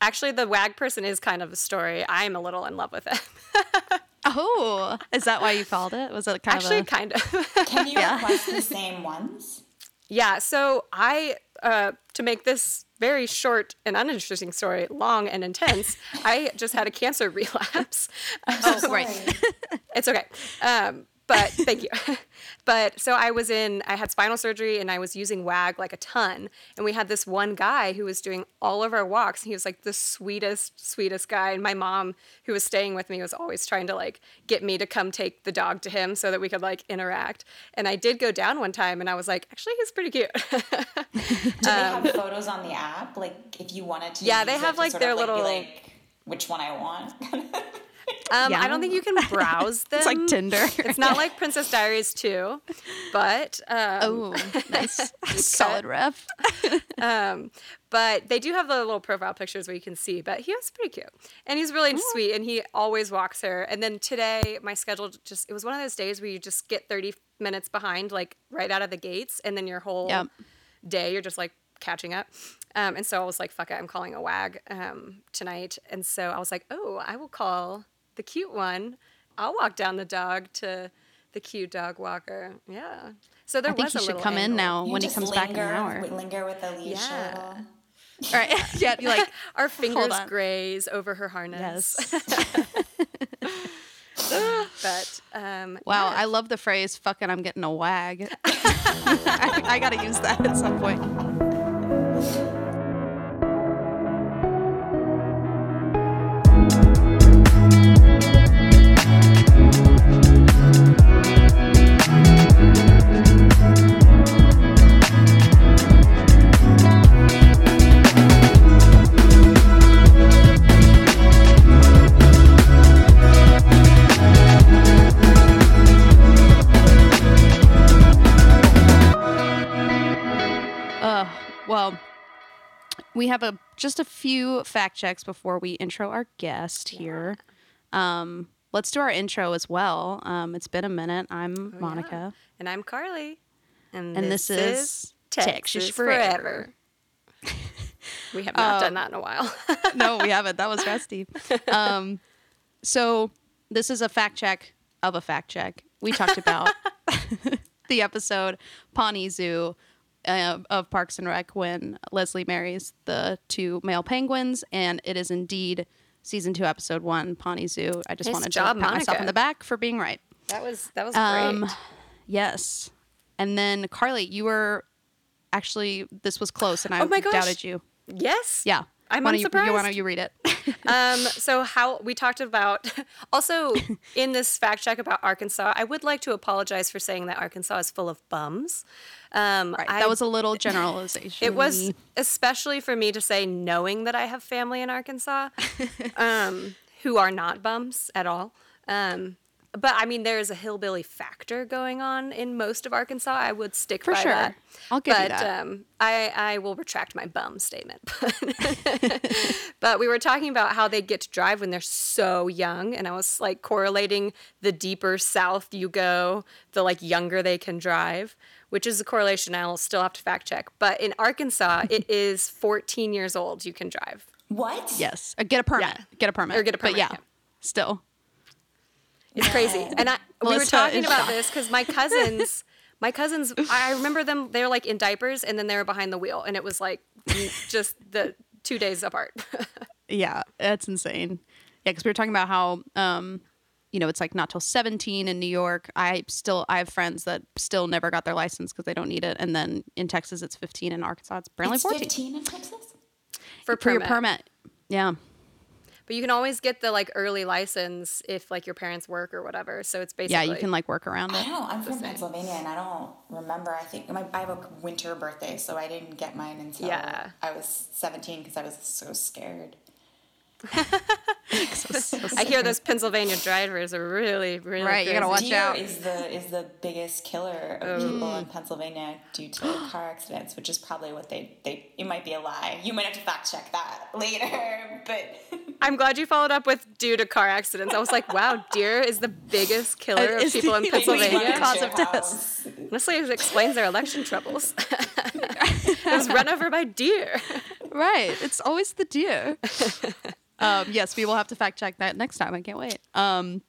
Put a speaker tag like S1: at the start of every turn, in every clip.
S1: Actually, the wag person is kind of a story. I am a little in love with it.
S2: Oh, is that why you called it? Was it kind
S1: Actually,
S2: of a,
S1: kind of.
S3: Can you request the same ones?
S1: Yeah, so I, uh, to make this very short and uninteresting story long and intense, I just had a cancer relapse.
S3: Oh,
S2: right.
S1: it's okay. Um, but thank you. but so I was in, I had spinal surgery and I was using WAG like a ton. And we had this one guy who was doing all of our walks. And he was like the sweetest, sweetest guy. And my mom, who was staying with me, was always trying to like get me to come take the dog to him so that we could like interact. And I did go down one time and I was like, actually, he's pretty cute.
S3: Do they have photos on the app? Like, if you wanted to.
S1: Um, Yeah, they
S3: use it
S1: have,
S3: to
S1: like,
S3: sort
S1: their
S3: of, be
S1: little-
S3: like, which one I want.
S1: Um, I
S2: Yeah.
S1: don't think you can browse them.
S2: um, It's like Tinder.
S1: It's not like Princess Diaries 2, but um,
S2: oh, nice, solid ref.
S1: um, but they do have the little profile pictures where you can see. But he was pretty cute, and he's really
S2: Oh.
S1: sweet, and he always walks her. And then today, my schedule just it was one of those days where you just get thirty minutes behind, like right out of the gates, and then your whole
S2: Yep.
S1: day you're just like catching up. Um, and so I was like, "Fuck it, I'm calling a wag um, tonight." And so I was like, "Oh, I will call the cute one. I'll walk down the dog to the cute dog walker." Yeah. So there
S2: I think
S1: was
S2: he
S1: a
S2: should
S1: little
S2: come in
S1: angle.
S2: now
S3: You
S2: when he
S3: just
S2: comes back in an hour.
S3: wi- Linger with a leash. a
S1: Yeah.
S3: little.
S2: All right. Yeah. You're like,
S1: Our fingers
S2: on.
S1: graze over her harness.
S2: yes.
S1: But um,
S2: Wow, I love the phrase "fucking." I'm getting a wag. I, I gotta use that at some point. Uh, well, we have a just a few fact checks before we intro our guest here. Um, let's do our intro as well. Um, it's been a minute.
S1: Oh,
S2: I'm Monica,
S1: and I'm Carly, and,
S2: and this, is
S1: Texas, Forever.
S2: Forever. Um,
S1: we have not done that in a while.
S2: no, we haven't. That was rusty. Um, so this is a fact check of a fact check. We talked about the episode Pawnee Zoo uh, of Parks and Rec when Leslie marries the two male penguins, and it is indeed season two, episode one, Pawnee Zoo. I just
S1: Nice
S2: wanted
S1: job,
S2: to pat myself
S1: Monica.
S2: on the back for being right.
S1: that was that was
S2: Um,
S1: great.
S2: yes, and then Carly, you were actually this was close, and I
S1: Oh my gosh.
S2: doubted you.
S1: Yes.
S2: Yeah,
S1: I'm
S2: why don't you, you- why
S1: unsurprised.
S2: don't you read it?
S1: um, so how we talked about also in this fact check about Arkansas, I would like to apologize for saying that Arkansas is full of bums. Um,
S2: Right.
S1: I
S2: that was a little generalization.
S1: It was especially for me to say, knowing that I have family in Arkansas um, who are not bums at all. Um, but I mean, there is a hillbilly factor going on in most of Arkansas. I would stick
S2: For
S1: by
S2: sure.
S1: that.
S2: I'll give you
S1: but,
S2: that.
S1: Um, I, I will retract my bum statement. but we were talking about how they get to drive when they're so young. And I was like correlating the deeper south you go, the like younger they can drive, which is a correlation I'll still have to fact check. But in Arkansas, it is 14 years old you can drive.
S3: What?
S2: Yes. Uh, Get a permit.
S1: Yeah.
S2: Get a permit.
S1: Or get a
S2: But
S1: permit,
S2: yeah,
S1: yeah.
S2: still.
S1: It's crazy. And I, we were
S2: Melissa
S1: talking
S2: is
S1: about
S2: shocked.
S1: this because my cousins, my cousins, I remember them, they were like in diapers and then they were behind the wheel. And it was like just the two days apart.
S2: Yeah, that's insane. Yeah, because we were talking about how, um, you know, it's like not till 17 in New York. I still, I have friends that still never got their license because they don't need it. And then in Texas, it's 15. In Arkansas, it's apparently
S3: It's
S2: 14.
S3: 15 in Texas?
S1: for
S2: For your
S1: permit.
S2: permit. Yeah.
S1: But you can always get the like early license if like your parents work or whatever. So it's basically
S2: Yeah, you can like work around
S3: I
S2: it.
S3: don't. I'm from Pennsylvania, and I don't remember. I think my, I have a winter birthday, so I didn't get mine until
S1: Yeah.
S3: I was 17 because I was so scared.
S1: I hear those Pennsylvania drivers are really, really
S2: Right, you gotta
S1: crazy.
S2: watch
S3: Deer
S2: out. Oh.
S3: is the is the biggest killer of people in Pennsylvania due to car accidents, which is probably what they they. It might be a lie. You might have to fact check that later, but
S1: I'm glad you followed up with due to car accidents. I was like, wow, deer is the biggest killer of
S2: Is
S1: people in
S2: the- It's
S3: Maybe
S2: Pennsylvania.
S1: Pennsylvania.
S3: run
S2: Cause
S3: into
S2: of
S3: your
S2: deaths.
S3: house.
S1: Honestly, it explains their election troubles. it was run over by deer.
S2: right. It's always the deer. um, yes, we will have to fact check that next time. I can't wait. Um,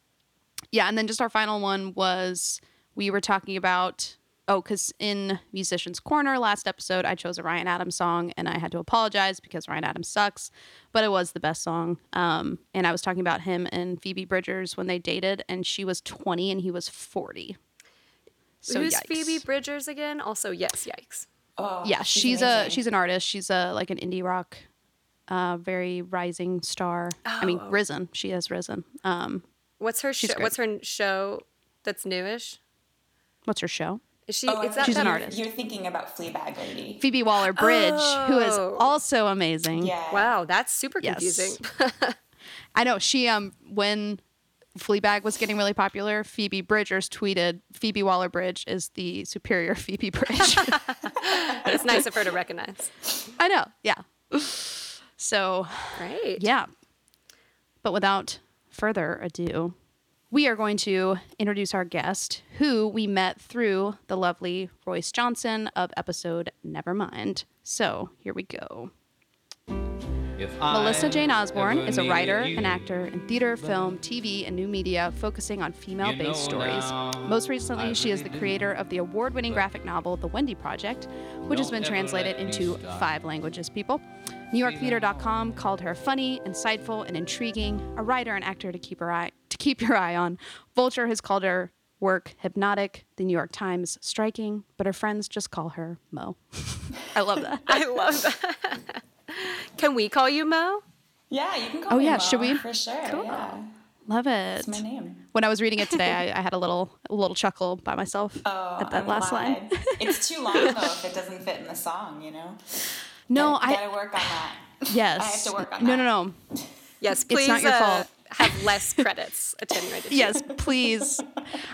S2: yeah, and then just our final one was we were talking about oh, because in Musicians Corner last episode, I chose a Ryan Adams song and I had to apologize because Ryan Adams sucks, but it was the best song. Um, and I was talking about him and Phoebe Bridgers when they dated, and she was 20 and he was 40. So
S1: Who's
S2: yikes.
S1: Phoebe Bridgers again? Also, yes, yikes.
S3: Oh,
S2: yeah she's a
S3: amazing.
S2: she's an artist she's a like an indie rock uh very rising star i mean
S1: Oh.
S2: risen she has risen um
S1: What's her show?
S2: great.
S1: What's her show that's newish?
S2: what's her show
S1: Is she?
S3: Oh, I
S1: is that
S3: think
S2: She's an
S1: that-
S3: you're-
S2: artist.
S3: You're thinking about Fleabag Lady.
S2: phoebe waller-bridge who is
S1: Oh.
S2: also amazing
S3: Yeah.
S1: Wow, that's super
S2: Yes.
S1: confusing.
S2: i know she um when fleabag was getting really popular phoebe bridgers tweeted phoebe waller-bridge is the superior phoebe bridge
S1: but it's nice of her to recognize.
S2: i know yeah so
S1: Great.
S2: Yeah. But without further ado, we are going to introduce our guest who we met through the lovely Royce Johnson of episode Nevermind. So here we go.
S4: If
S2: Melissa
S4: I
S2: Jane Osborne
S4: ever
S2: is a writer,
S4: needed
S2: an
S4: you,
S2: actor in theater, film, TV, and new media, focusing on female
S4: You know
S2: based stories.
S4: now,
S2: Most recently,
S4: I
S2: she is
S4: really
S2: the
S4: do.
S2: creator of the award winning graphic novel, The Wendy Project, which has
S4: Don't
S2: been
S4: ever
S2: translated
S4: let me
S2: into
S4: stop.
S2: five languages, people. NewYorkTheater.com called her funny, insightful, and intriguing, a writer and actor to keep, her eye, to keep your eye on. Vulture has called her work hypnotic, The New York Times striking, but her friends just call her Mo. I love that.
S1: I love that. Can we call you Mo?
S3: Yeah, you can call
S2: Oh,
S3: me
S2: yeah,
S3: Mo,
S2: should we?
S3: For sure. Yeah.
S2: Love it.
S3: It's my name.
S2: when I was reading it today, I, I had a little a little chuckle by myself
S3: Oh,
S2: at that
S3: I'm
S2: last
S3: glad.
S2: line.
S3: it's too long though if it doesn't fit in the song, you know.
S2: No,
S3: I
S2: I
S3: gotta work on that.
S2: yes.
S3: I have to work on
S2: no,
S3: that.
S2: no, no.
S1: Yes, please.
S2: It's not your
S1: uh,
S2: fault.
S1: Have less credits attenuated. to
S2: Yes, please.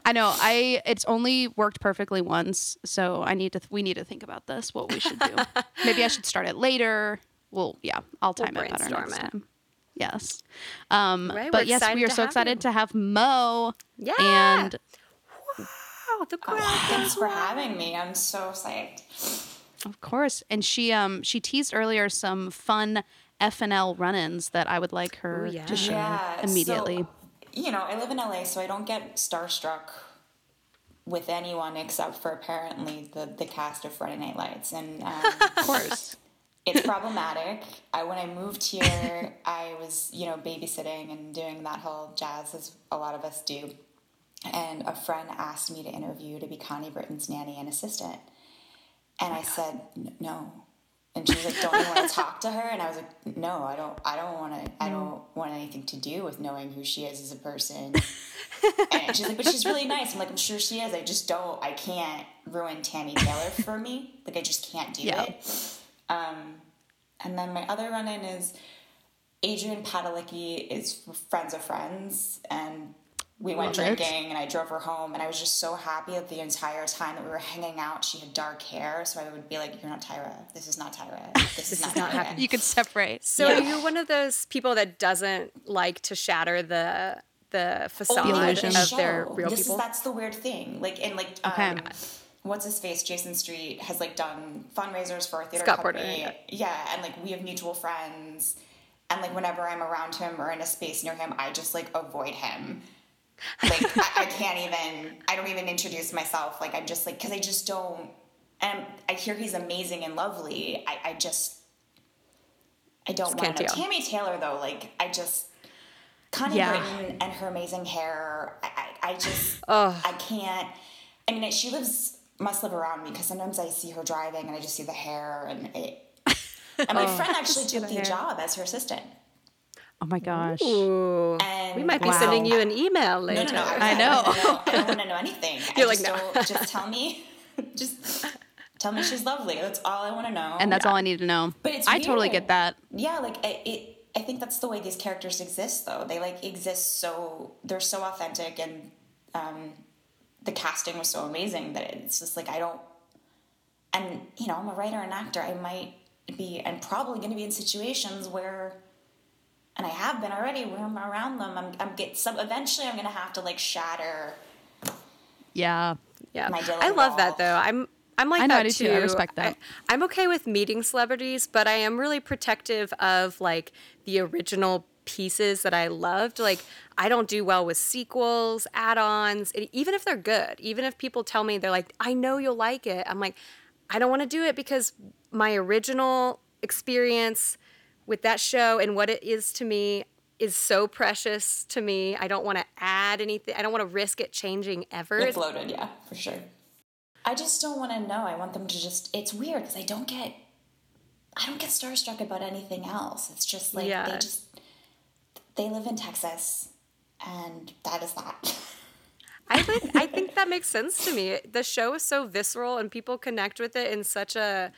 S2: I know. I it's only worked perfectly once, so I need to. We need to think about this. What we should do. Maybe I should start it later. Well, yeah, I'll time it better
S1: brainstorm
S2: next
S1: it.
S2: time. Yes. Um,
S1: Right, we're
S2: but yes,
S1: excited
S2: we are
S1: to
S2: so
S1: have
S2: excited
S1: you.
S2: to have Mo.
S1: Yeah.
S2: And
S1: Wow, Oh, the
S2: Oh,
S1: crowd
S3: Thanks
S1: goes
S3: for
S1: wild.
S3: having me. I'm so psyched.
S2: Of course. And she um she teased earlier some fun FNL run-ins that I would like her
S1: Ooh, yeah.
S2: to share
S3: Yeah. so,
S2: immediately.
S3: you know, I live in LA, so I don't get starstruck with anyone except for apparently the, the cast of Friday Night Lights. And um,
S2: Of course.
S3: it's problematic. I, when I moved here, I was, you know, babysitting and doing that whole jazz as a lot of us do. And a friend asked me to interview to be Connie Britton's nanny and assistant. And I said, "N- no. And she was like, don't you want to talk to her? And I was like, no, I don't, I don't want to, I don't want anything to do with knowing who she is as a person. and she's like, but she's really nice. I'm like, I'm sure she is. I just don't, I can't ruin Tammy Taylor for me. Like, I just can't do
S2: Yeah.
S3: it. Um, And then my other run in is Adrian Padalecki is friends of friends, and we went
S2: Love it.
S3: drinking, and I drove her home, and I was just so happy that the entire time that we were hanging out, she had dark hair, so I would be like, "You're not Tyra. This is not Tyra. This is not
S1: not
S3: Tyra."
S1: happening.
S2: You could separate.
S1: So
S3: Yeah.
S1: are you one of those people that doesn't like to shatter the the facade
S2: The
S3: Oh,
S2: illusion.
S1: of
S3: the
S1: their
S3: show.
S1: real
S3: this
S1: people?
S3: Is, that's the weird thing. Like and like um,
S2: Okay.
S3: what's his face? Jason Street has like done fundraisers for a theater
S1: Scott
S3: company.
S1: Porter,
S3: yeah, and like we have mutual friends. And like whenever I'm around him or in a space near him, I just like avoid him. Like I, I can't even. I don't even introduce myself. Like I'm just like because I just don't. And I hear he's amazing and lovely. I, I just. I don't want
S1: can't
S3: to know.
S1: deal.
S3: Tammy Taylor though, like I just Connie
S2: Yeah.
S3: Britton and her amazing hair. I, I, I just, I can't. I mean, she lives, must live around me because sometimes I see her driving and I just see the hair and it. And my friend actually took the job as her assistant.
S2: Oh my gosh.
S1: Ooh,
S3: And
S1: we might be
S2: Wow.
S1: sending you an email
S3: No,
S1: later.
S3: no, no. I, was
S2: I
S3: like,
S2: know.
S3: I don't, know. I don't want to know anything.
S1: You're
S3: I
S1: like,
S3: just
S1: no.
S3: don't. Just tell me. Just tell me she's lovely. That's all I want to know.
S2: And that's all I need to know.
S3: But it's
S2: I totally
S3: weird.
S2: get that.
S3: yeah like it, it i think that's the way these characters exist though they like exist so they're so authentic and um, the casting was so amazing that it's just like i don't and you know i'm a writer and actor i might be and probably going to be in situations where and i have been already where i'm around them i'm, I'm get some eventually i'm going to have to like shatter
S2: Yeah.
S1: Yeah,
S3: my Dylan
S1: I love
S3: Wall.
S1: that though. I'm I'm like
S2: I know,
S1: that
S2: I do
S1: too.
S2: too. I respect that.
S1: I, am okay with meeting celebrities, but I am really protective of like the original pieces that I loved. Like I don't do well with sequels, add-ons, and even if they're good. Even if people tell me they're like, "I know you'll like it," I'm like, I don't want to do it because my original experience with that show and what it is to me is so precious to me. I don't want to add anything. I don't want to risk it changing ever.
S3: It's loaded, yeah, for sure. I just don't want to know. I want them to just. It's weird because I don't get. I don't get starstruck about anything else. It's just like
S1: Yeah.
S3: they just. They live in Texas, and that is that.
S1: I think I think that makes sense to me. The show is so visceral and people connect with it in such a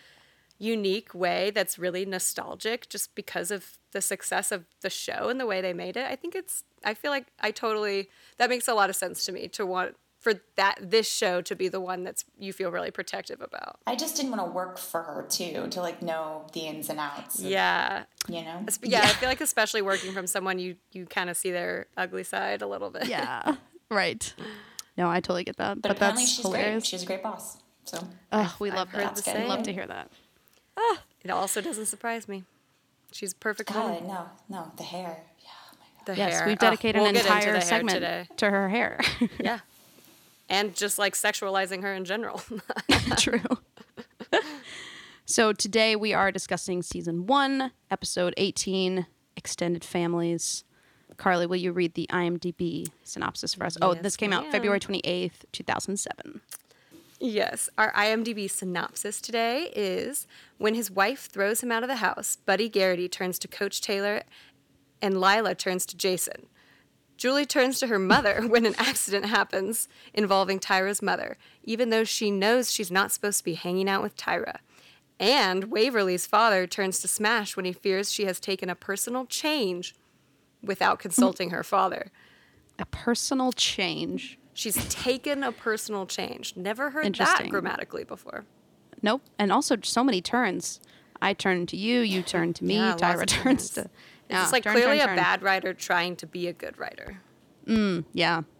S1: unique way that's really nostalgic just because of the success of the show and the way they made it. I think it's I feel like I totally that makes a lot of sense to me to want for that this show to be the one that's you feel really protective about.
S3: I just didn't want to work for her too to like know the ins and outs. of-
S1: Yeah.
S3: you know.
S1: Espe- Yeah, I feel like especially working from someone you you kind of see their ugly side a little bit.
S2: Yeah. right. No, I totally get that. But,
S3: But, apparently
S2: that's
S3: she's great.
S2: hilarious.
S3: She's a great boss. So
S2: Oh, we love
S1: heard
S2: that.
S1: the
S2: I love
S3: same.
S2: to hear that.
S1: It also doesn't surprise me. She's a perfect woman.
S3: God, no, no, the hair. Yeah, oh my God.
S1: The
S2: Yes,
S1: hair.
S2: we've
S1: Oh,
S2: dedicated
S1: we'll
S2: an
S1: get into the
S2: entire
S1: hair
S2: segment
S1: today.
S2: to her hair.
S1: Yeah. And just like sexualizing her in general.
S2: True. so today we are discussing season one, episode 18, Extended Families. Carly, will you read the IMDb synopsis for us? oh,
S1: Yes,
S2: this came out
S1: ma'am.
S2: February 28th, 2007.
S1: yes, our IMDb synopsis today is when his wife throws him out of the house, Buddy Garrity turns to Coach Taylor and Lila turns to Jason. Julie turns to her mother when an accident happens involving Tyra's mother, even though she knows she's not supposed to be hanging out with Tyra. And Waverly's father turns to Smash when he fears she has taken a personal change without consulting her father.
S2: A personal change.
S1: She's taken a personal change. Never heard that
S2: Interesting.
S1: grammatically before.
S2: Nope. And also so many turns. I turn to you, you turn to me,
S1: Yeah, lots
S2: Tyra
S1: of
S2: turns to. Yeah,
S1: it's like
S2: turn,
S1: clearly
S2: turn,
S1: a
S2: turn.
S1: bad writer trying to be a good writer.
S2: Yeah.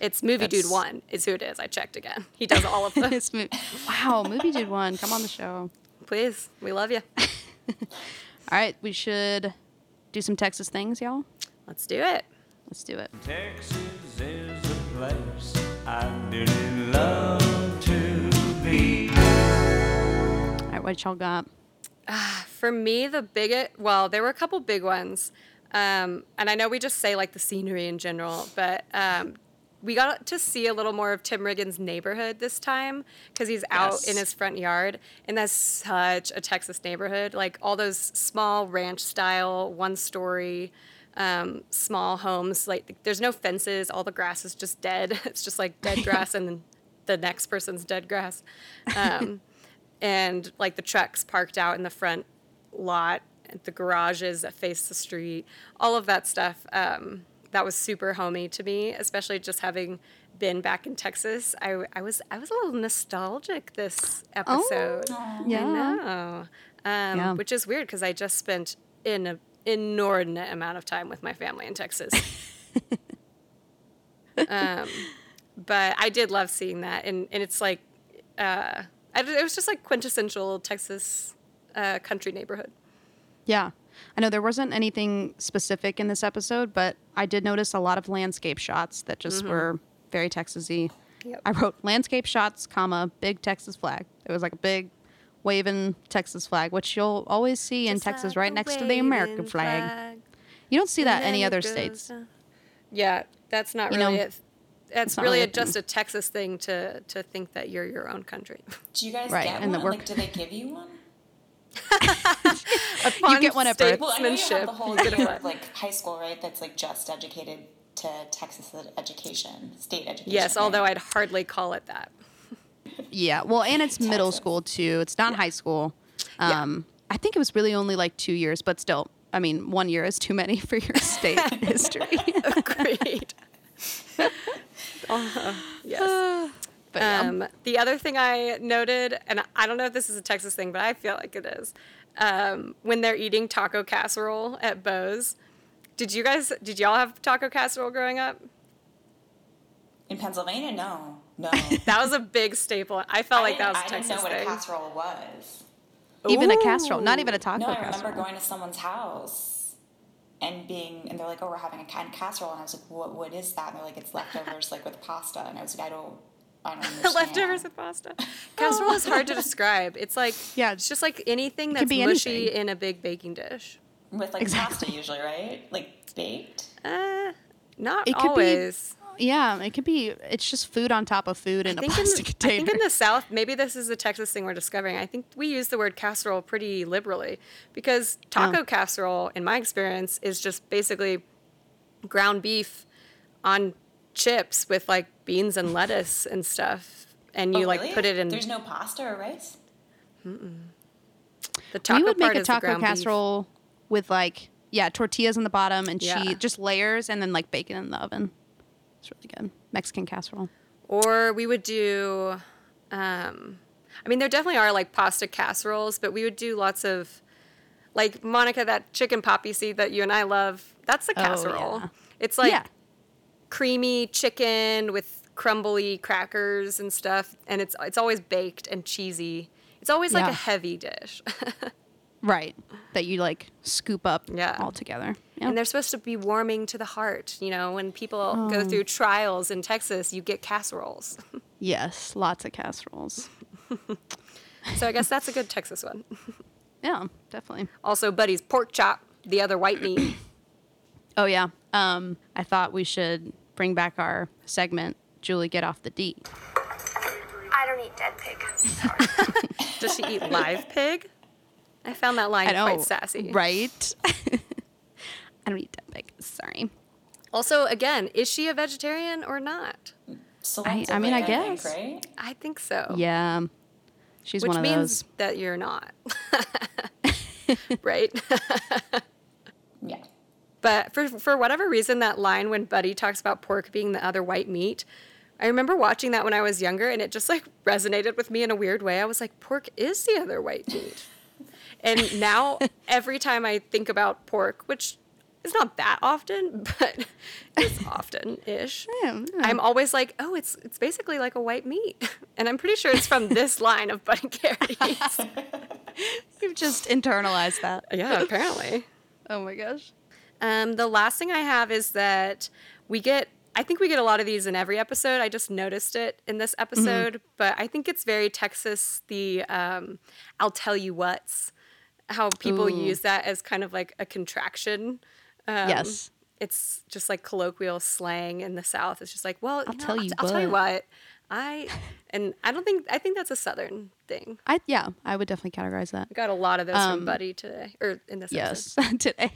S1: It's movie dude
S2: That's-
S1: one is who it is. I checked again. He does all of them.
S2: This mo- wow, movie dude one. Come on the show.
S1: Please, we love you.
S2: All right, we should do some Texas things, y'all.
S1: Let's do it.
S2: Let's do it.
S5: Texas is a place I dearly love to be.
S2: All right, what y'all got?
S1: For me, the biggest well, there were a couple big ones, um, and I know we just say like the scenery in general, but um, we got to see a little more of Tim Riggins' neighborhood this time because he's out
S2: Yes.
S1: in his front yard, and that's such a Texas neighborhood. Like all those small ranch style, one story, um, small homes. Like there's no fences. All the grass is just dead. It's just like dead grass, and then the next person's dead grass. Um, and like the trucks parked out in the front lot, the garages that face the street, all of that stuff. Um, that was super homey to me, especially just having been back in Texas. I, I was I was a little nostalgic this episode. I know, um,
S2: Yeah.
S1: which is weird because I just spent an inordinate amount of time with my family in Texas. um, but I did love seeing that, and and it's like, uh, I, it was just like quintessential Texas uh, country neighborhood.
S2: Yeah. I know there wasn't anything specific in this episode, but I did notice a lot of landscape shots that just were very Texasy.
S1: Mm-hmm. Yep.
S2: I wrote landscape shots, comma, big Texas flag. It was like a big waving Texas flag, which you'll always see in Texas right next to the American flag. You don't see that any other states.
S1: Yeah, that's not
S2: You
S1: really
S2: know,
S1: it. That's
S2: it's not
S1: really
S2: really a
S1: a- just
S2: thing.
S1: a Texas thing to to think that you're your own country.
S3: Do you guys
S2: Right,
S3: get
S2: and the
S3: one?
S2: work-
S3: Like, do they give you one?
S1: Upon
S2: get one at birth.
S3: Well, I know you have the whole
S1: statesmanship, you get
S3: year
S1: one.
S3: of like high school, right? That's like just dedicated to Texas ed- education, state education.
S1: Yes,
S3: right?
S1: although I'd hardly call it that.
S2: Yeah. Well, and it's middle
S3: Texas.
S2: school too. It's not high school. Um, I think it was really only like two years, but still, I mean, one year is too many for your state history.
S1: Great. Uh-huh. Yes.
S2: But yeah.
S1: Um, the other thing I noted, and I don't know if this is a Texas thing, but I feel like it is, um, when they're eating taco casserole at Bo's. Did you guys? Did y'all have taco casserole growing up?
S3: in Pennsylvania, no. no.
S1: That was a big staple. I felt
S3: I
S1: like that
S3: didn't-
S1: was a
S3: I
S1: Texas
S3: didn't know what
S1: thing.
S3: a casserole was.
S2: Even a casserole, not even a taco
S3: No, I
S2: casserole.
S3: remember going to someone's house and being, and they're like, "Oh, we're having a kind of casserole," and I was like, "What? What is that?" And they're like, "It's leftovers, like with pasta," and I was like, "I don't, I don't understand."
S1: Leftovers with pasta. Casserole is hard to describe. It's like
S2: Yeah.
S1: it's just like anything that's
S2: could be
S1: mushy
S2: anything.
S1: in a big baking dish.
S3: with like
S2: Exactly.
S3: pasta usually, right? Like baked.
S1: Uh, not
S2: It could be
S1: always.
S2: yeah, it could be. It's just food on top of food in a
S1: in
S2: plastic
S1: the, I
S2: container.
S1: think in the South, maybe this is a Texas thing we're discovering. I think we use the word casserole pretty liberally because taco
S2: Oh.
S1: casserole, in my experience, is just basically ground beef on chips with like beans and lettuce and stuff. And you
S3: Oh,
S1: like
S3: really?
S1: put it in
S3: There's no pasta or rice.
S1: the taco
S2: we would
S1: part
S2: make a
S1: is the
S2: taco
S1: ground beef.
S2: casserole with like yeah tortillas on the bottom and
S1: Yeah.
S2: cheese, just layers, and then like bacon in the oven. It's really good Mexican casserole.
S1: Or we would do, um, I mean, there definitely are like pasta casseroles, but we would do lots of, like Monica, that chicken poppy seed that you and I love. That's a
S2: Oh,
S1: casserole.
S2: yeah.
S1: It's like
S2: yeah,
S1: creamy chicken with crumbly crackers and stuff, and it's it's always baked and cheesy. It's always like
S2: Yeah.
S1: a heavy dish,
S2: right. That you like scoop up
S1: Yeah.
S2: all together. Yeah.
S1: and they're supposed to be warming to the heart. You know, when people
S2: Oh.
S1: go through trials in Texas, you get casseroles.
S2: yes, lots of casseroles.
S1: so I guess that's a good Texas one.
S2: Yeah, definitely.
S1: Also, Buddy's pork chop, the other white meat.
S2: Oh yeah. Um, I thought we should bring back our segment. Julie, get off the D.
S6: I don't eat dead pig.
S1: Does she eat live pig? I found that line
S2: I know.
S1: quite sassy.
S2: Oh, right? I don't eat that big. Sorry.
S1: Also, again, is she a vegetarian or not?
S3: Selectively,
S2: I mean, I
S3: think,
S2: guess.
S3: right?
S1: I think so.
S2: Yeah, she's
S1: Which
S2: one of
S1: means
S2: those.
S1: that you're not. right?
S3: Yeah.
S1: but for, for whatever reason, that line when Buddy talks about pork being the other white meat, I remember watching that when I was younger and it just like resonated with me in a weird way. I was like, pork is the other white meat. and now every time I think about pork, which is not that often, but it's often ish.
S2: Yeah, yeah.
S1: I'm always like, oh, it's it's basically like a white meat, and I'm pretty sure it's from this line of Buddy Carey's.
S2: You've just internalized that.
S1: yeah, apparently.
S2: Oh my gosh.
S1: Um, the last thing I have is that we get, I think we get a lot of these in every episode. I just noticed it in this
S2: Mm-hmm.
S1: episode, but I think it's very Texas, the um, I'll tell you what's, how people
S2: Ooh.
S1: use that as kind of like a contraction. Um,
S2: Yes.
S1: It's just like colloquial slang in the South. It's just like, well, you know, I'll,
S2: tell you
S1: I'll tell you what. I, and I don't think, I think that's a Southern thing.
S2: I yeah, I would definitely categorize that.
S1: We got a lot of those
S2: Um,
S1: from Buddy today, or in this episode.
S2: Yes, today.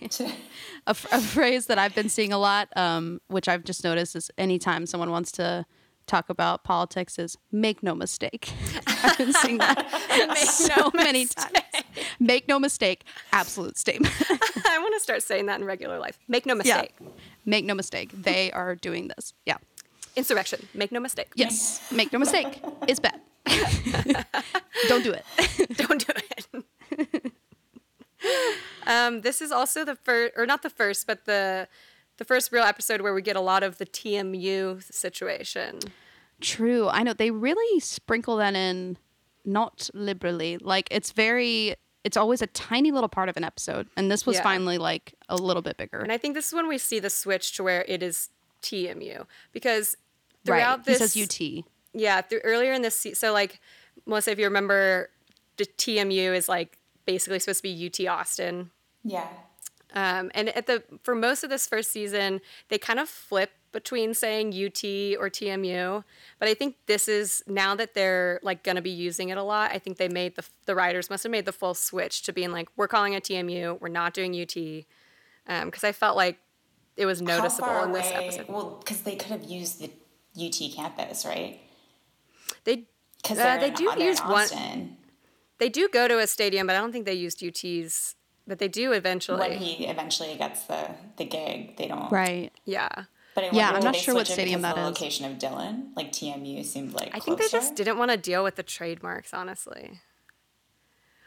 S2: a, ph- a phrase that I've been seeing a lot, um, which I've just noticed, is anytime someone wants to talk about politics, is make no mistake. I've been seeing that so many times. Make no mistake, absolute statement.
S1: I want to start saying that in regular life. Make no
S2: yeah.
S1: mistake.
S2: Make no mistake, they are doing this. Yeah.
S1: Insurrection. Make no mistake.
S2: Yes. Make no mistake, it's bad. Don't do it.
S1: Don't do it. um, this is also the first, or not the first, but the the first real episode where we get a lot of the TMU situation.
S2: True. I know they really sprinkle that in not liberally. Like it's very it's always a tiny little part of an episode. And this was
S1: Yeah.
S2: finally like a little bit bigger.
S1: And I think this is when we see the switch to where it is TMU because
S2: Right.
S1: throughout
S2: He
S1: this
S2: says UT.
S1: Yeah, through earlier in this, se- so like Melissa, if you remember, the TMU is like basically supposed to be UT Austin,
S3: Yeah.
S1: Um, and at the for most of this first season, they kind of flip between saying UT or TMU. But I think this is now that they're like going to be using it a lot. I think they made the the writers must have made the full switch to being like we're calling it TMU. We're not doing UT because I felt like it was noticeable in this episode.
S3: Well, because they could have used the UT campus, right?
S1: They
S3: Because
S1: uh, they
S3: in,
S1: do
S3: they're
S1: use
S3: in
S1: one.
S3: Austin
S1: They do go to a stadium, but I don't think they used UTs. But they do eventually.
S3: when he eventually gets the the gig. They don't.
S2: Right.
S1: yeah.
S3: But I
S2: Yeah,
S3: wonder,
S2: I'm
S3: did
S2: not
S3: they
S2: sure what
S3: switch it
S2: stadium
S3: because of
S2: that
S3: the
S2: is.
S3: Location of Dylan, like TMU, seemed like.
S1: I think they
S3: closer?
S1: just didn't want to deal with the trademarks, honestly.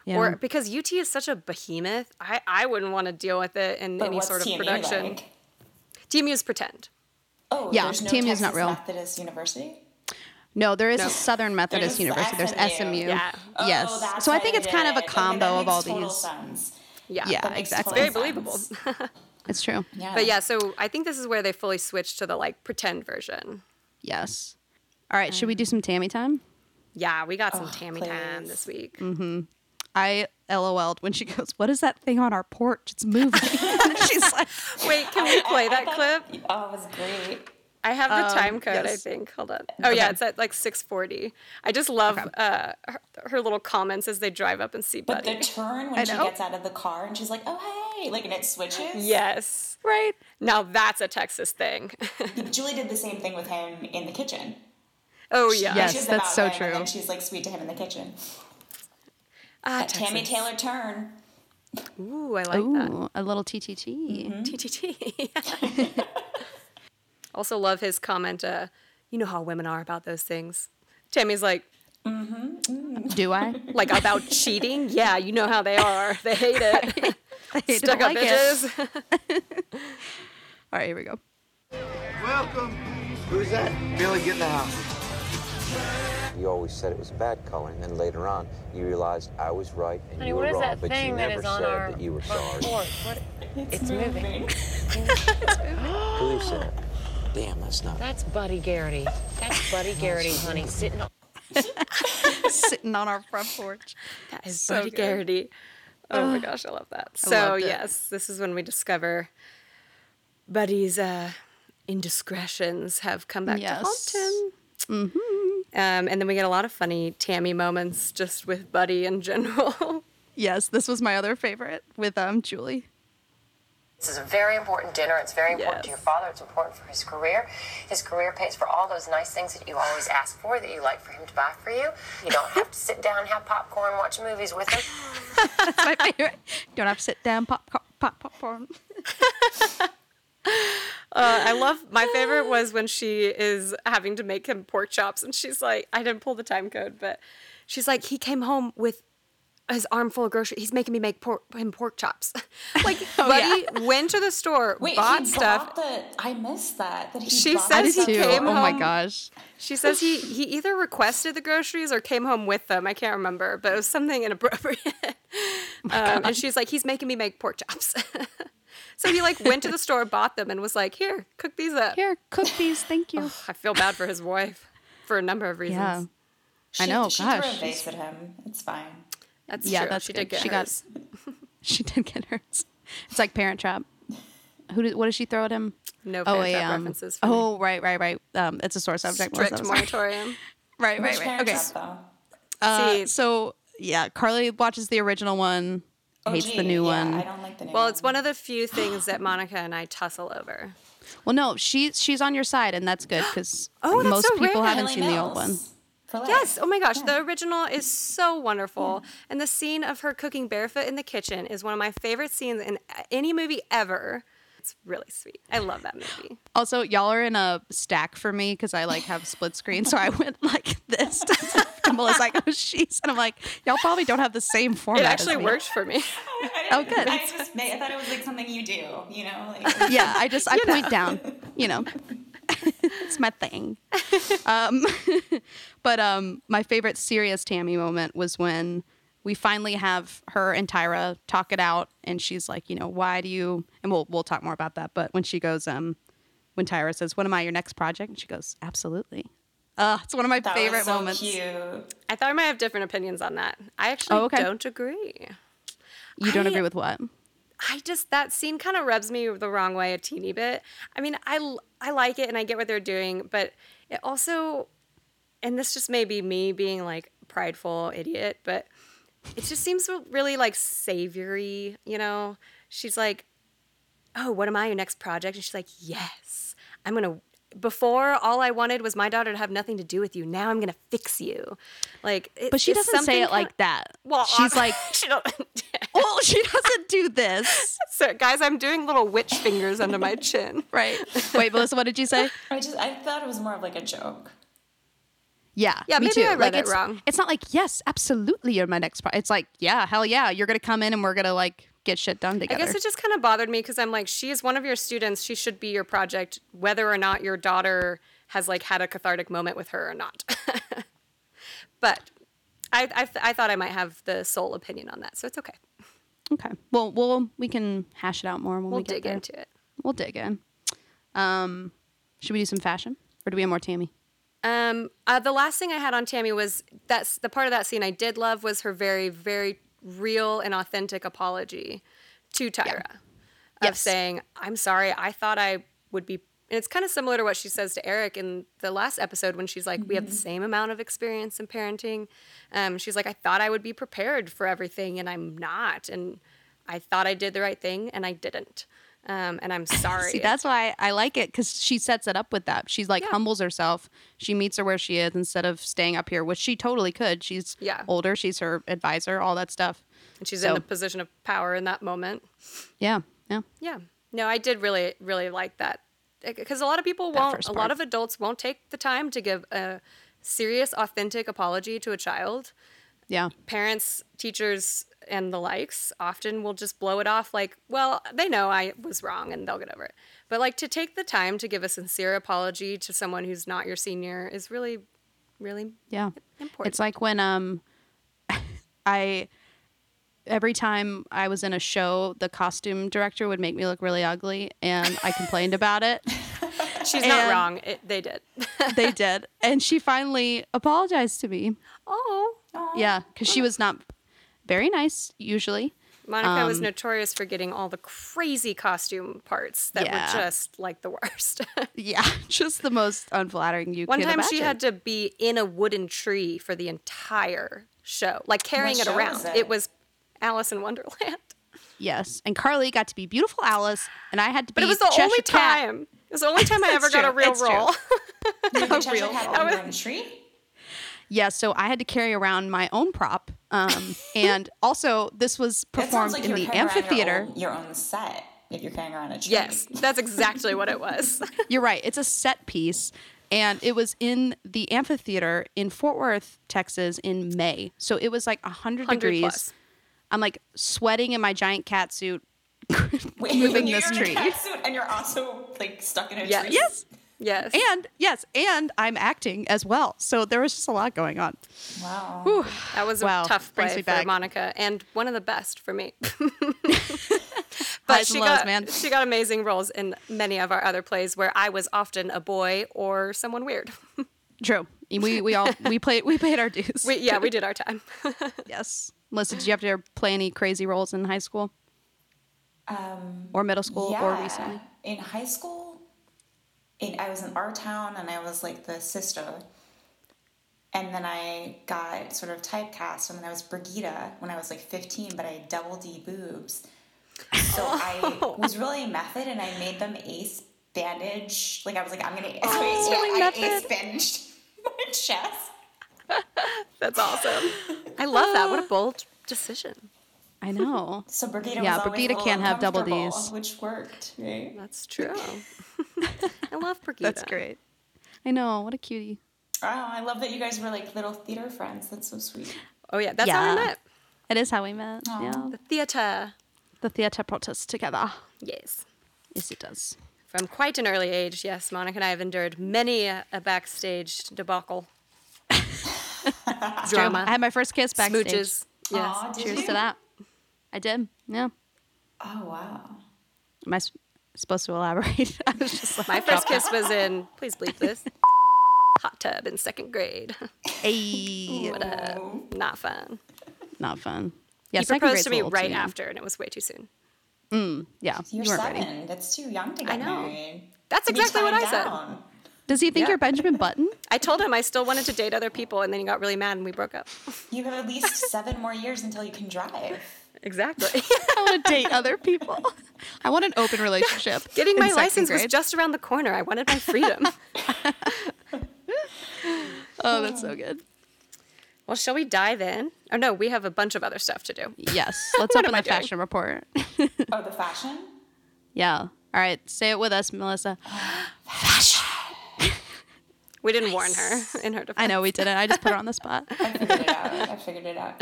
S2: Yeah.
S1: Or because UT is such a behemoth, I, I wouldn't want to deal with it in
S3: But
S1: any
S3: what's
S1: sort of
S3: TMU
S1: production.
S3: Like?
S1: TMU is pretend.
S3: Oh,
S2: Yeah,
S3: there's no
S2: TMU is
S3: Texas
S2: not real.
S3: Methodist University.
S2: No, there is
S1: No.
S2: a Southern Methodist
S3: There's
S2: University. There's
S3: SMU.
S2: SMU.
S1: Yeah.
S3: Oh,
S2: Yes.
S3: that's
S2: so I
S3: what
S2: think
S3: it
S2: it's kind of a
S3: is. Okay, that
S2: combo of
S3: makes
S2: all
S3: total
S2: these.
S3: sense.
S1: Yeah.
S2: Yeah,
S3: That makes
S2: exactly.
S3: total
S1: Very
S3: sense.
S1: believable.
S2: It's true.
S3: Yeah.
S1: But yeah, so I think this is where they fully switched to the like pretend version.
S2: Yes. All right. Should we do some Tammy time?
S1: Yeah, we got some
S3: Oh,
S1: Tammy time
S3: please.
S1: this week.
S2: Mm. I LOL'd when she goes, What is that thing on our porch? It's moving. And she's like,
S1: Wait, can we play that clip?
S3: Oh, it was great.
S1: I have the time code, I
S2: Um, yes.
S1: think. Hold on. Oh yeah, it's at like 6:40. I just love uh, her, her little comments as they drive up and see
S3: But
S1: Buddy.
S3: the turn when she
S2: know.
S3: gets out of the car and she's like, "Oh hey," like and it switches.
S1: yes.
S2: Right.
S1: Now that's a Texas thing.
S3: Julie did the same thing with him in the kitchen.
S1: oh yeah.
S2: Yes.
S3: She's
S2: that's
S3: about
S2: so
S3: him, And
S2: true.
S3: then she's like sweet to him in the kitchen.
S1: Ah,
S3: A Tammy
S1: Texas.
S3: Taylor turn.
S1: Ooh, I like that.
S2: Ooh, a little TTT.
S1: TTT. also love his comment. Uh, you know how women are about those things. Tammy's like,
S2: Do I?
S1: like about cheating. Yeah, you know how they are. They hate it.
S2: I don't
S1: Stuck up
S2: like it.
S1: bitches.
S2: All right, here we go.
S7: Welcome. Who's that? Billy, get in the house.
S8: You always said it was bad color, and then later on, you realized I was right and
S9: Honey,
S8: you
S9: what
S8: were
S9: is
S8: wrong.
S9: that
S8: but
S9: thing
S8: you
S9: that
S8: never
S9: is on
S8: said
S9: our
S8: that you were sorry.
S9: Lord, what? It's, moving.
S8: Who is that? Damn, that's not.
S9: That's Buddy Garrity. That's Buddy Garrity, honey, sitting on.
S2: Sitting on our front porch.
S1: That is
S2: So
S1: Buddy
S2: good.
S1: Garrity. Oh my gosh, I love that. So
S2: loved it.
S1: yes, this is when we discover Buddy's uh, indiscretions have come back to haunt
S2: Yes.
S1: him. Um, and then we get a lot of funny Tammy moments just with Buddy in general.
S2: Yes, this was my other favorite with um Julie.
S10: This is a very important dinner. It's very important to
S1: Yes.
S10: your father. It's important for his career. His career pays for all those nice things that you always ask for, that you like for him to buy for you. You don't have to sit down, have popcorn, watch movies with him.
S2: My favorite. Don't have to sit down, pop, pop, pop, popcorn.
S1: Uh, I love my favorite was when she is having to make him pork chops and she's like, I didn't pull the time code, but she's like, he came home with his arm full of groceries. He's making me make pork, him pork chops. like, Buddy went to the store,
S3: Oh, Wait,
S1: bought
S3: he
S1: stuff.
S3: bought the. I missed that. That he
S1: She
S3: bought
S1: says
S3: the
S1: he
S3: stuff.
S1: came
S2: oh my
S1: home-
S2: gosh.
S1: She says he he either requested the groceries or came home with them. I can't remember, but it was something inappropriate. um, and she's like, he's making me make pork chops. so he like went to the store, bought them, and was like, here, cook these up.
S2: Here, cook these. Thank you.
S1: I feel bad for his wife for a number of reasons.
S2: Oh, yeah.
S3: She,
S2: I know,
S3: She
S2: gosh.
S3: threw a vase at him. It's fine.
S1: That's
S2: Yeah,
S1: true.
S2: that's
S1: she did
S2: good.
S1: get
S2: She got-
S1: hers.
S2: She did get hers. It's like Parent Trap. Who did, what did she throw at him?
S1: no
S2: Oh,
S1: oh,
S2: a, um,
S1: references. For
S2: oh, right, right, right. Um, it's a sore subject. Melissa,
S1: strict
S2: I'm sorry.
S1: moratorium.
S2: Right, right,
S3: Which
S2: right.
S3: parent
S2: Okay.
S3: trap, though?
S2: Uh,
S1: See,
S2: so yeah, Carly watches the original one,
S3: Oh,
S2: hates the
S3: gee,
S2: new
S3: yeah,
S2: one.
S3: I don't like the new
S1: well,
S3: one.
S1: it's one of the few things that Monica and I tussle over.
S2: Well, no, she she's on your side, and that's good because
S1: Oh, that's
S2: most
S1: so
S2: people
S1: rare.
S2: haven't
S3: Millie
S2: seen the old one.
S3: Mills for life.
S1: Yes. Oh my gosh, the original is so wonderful, and the scene of her cooking barefoot in the kitchen is one of my favorite scenes in any movie ever. It's really sweet. I love that movie.
S2: Also, y'all are in a stack for me because I like have split screen, so I went like this. Kamala's like, oh, she's, and I'm like, y'all probably don't have the same format.
S1: It
S2: as
S1: actually
S2: me."
S1: worked for me.
S2: Oh, good.
S3: I just made, I thought it was like something you do, you know? Like,
S2: Yeah, I just I point down, you know. it's my thing. Um, but um, my favorite serious Tammy moment was when we finally have her and Tyra talk it out, and she's like, you know, why do you? And we'll we'll talk more about that. But when she goes, um, when Tyra says, "What am I? Your next project?" and she goes, "Absolutely." Uh, it's one of my
S3: that
S2: favorite
S3: was so
S2: moments.
S3: cute.
S1: I thought I might have different opinions on that. I actually
S2: Oh, okay.
S1: don't agree.
S2: You don't
S1: I-
S2: agree with what?
S1: I just that scene kind of rubs me the wrong way a teeny bit. I mean, I l- I like it and I get what they're doing, but it also and this just may be me being like prideful idiot, but it just seems really like savory, you know. She's like, "Oh, what am I your next project?" And she's like, "Yes. I'm going to before all I wanted was my daughter to have nothing to do with you. Now I'm going to fix you." Like it,
S2: But she
S1: it's
S2: doesn't say
S1: something
S2: it like
S1: kinda-
S2: that.
S1: Well,
S2: she's like,
S1: she don't
S2: uh, well, she doesn't do this,
S1: So, guys, I'm doing little witch fingers under my chin.
S2: right? Wait, Melissa, what did you say?
S3: I just, I thought it was more of like a joke.
S2: Yeah.
S1: Yeah,
S2: me
S1: maybe
S2: too.
S1: I read
S2: Like,
S1: it
S2: it's-
S1: wrong.
S2: It's not like, yes, absolutely you're my next part. It's like, yeah, hell yeah, you're gonna come in and we're gonna like get shit done
S1: I
S2: together.
S1: guess it just kind of bothered me because I'm like, she is one of your students. She should be your project, whether or not your daughter has like had a cathartic moment with her or not. but I I, th- I thought I might have the sole opinion on that, so it's okay.
S2: Okay. Well, we'll we can hash it out more when
S1: We'll
S2: we get
S1: dig
S2: there.
S1: into it.
S2: We'll dig in. Um, should we do some fashion, or do we have more Tammy?
S1: Um, uh, the last thing I had on Tammy was that's the part of that scene I did love was her very, very real and authentic apology to Tyra of
S2: Yes.
S1: saying, "I'm sorry. I thought I would be." And it's kind of similar to what she says to Eric in the last episode when she's like, "We have the
S2: Mm-hmm.
S1: same amount of experience in parenting." Um, she's like, "I thought I would be prepared for everything, and I'm not. And I thought I did the right thing, and I didn't. Um, and I'm sorry."
S2: See, that's why I like it because she sets it up with that. She's like
S1: Yeah.
S2: humbles herself. She meets her where she is instead of staying up here, which she totally could. She's
S1: Yeah.
S2: older. She's her advisor. All that stuff.
S1: and she's
S2: so-
S1: in the position of power in that moment.
S2: Yeah. Yeah.
S1: Yeah. No, I did really, really like that because a lot of people
S2: That
S1: won't.
S2: first
S1: A
S2: part.
S1: lot of adults won't take the time to give a serious, authentic apology to a child.
S2: Yeah.
S1: Parents, teachers, and the likes often will just blow it off like, "Well, they know I was wrong, and they'll get over it." But like to take the time to give a sincere apology to someone who's not your senior is really, really
S2: Yeah.
S1: important.
S2: It's like when um I every time I was in a show, the costume director would make me look really ugly and I complained about it.
S1: she's not
S2: and-
S1: wrong. It, they did.
S2: They did. And she finally apologized to me.
S1: oh,
S2: Yeah, cuz she was not very nice usually.
S1: Monica
S2: Um,
S1: was notorious for getting all the crazy costume parts that
S2: Yeah.
S1: were just like the worst.
S2: Yeah, just the most unflattering you
S1: One
S2: can
S1: time
S2: imagine.
S1: she had to be in a wooden tree for the entire show, like carrying it
S3: show
S1: around.
S3: was
S1: it?
S3: it?
S1: was Alice in Wonderland.
S2: Yes, and Carly got to be beautiful Alice and I had to be
S1: But it was the
S2: Cheshire
S1: only
S2: Cat.
S1: time. It was the only time I
S2: That's
S1: ever got a
S2: true.
S1: real
S2: It's true.
S1: role.
S3: Did the Cheshire
S2: real
S3: Cat own their own tree?
S2: Yeah, so I had to carry around my own prop. Um, and also, this was
S3: That
S2: performed
S3: sounds like
S2: in
S3: you're
S2: the
S3: carrying around your
S2: amphitheater.
S3: own- Your own, set. If you're carrying around a tree.
S1: yes, that's exactly what it was.
S2: You're right, it's a set piece. And it was in the amphitheater in Fort Worth, Texas, in May. So it was like 100,
S1: 100
S2: degrees.
S1: plus.
S2: I'm like sweating in my giant cat suit,
S3: Wait,
S2: moving
S3: you're
S2: this
S3: in a
S2: tree.
S3: cat suit and you're also like stuck in a
S1: Yes.
S3: tree.
S2: Yes.
S1: Yes.
S2: And yes, and I'm acting as well. So there was just a lot going on.
S3: Wow.
S1: That was
S2: Wow,
S1: a tough
S2: brings
S1: play
S2: me
S1: for
S2: back.
S1: Monica, and one of the best for me. but
S2: Highs
S1: she
S2: and lows,
S1: got
S2: man.
S1: she got amazing roles in many of our other plays where I was often a boy or someone weird.
S2: True. We we all we played we paid our dues.
S1: we, yeah, we did our time.
S2: Yes. Melissa, did you have to play any crazy roles in high school?
S1: Um,
S2: or middle school or
S3: Yeah.
S2: recently?
S3: In high school, in, I was in our town and I was like the sister. And then I got sort of typecast, and then I was Brigida when I was like 15, but I had double D boobs. So
S2: Oh.
S3: I was really method, and I made them ace bandage. Like I was like, I'm gonna ace, so
S2: really
S3: I
S2: Oh, method.
S3: ace bandaged my chest.
S1: That's awesome. Ah. I love that. What a bold decision.
S2: I know.
S3: So Brigida
S2: Yeah,
S3: was always
S2: Brigida
S3: a little
S2: can't have double
S3: uncomfortable,
S2: Ds.
S3: which worked. Right?
S1: That's true. I love Brigida.
S2: That's great. I know. What a cutie.
S3: Oh, I love that you guys were like little theater friends. That's so sweet.
S1: Oh yeah, that's how
S2: Yeah.
S1: I met.
S2: It is how we met. Yeah.
S1: The theater.
S2: The theater brought us together.
S1: Yes.
S2: Yes, it does.
S1: From quite an early age, yes, Monica and I have endured many a, a backstage debacle. Drama.
S2: I had my first kiss backstage.
S1: Uh, Smooches. Yes.
S3: Aw, did
S2: Cheers
S3: you?
S2: to that. I did. Yeah.
S3: Oh wow.
S2: Am I s- supposed to elaborate? I was just like,
S1: My first kiss was in, please bleep this, hot tub in second grade.
S2: hey,
S1: What up? Not fun.
S2: not fun. Yeah,
S1: he
S2: second
S1: proposed
S2: grade's
S1: to
S2: a
S1: me
S2: little too
S1: right
S2: young.
S1: after, and it was way too soon.
S2: Yeah,
S3: You're
S2: you weren't
S3: seven.
S2: ready.
S3: That's too young to get
S1: know.
S3: married.
S1: That's
S3: To be
S1: exactly what
S3: tied
S1: I said.
S3: down.
S2: Does he think
S1: Yeah.
S2: you're Benjamin Button?
S1: I told him I still wanted to date other people, and then he got really mad, and we broke up.
S3: You have at least seven more years until you can drive.
S1: Exactly.
S2: I want to date other people. I want an open relationship.
S1: Getting
S2: in
S1: my
S2: second
S1: license was
S2: grade.
S1: just around the corner. I wanted my freedom.
S2: Oh, that's so good.
S1: well, shall we dive in? Oh no, we have a bunch of other stuff to do.
S2: Yes. Let's
S1: What
S2: open
S1: am I
S2: the
S1: doing?
S2: fashion report.
S3: Oh, the fashion?
S2: yeah. All right. Say it with us, Melissa.
S1: We didn't warn her in her defense.
S2: I know we didn't. I just put her on the spot.
S3: I figured it out. I figured it out.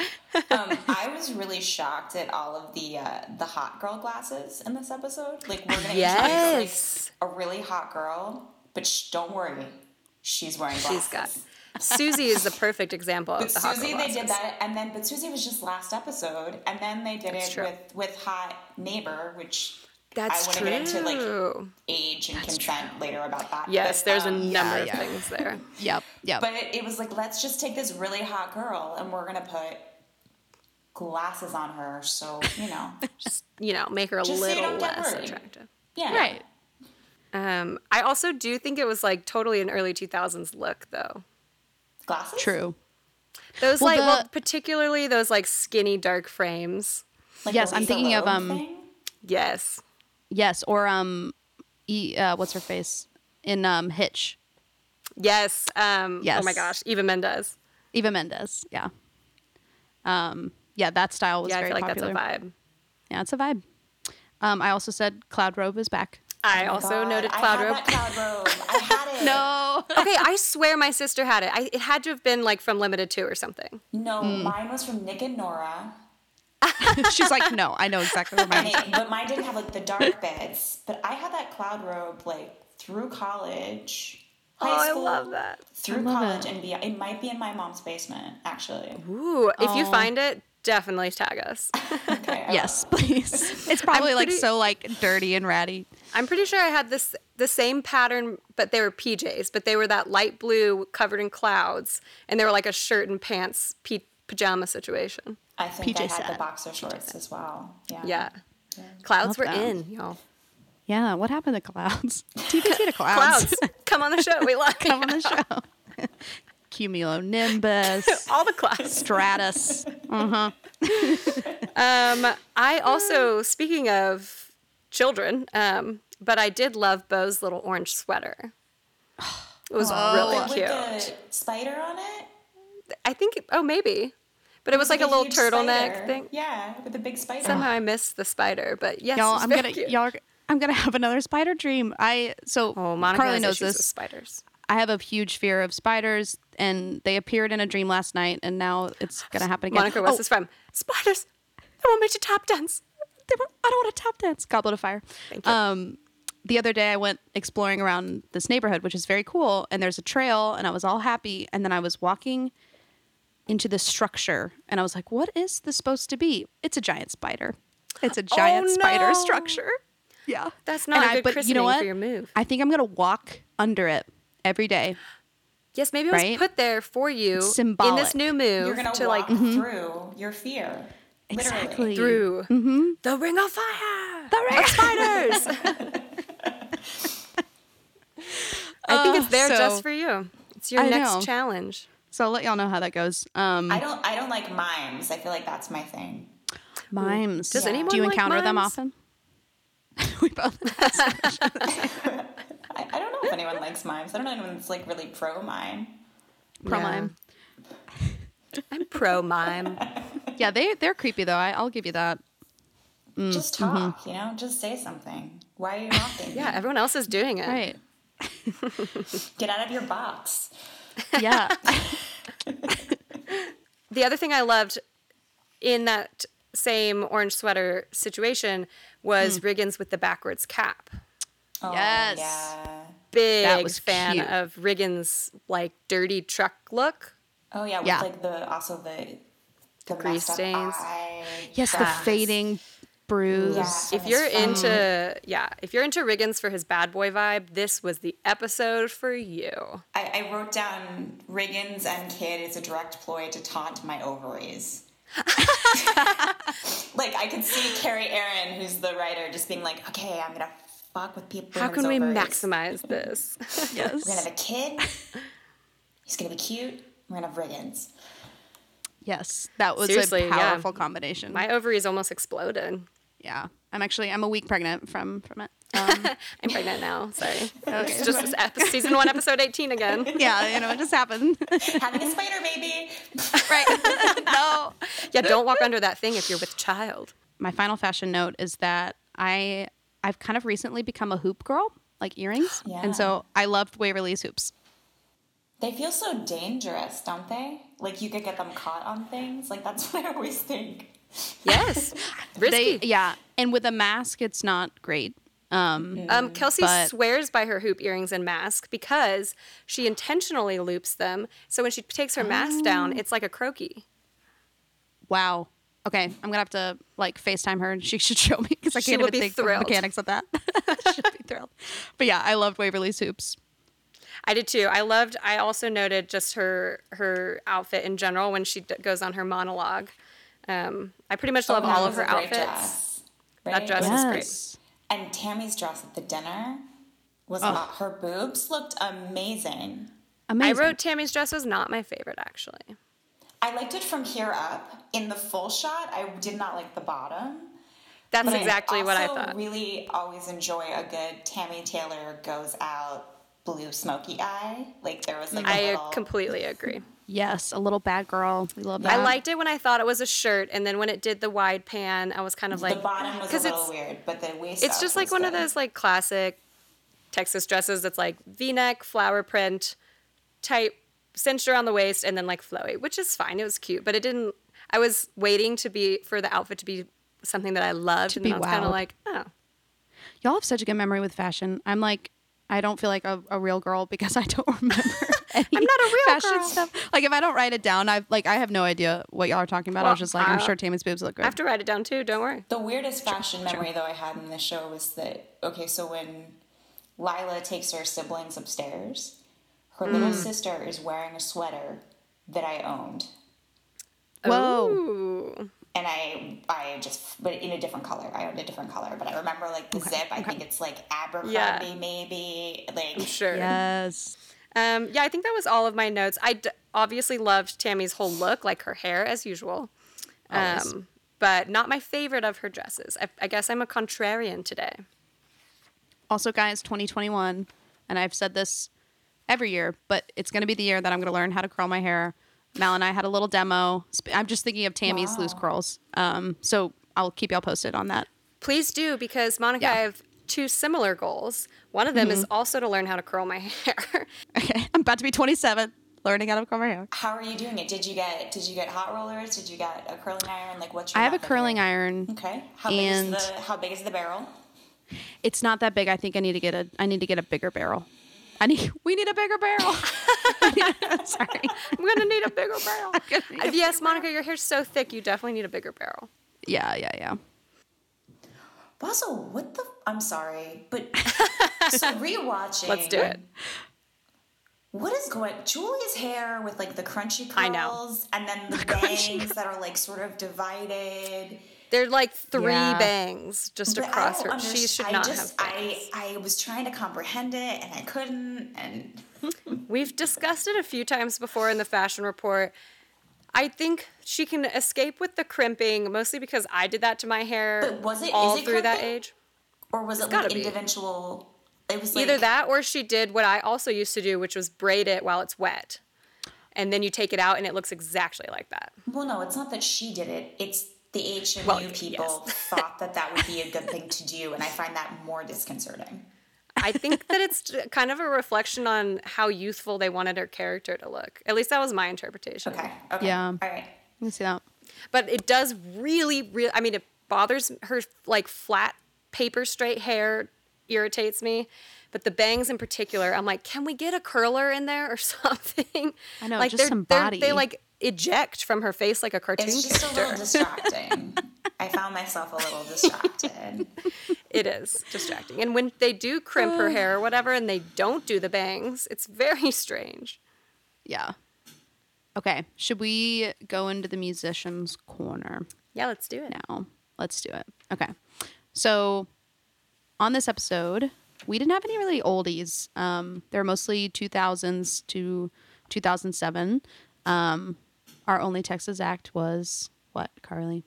S3: Um, I was really shocked at all of the uh, the hot girl glasses in this episode. Like we're gonna introduce, like,
S1: Yes.
S3: a really hot girl, but sh- don't worry, she's wearing glasses.
S1: She's got. Susie is the perfect example
S3: But
S1: of the
S3: Susie,
S1: Hawker
S3: they did
S1: glasses.
S3: that, and then but Susie was just last episode, and then they did
S1: That's
S3: it
S1: true.
S3: with with hot neighbor, which
S1: That's
S3: I want to get into like
S1: true.
S3: age and consent later about that.
S1: Yes,
S3: But,
S1: there's a
S3: um,
S1: number
S2: yeah,
S1: of
S2: yeah.
S1: things there.
S2: Yep. Yep.
S3: But it, it was like let's just take this really hot girl, and we're gonna put glasses on her, so you know,
S1: Just you know, make her a
S3: Just so you
S1: little
S3: don't get
S1: less
S3: worried.
S1: attractive.
S3: yeah,
S2: right.
S1: Um, I also do think it was like totally an early 2000s look though.
S3: Glasses,
S2: True.
S1: Those
S2: Well,
S1: like well,
S2: the-
S1: particularly those like skinny dark frames.
S3: Like
S2: Yes,
S3: the
S2: I'm
S3: Lisa
S2: thinking of,
S3: Loeb
S2: um,
S3: thing?
S1: Yes.
S2: Yes. Or um, e, uh, what's her face in um Hitch?
S1: Yes. Um oh my
S2: Yes.
S1: gosh, Eva Mendes.
S2: Eva Mendes. Yeah. Um. Yeah. That style was
S1: Yeah, I
S2: very
S1: feel like
S2: popular.
S1: that's a vibe.
S2: Yeah, it's a vibe. Um. I also said Cloud Robe is back.
S1: I
S3: Oh my
S1: also
S3: God,
S1: noted
S3: I
S1: cloud
S3: had
S1: robe.
S3: that cloud robe. I had it.
S2: No.
S1: okay, I swear my sister had it. I, it had to have been like from Limited 2 or something.
S3: No,
S1: Mm.
S3: mine was from Nick and Nora.
S2: She's like, no, I know exactly where
S3: And
S2: mine is.
S3: it- but mine didn't have like the dark bits. But I had that cloud robe like through college. High
S1: Oh, I
S3: school,
S1: love that.
S3: Through college and beyond. It might be in my mom's basement, actually.
S1: Ooh, if you
S2: Oh.
S1: find it, definitely tag us.
S3: Okay, I
S2: Yes, please. It's probably like
S1: pretty-
S2: so like dirty and ratty.
S1: I'm pretty sure I had this the same pattern, but they were PJs, but they were that light blue covered in clouds, and they were like a shirt and pants p- pajama situation.
S3: I think I
S2: PJ
S3: had the
S2: set.
S3: boxer shorts as well. Yeah.
S1: Yeah, clouds
S2: Love
S1: were
S2: that.
S1: in, y'all.
S2: Yeah, what happened to clouds? TBT to clouds.
S1: Clouds, come on the show. We love
S2: Come
S1: you.
S2: on the show. Cumulonimbus,
S1: all the clouds.
S2: stratus.
S1: Um, I also, speaking of children, um, but I did love Bo's little orange sweater. It was really
S3: With
S1: cute.
S3: the spider on it?
S1: I think, oh, maybe. But it was like a
S3: The
S1: little
S3: huge
S1: turtleneck
S3: spider.
S1: thing.
S3: Yeah, with the big spider.
S1: Somehow I missed the spider, but yes,
S2: Y'all,
S1: it's
S2: I'm
S1: very
S2: gonna
S1: cute.
S2: y'all are- I'm gonna have another spider dream. I so
S1: Oh, Monica
S2: Carly
S1: has
S2: knows
S1: issues with
S2: this.
S1: spiders.
S2: I have a huge fear of spiders and they appeared in a dream last night and now it's gonna happen again.
S1: Monica, what's
S2: Oh,
S1: this from? Spiders. They want me to top dance.
S2: they were- I don't want to top dance. Goblet of Fire.
S1: Thank you.
S2: Um, the other day, I went exploring around this neighborhood, which is very cool. And there's a trail, and I was all happy. And then I was walking into this structure, and I was like, "What is this supposed to be? It's a giant spider. It's a
S1: Oh,
S2: giant
S1: no.
S2: spider structure. Yeah,
S1: That's not
S2: And
S1: a good
S2: but you know
S1: christening for
S2: what?
S1: your move.
S2: I think I'm gonna walk under it every day.
S1: Yes, maybe it
S2: Right?
S1: was put there for you in this
S2: symbolic.
S1: new move
S3: You're going
S1: to
S3: to walk
S1: like mm-hmm.
S3: through your fear. Literally.
S2: Exactly.
S1: through the ring of fire.
S2: Mm-hmm. The ring-
S1: Spiders. I think it's
S2: Oh,
S1: there
S2: so-
S1: just for you. It's your
S2: I
S1: next
S2: know.
S1: challenge.
S2: So I'll let y'all know how that goes. Um,
S3: I don't I don't like mimes. I feel like that's my thing.
S2: mimes.
S1: Does anyone
S2: Do you
S1: like
S2: encounter them
S1: mimes?
S2: often? we both.
S3: I, I don't know if anyone likes mimes. I don't know anyone that's like really pro mime.
S2: Pro
S1: Yeah.
S2: mime.
S1: I'm pro mime.
S2: Yeah, they they're creepy though. I, I'll give you that.
S3: just talk, you know, just say something. Why are you mocking?
S1: Mm-hmm. Yeah, everyone else is doing it.
S2: Right.
S3: Get out of your box.
S2: Yeah.
S1: the other thing I loved in that same orange sweater situation was
S2: Hmm.
S1: Riggins with the backwards cap.
S3: Oh,
S2: Yes.
S3: Yeah.
S1: Big
S2: was
S1: fan
S2: cute.
S1: of Riggins like dirty truck look.
S3: Oh yeah, with
S2: Yeah.
S3: like the also the the,
S1: grease
S3: messed up
S1: stains.
S3: eye.
S2: yes, the fading bruise.
S3: Yeah, and
S1: If
S3: it's
S1: you're
S3: fun.
S1: into yeah, if you're into Riggins for his bad boy vibe, this was the episode for you.
S3: I, I wrote down Riggins and Kid is a direct ploy to taunt my ovaries. like I could see Carrie Aaron, who's the writer, just being like, "Okay, I'm gonna fuck with people."
S1: How can we
S3: ovaries.
S1: maximize this?
S3: We're gonna
S2: Yes.
S3: have a kid. He's gonna be cute. We're gonna have Riggins.
S2: Yes. That was
S1: Seriously,
S2: a
S1: yeah.
S2: powerful combination.
S1: My ovaries almost exploded.
S2: yeah. I'm actually I'm a week pregnant from from it. Um,
S1: I'm pregnant now. Sorry, it's just this epi- season one, episode 18 again.
S2: yeah, you know, it just happened.
S3: Having a spider baby.
S2: right. no.
S1: Yeah, don't walk under that thing if you're with child.
S2: My final fashion note is that I I've kind of recently become a hoop girl, like earrings.
S3: Yeah.
S2: And so I loved Waverly's hoops.
S3: They feel so dangerous, don't they? Like you could get them caught on things. Like that's what I always think.
S1: Yes, risky.
S2: They yeah. And with a mask it's not great. Um,
S1: Um, Kelsey
S2: But-
S1: swears by her hoop earrings and mask because she intentionally loops them. So when she takes her mask
S2: Oh.
S1: down, it's like a croaky.
S2: wow. Okay, I'm gonna have to like Facetime her, and she should show me because I
S1: She
S2: can't
S1: will
S2: even
S1: be
S2: think of the
S1: thrilled.
S2: mechanics of that. She'll be thrilled. But yeah, I loved Waverly's hoops.
S1: I did too. I loved. I also noted just her her outfit in general when she d- goes on her monologue. Um, I pretty much love
S3: Oh, that
S1: all of
S3: was
S1: her
S3: a great
S1: outfits.
S3: dress,
S1: That
S3: right?
S1: dress is great.
S3: And Tammy's dress at the dinner was
S1: Oh.
S3: hot. her boobs looked amazing.
S1: I
S2: Amazing.
S1: wrote Tammy's dress was not my favorite actually.
S3: I liked it from here up. In the full shot, I did not like the bottom.
S1: That's
S3: But
S1: exactly what I
S3: also
S1: thought.
S3: Really, always enjoy a good Tammy Taylor goes out blue smoky eye. Like there was like a
S1: Mm-hmm. I
S3: little,
S1: completely agree.
S2: Yes, a little bad girl. We love that.
S1: I liked it when I thought it was a shirt, and then when it did the wide pan, I was kind of like
S3: the bottom was a
S1: 'cause
S3: little
S1: it's-
S3: weird, but the waist.
S1: It's
S3: up
S1: just like
S3: was
S1: one of
S3: good.
S1: those like classic Texas dresses that's like V-neck, flower print, tight, cinched around the waist, and then like flowy, which is fine. It was cute, but it didn't. I was waiting to be for the outfit to be something that I loved,
S2: To
S1: and
S2: be
S1: I was kind
S2: wowed.
S1: of like, oh,
S2: Y'all have such a good memory with fashion. I'm like, I don't feel like a, a real girl because I don't remember. Any I'm
S1: not a real
S2: fashion
S1: girl.
S2: stuff. Like if I don't write it down, I've like I have no idea what y'all are talking about. I
S1: Well, uh,
S2: was just like, I'm
S1: I-
S2: sure Tammy's boobs look good.
S1: I have to write it down too. Don't worry.
S3: The weirdest fashion memory though I had in this show was that okay, so when Lila takes her siblings upstairs, her little
S2: Mm.
S3: sister is wearing a sweater that I owned,
S2: Whoa.
S1: Ooh.
S3: and I I just but in a different color. I owned a different color, but I remember like the zip. I think it's like Abercrombie maybe like.
S1: Sure.
S2: Yes.
S1: Um, yeah, I think that was all of my notes. I d- obviously loved Tammy's whole look, like her hair as usual. Um, but not my favorite of her dresses. I, I guess I'm a contrarian today.
S2: Also, guys, 2021, and I've said this every year, but it's going to be the year that I'm going to learn how to curl my hair. Mal and I had a little demo. Sp- I'm just thinking of Tammy's loose curls. Um, so I'll keep y'all posted on that.
S1: Please do, because Monica, I have two similar goals. One of them
S3: Mm-hmm.
S1: is also to learn how to curl my hair.
S2: Okay. I'm about to be 27, learning how to curl my hair.
S3: How are you doing it? Did you get did you get hot rollers? Did you get a curling iron? Like what's your
S2: I have a
S3: method here?
S2: curling iron.
S3: Okay. How
S2: and-
S3: big is the how big is the barrel?
S2: It's not that big. I think I need to get a. I need to get a bigger barrel. I need. We need a bigger barrel. Sorry.
S1: I'm going to need a bigger barrel. Uh, yes, Monica, your hair's so thick, you definitely need a bigger barrel.
S2: Yeah, yeah, yeah.
S3: Also, what the? I'm sorry, but so rewatching.
S1: Let's do it.
S3: What is going? Julie's hair with like the crunchy
S1: I know.
S3: curls, and then the bangs that are like sort of divided.
S1: They're like three
S2: Yeah.
S1: bangs just
S3: But I
S1: across her.
S3: don't
S1: She
S3: underst-
S1: should
S3: I
S1: not
S3: just,
S1: have bangs.
S3: I I was trying to comprehend it and I couldn't. And
S1: We've discussed it a few times before in the fashion report. I think she can escape with the crimping, mostly because I did that to my hair
S3: But was it-
S1: all
S3: is it
S1: through that
S3: crimping?
S1: age.
S3: or was it
S1: gotta
S3: like
S1: be.
S3: individual? It was
S1: Either
S3: like-
S1: that or she did what I also used to do, which was braid it while it's wet. And then you take it out and it looks exactly like that.
S3: Well, no, it's not that she did it. It's the HMU
S1: Well, yes.
S3: people thought that that would be a good thing to do, and I find that more disconcerting.
S1: I think that it's j- kind of a reflection on how youthful they wanted her character to look. At least that was my interpretation.
S3: Okay. Okay.
S2: Yeah.
S3: All right.
S2: You can see that.
S1: But it does really, really, I mean, it bothers her, like, flat paper straight hair irritates me. But the bangs in particular, I'm like, can we get a curler in there or something?
S2: I know,
S1: like,
S2: just
S1: they're-
S2: some
S1: they're-
S2: body.
S1: They, like, eject from her face like a cartoon
S3: It's just a
S1: character.
S3: little distracting. I found myself a little distracted.
S1: It is distracting. And when they do crimp her hair or whatever and they don't do the bangs, it's very strange.
S2: Yeah. Okay. Should we go into the musicians' corner
S1: Yeah, let's do it.
S2: now? Let's do it. Okay. So, on this episode, we didn't have any really oldies. Um, they're mostly 2000s to 2007. Um, our only Texas act was what, Carly?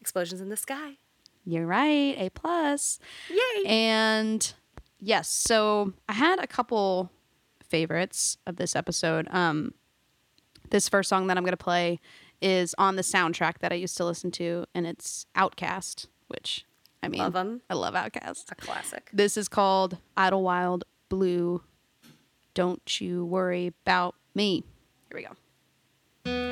S1: Explosions in the sky.
S2: You're right. A plus.
S1: Yay.
S2: And yes, so I had a couple favorites of this episode. Um, this first song that I'm going to play is on the soundtrack that I used to listen to, and it's Outcast, which I mean,
S1: Love 'em.
S2: I love Outcast.
S1: A classic.
S2: This is called Idlewild Blue. Don't you worry about me. Here we go.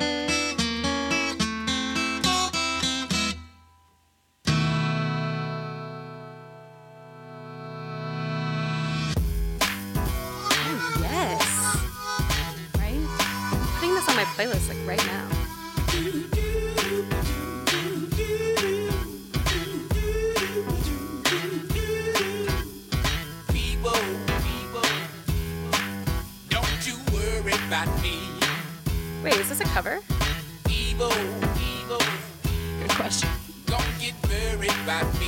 S1: Oh, my playlist like right now. Wait, is this a cover?
S2: Good question.
S11: Don't get worried about me.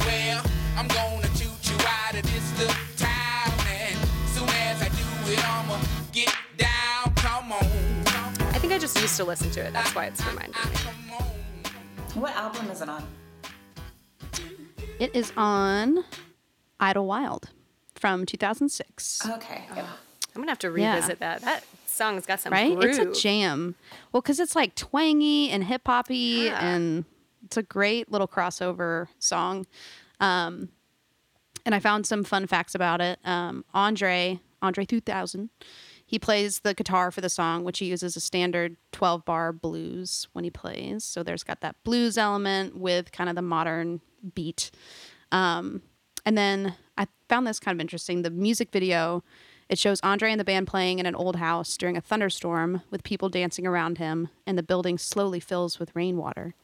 S11: Well, I'm gonna toot you out of this little town, and soon as I do it, I'ma get down. Come on,
S1: I think I just used to listen to it. That's why it's reminding me.
S11: come on.
S3: What album is it on?
S2: It is on Idle Wild from 2006.
S3: Okay. yeah.
S1: I'm gonna have to
S2: Yeah.
S1: revisit that. That song's got some
S2: right?
S1: groove.
S2: It's a jam. Well, because it's like twangy and hip hoppy,
S1: Yeah.
S2: and it's a great little crossover song. Um, and I found some fun facts about it. Um, Andre, Andre 2000, he plays the guitar for the song, which he uses a standard 12 bar blues when he plays. So there's got that blues element with kind of the modern beat. And then I found this kind of interesting. The music video, it shows Andre and the band playing in an old house during a thunderstorm with people dancing around him, and the building slowly fills with rainwater.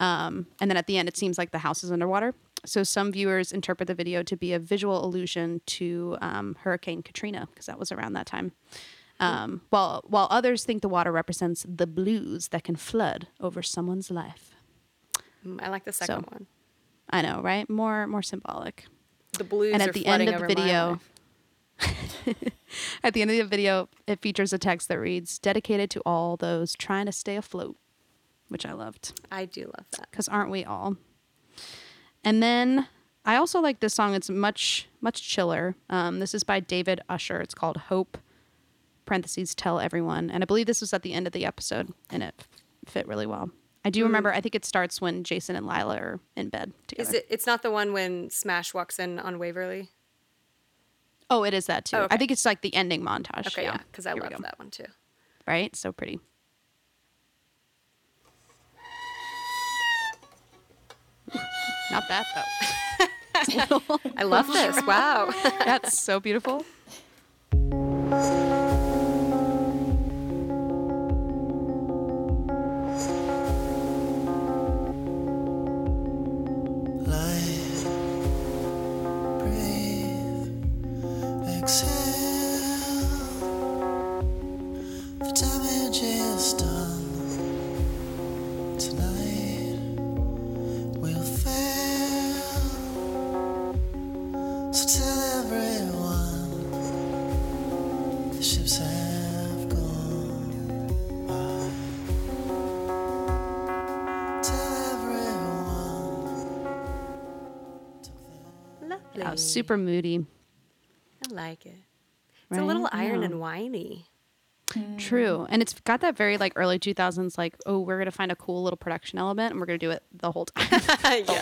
S2: Um, and then at the end, it seems like the house is underwater. So some viewers interpret the video to be a visual allusion to um, Hurricane Katrina because that was around that time. Um, while while others think the water represents the blues that can flood over someone's life.
S1: Mm, I like the second
S2: So.
S1: one.
S2: I know, right? More more symbolic.
S1: The blues
S2: and
S1: are
S2: at the end
S1: flooding
S2: of the
S1: over my
S2: video
S1: life.
S2: at the end of the video it features a text that reads dedicated to all those trying to stay afloat which i loved
S1: I do love that.
S2: because aren't we all and then i also like this song it's much much chiller um, this is by david usher it's called hope parentheses tell everyone and i believe this was at the end of the episode and it fit really well i do remember i think it starts when jason and lila are in bed together
S1: Mm. Is it? It's not the one when Smash walks in on Waverly.
S2: oh it is that too
S1: Oh, okay.
S2: i think it's like the ending montage
S1: Okay, yeah, because I
S2: Here we
S1: love
S2: go.
S1: that one too.
S2: right? So pretty. Not that though.
S1: I love this. Wow.
S2: That's so beautiful.
S1: Lovely.
S2: That was super moody.
S1: I like it. It's a little
S2: Right?
S1: iron
S2: Yeah.
S1: and whiny.
S2: True, and it's got that very like early two thousands like oh we're gonna find a cool little production element and we're gonna do it the whole time.
S3: The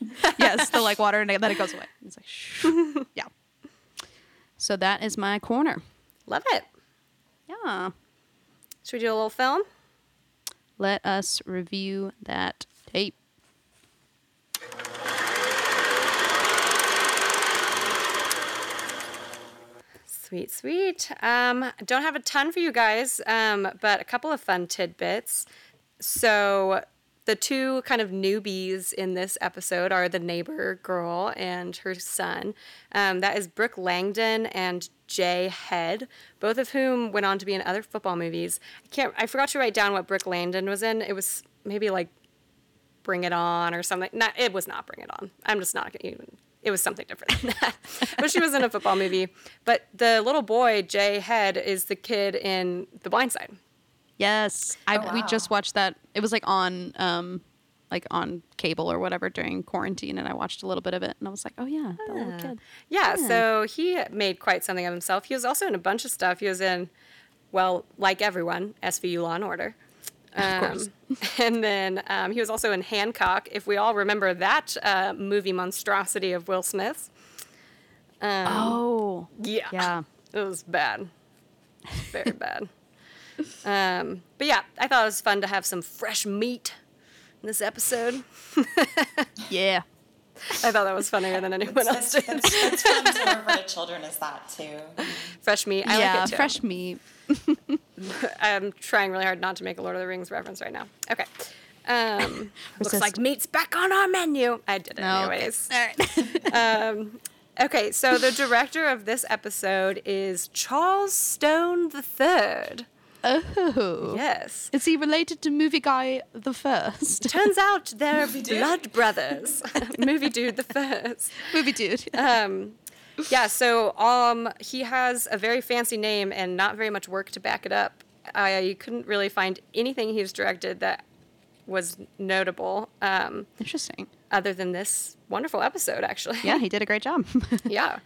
S3: water.
S2: yes, the like water and then it goes away. It's like shoo. yeah. So that is my corner.
S1: Love it.
S2: Yeah.
S1: Should we do a little film?
S2: Let us review that tape.
S1: Sweet, sweet. Um, don't have a ton for you guys, um, but a couple of fun tidbits. So, the two kind of newbies in this episode are the neighbor girl and her son. Um, that is Brooke Langdon and Jay Head, both of whom went on to be in other football movies. I can't. I forgot to write down what Brooke Langdon was in. It was maybe like Bring It On or something. Not, it was not Bring It On. I'm just not gonna even. It was something different than that. but she was in a football movie. But the little boy Jay Head is the kid in The Blind Side.
S2: Yes, I
S3: Oh,
S2: we
S3: wow.
S2: just watched that. It was like on um like on cable or whatever during quarantine, and I watched a little bit of it, and I was like, oh yeah, that little kid.
S1: Yeah, so he made quite something of himself. He was also in a bunch of stuff. He was in, well, like everyone, SVU Law and Order. Of
S2: course.
S1: and then um, he was also in Hancock, if we all remember that uh, movie monstrosity of Will Smith's.
S2: Oh
S1: Yeah.
S2: yeah,
S1: It was bad. Very bad. Um, but yeah, I thought it was fun to have some fresh meat in this episode.
S2: yeah.
S1: I thought that was funnier than anyone else
S3: did. It's fun to refer to children as that too.
S1: Fresh meat. I
S2: yeah,
S1: like it too.
S2: fresh meat.
S1: I'm trying really hard not to make a Lord of the Rings reference right now. Okay. Um, looks like meat's back on our menu. I did it
S2: No, okay.
S1: anyways.
S2: All right.
S1: Um, okay, so the director of this episode is Charles Stone the Third.
S2: oh.
S1: Yes.
S2: Is he related to movie guy the first?
S1: Turns out they're blood brothers. Movie dude the first.
S2: movie dude.
S1: Um, yeah, so um, he has a very fancy name and not very much work to back it up. I couldn't really find anything he's directed that was notable, um,
S2: Interesting.
S1: other than this wonderful episode, actually.
S2: Yeah, he did a great job.
S1: yeah.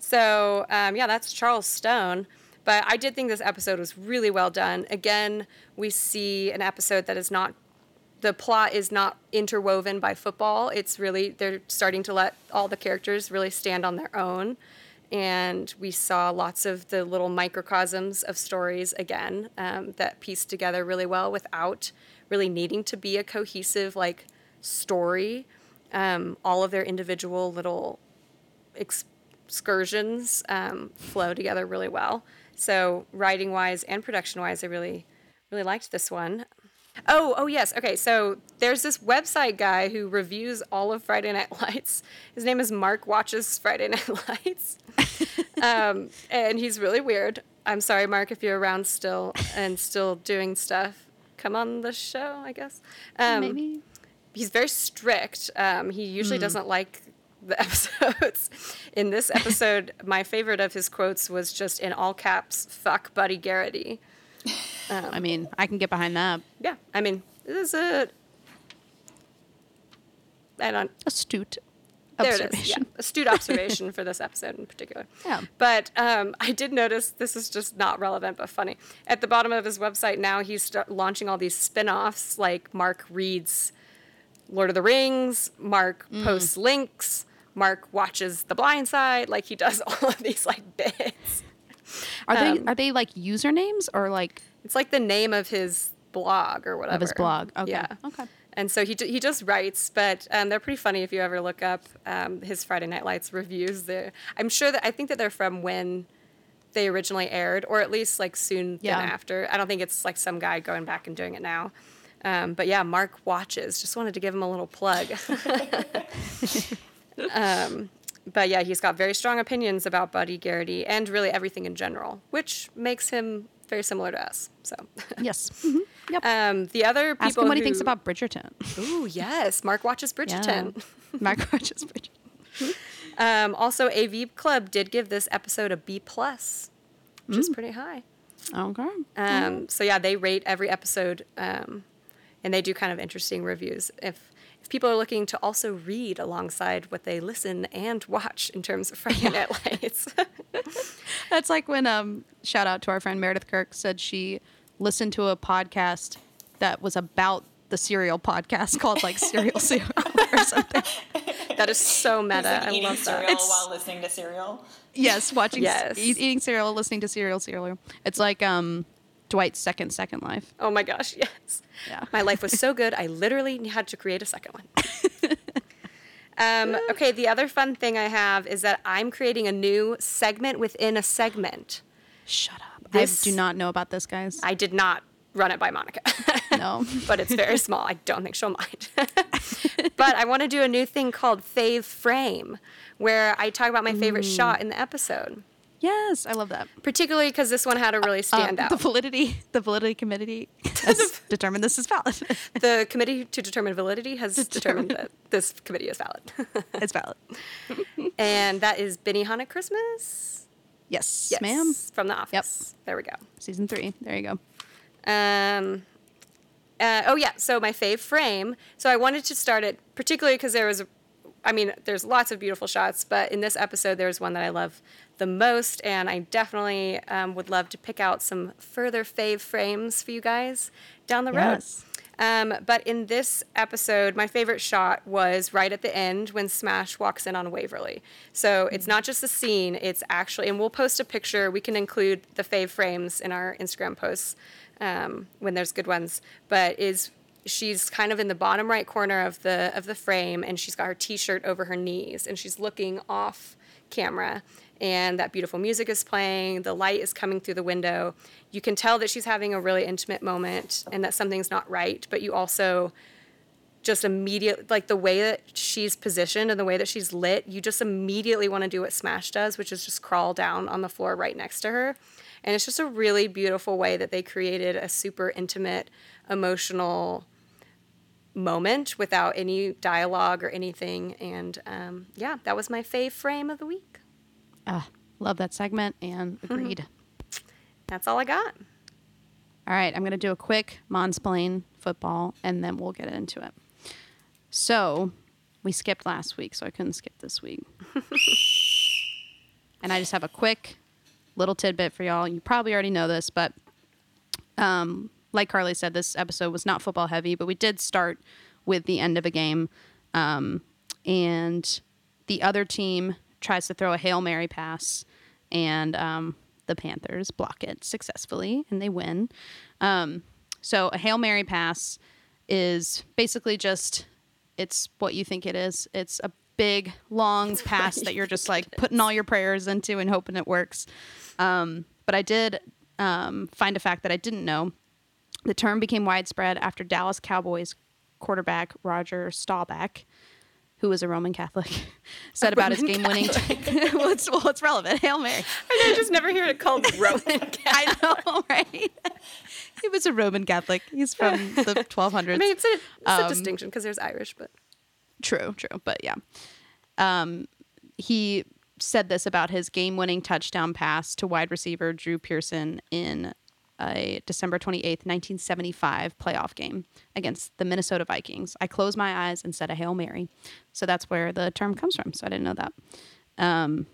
S1: So um, yeah, that's Charles Stone. But I did think this episode was really well done. Again, we see an episode that is not the plot is not interwoven by football. It's really they're starting to let all the characters really stand on their own. And we saw lots of the little microcosms of stories again um, that pieced together really well without really needing to be a cohesive like story. Um, all of their individual little excursions um, flow together really well. So writing wise and production wise, I really, really liked this one. Oh, oh yes. Okay, so there's this website guy who reviews all of Friday Night Lights. His name is Mark Watches Friday Night Lights, um, and he's really weird. I'm sorry, Mark, if you're around still and still doing stuff. Come on the show, I guess. Um,
S2: Maybe.
S1: he's very strict. Um, he usually doesn't like the episodes. In this episode, my favorite of his quotes was just in all caps, "Fuck Buddy Garrity."
S2: I mean, I can get behind that.
S1: Yeah, I mean, this is a. I don't.
S2: Astute
S1: There it is. Yeah,
S2: observation.
S1: astute observation for this episode in particular.
S2: Yeah.
S1: But um, I did notice this is just not relevant but funny. At the bottom of his website now, he's st- launching all these spin-offs like Mark reads Lord of the Rings, Mark
S2: Mm.
S1: posts links, Mark watches The Blind Side. Like he does all of these like bits.
S2: Are
S1: Um,
S2: they are they like usernames or like
S1: It's like the name of his blog or whatever.
S2: of his blog? Okay.
S1: Yeah.
S2: Okay.
S1: And so he, ju- he just writes, but um, they're pretty funny if you ever look up um, his Friday Night Lights reviews. There, I'm sure that I think that they're from when they originally aired, or at least like soon
S2: Yeah.
S1: then after. I don't think it's like some guy going back and doing it now. Um, but yeah, Mark watches. Just wanted to give him a little plug. um, but yeah, he's got very strong opinions about Buddy Garrity and really everything in general, which makes him very similar to us. So.
S2: Yes. Mhm. Yep.
S1: Um, the other people
S2: Ask him what
S1: who,
S2: he thinks about Bridgerton.
S1: Ooh, yes. Mark watches Bridgerton.
S2: Microchip Bridgerton.
S1: Um, also, AV Club did give this episode a B plus, which is pretty high.
S2: Okay.
S1: Um, so yeah, they rate every episode, um, and they do kind of interesting reviews. If if people are looking to also read alongside what they listen and watch in terms of Friday Night Lights,
S2: That's like when um shout out to our friend Meredith Kirk said she listened to a podcast that was about the serial podcast called like Serial Serial or something.
S1: that is so
S3: It's
S1: meta.
S3: like
S1: I
S3: eating
S1: love that.
S3: cereal while listening to cereal.
S2: Yes, watching
S1: Yes.
S2: e- eating cereal, listening to Serial Serial. It's like um Dwight's second second life.
S1: Oh my gosh, yes.
S2: Yeah.
S1: My life was so good, I literally had to create a second one. um, okay, the other fun thing I have is that I'm creating a new segment within a segment.
S2: Shut up.
S1: This-
S2: I do not know about this guys.
S1: I did not run it by Monica.
S2: No.
S1: but it's very small. I don't think she'll mind. but I want to do a new thing called Fave Frame, where I talk about my favorite
S2: Mm.
S1: shot in the episode,
S2: yes, I love that.
S1: particularly because this one had a really
S2: Um,
S1: stand out.
S2: The validity, the validity committee has determined this is valid.
S1: the committee to determine validity has determined that this committee is valid.
S2: it's valid.
S1: and that is Benny Hanna Christmas.
S2: Yes,
S1: Yes,
S2: ma'am.
S1: From The Office. There we go.
S2: Season three. There you go.
S1: Um, uh, oh yeah, so my fave frame. So I wanted to start it particularly because there was, I mean, there's lots of beautiful shots, but in this episode there's one that I love the most, and I definitely um, would love to pick out some further fave frames for you guys down the
S2: Yes.
S1: road. Um, but in this episode, my favorite shot was right at the end when Smash walks in on Waverly. So it's not just a scene; it's actually, and we'll post a picture. We can include the fave frames in our Instagram posts um, when there's good ones, but is she's kind of in the bottom right corner of the of the frame and she's got her t-shirt over her knees and she's looking off camera and that beautiful music is playing the light is coming through the window you can tell that she's having a really intimate moment and that something's not right but you also just immediately like the way that she's positioned and the way that she's lit you just immediately want to do what smash does which is just crawl down on the floor right next to her and it's just a really beautiful way that they created a super intimate emotional moment without any dialogue or anything. And um, yeah, that was my fave frame of the week.
S2: Ah, love that segment and agreed. Mm-hmm.
S1: That's all I got.
S2: All right, I'm going to do a quick Monsplain football and then we'll get into it. So we skipped last week, so I couldn't skip this week. and I just have a quick little tidbit for y'all. You probably already know this, but um, like Carly said, this episode was not football heavy, but we did start with the end of a game. Um, and the other team tries to throw a Hail Mary pass, and um, the Panthers block it successfully and they win. Um, so, a Hail Mary pass is basically just it's what you think it is. It's a big, long pass that you're just like putting all your prayers into and hoping it works. Um, but I did um, find a fact that I didn't know. The term became widespread after Dallas Cowboys quarterback Roger Staubach, who was a Roman Catholic, said a about Roman his game-winning. T- well, it's, well, it's relevant. Hail Mary.
S1: I, know, I just never hear it called Roman. Catholic.
S2: I know, right? he was a Roman Catholic. He's from the 1200s. I
S1: mean, it's a, it's um, a distinction because there's Irish, but
S2: true, true. But yeah, um, he said this about his game-winning touchdown pass to wide receiver Drew Pearson in a December 28th, 1975 playoff game against the Minnesota Vikings. I closed my eyes and said a Hail Mary. So that's where the term comes from. So I didn't know that. Um,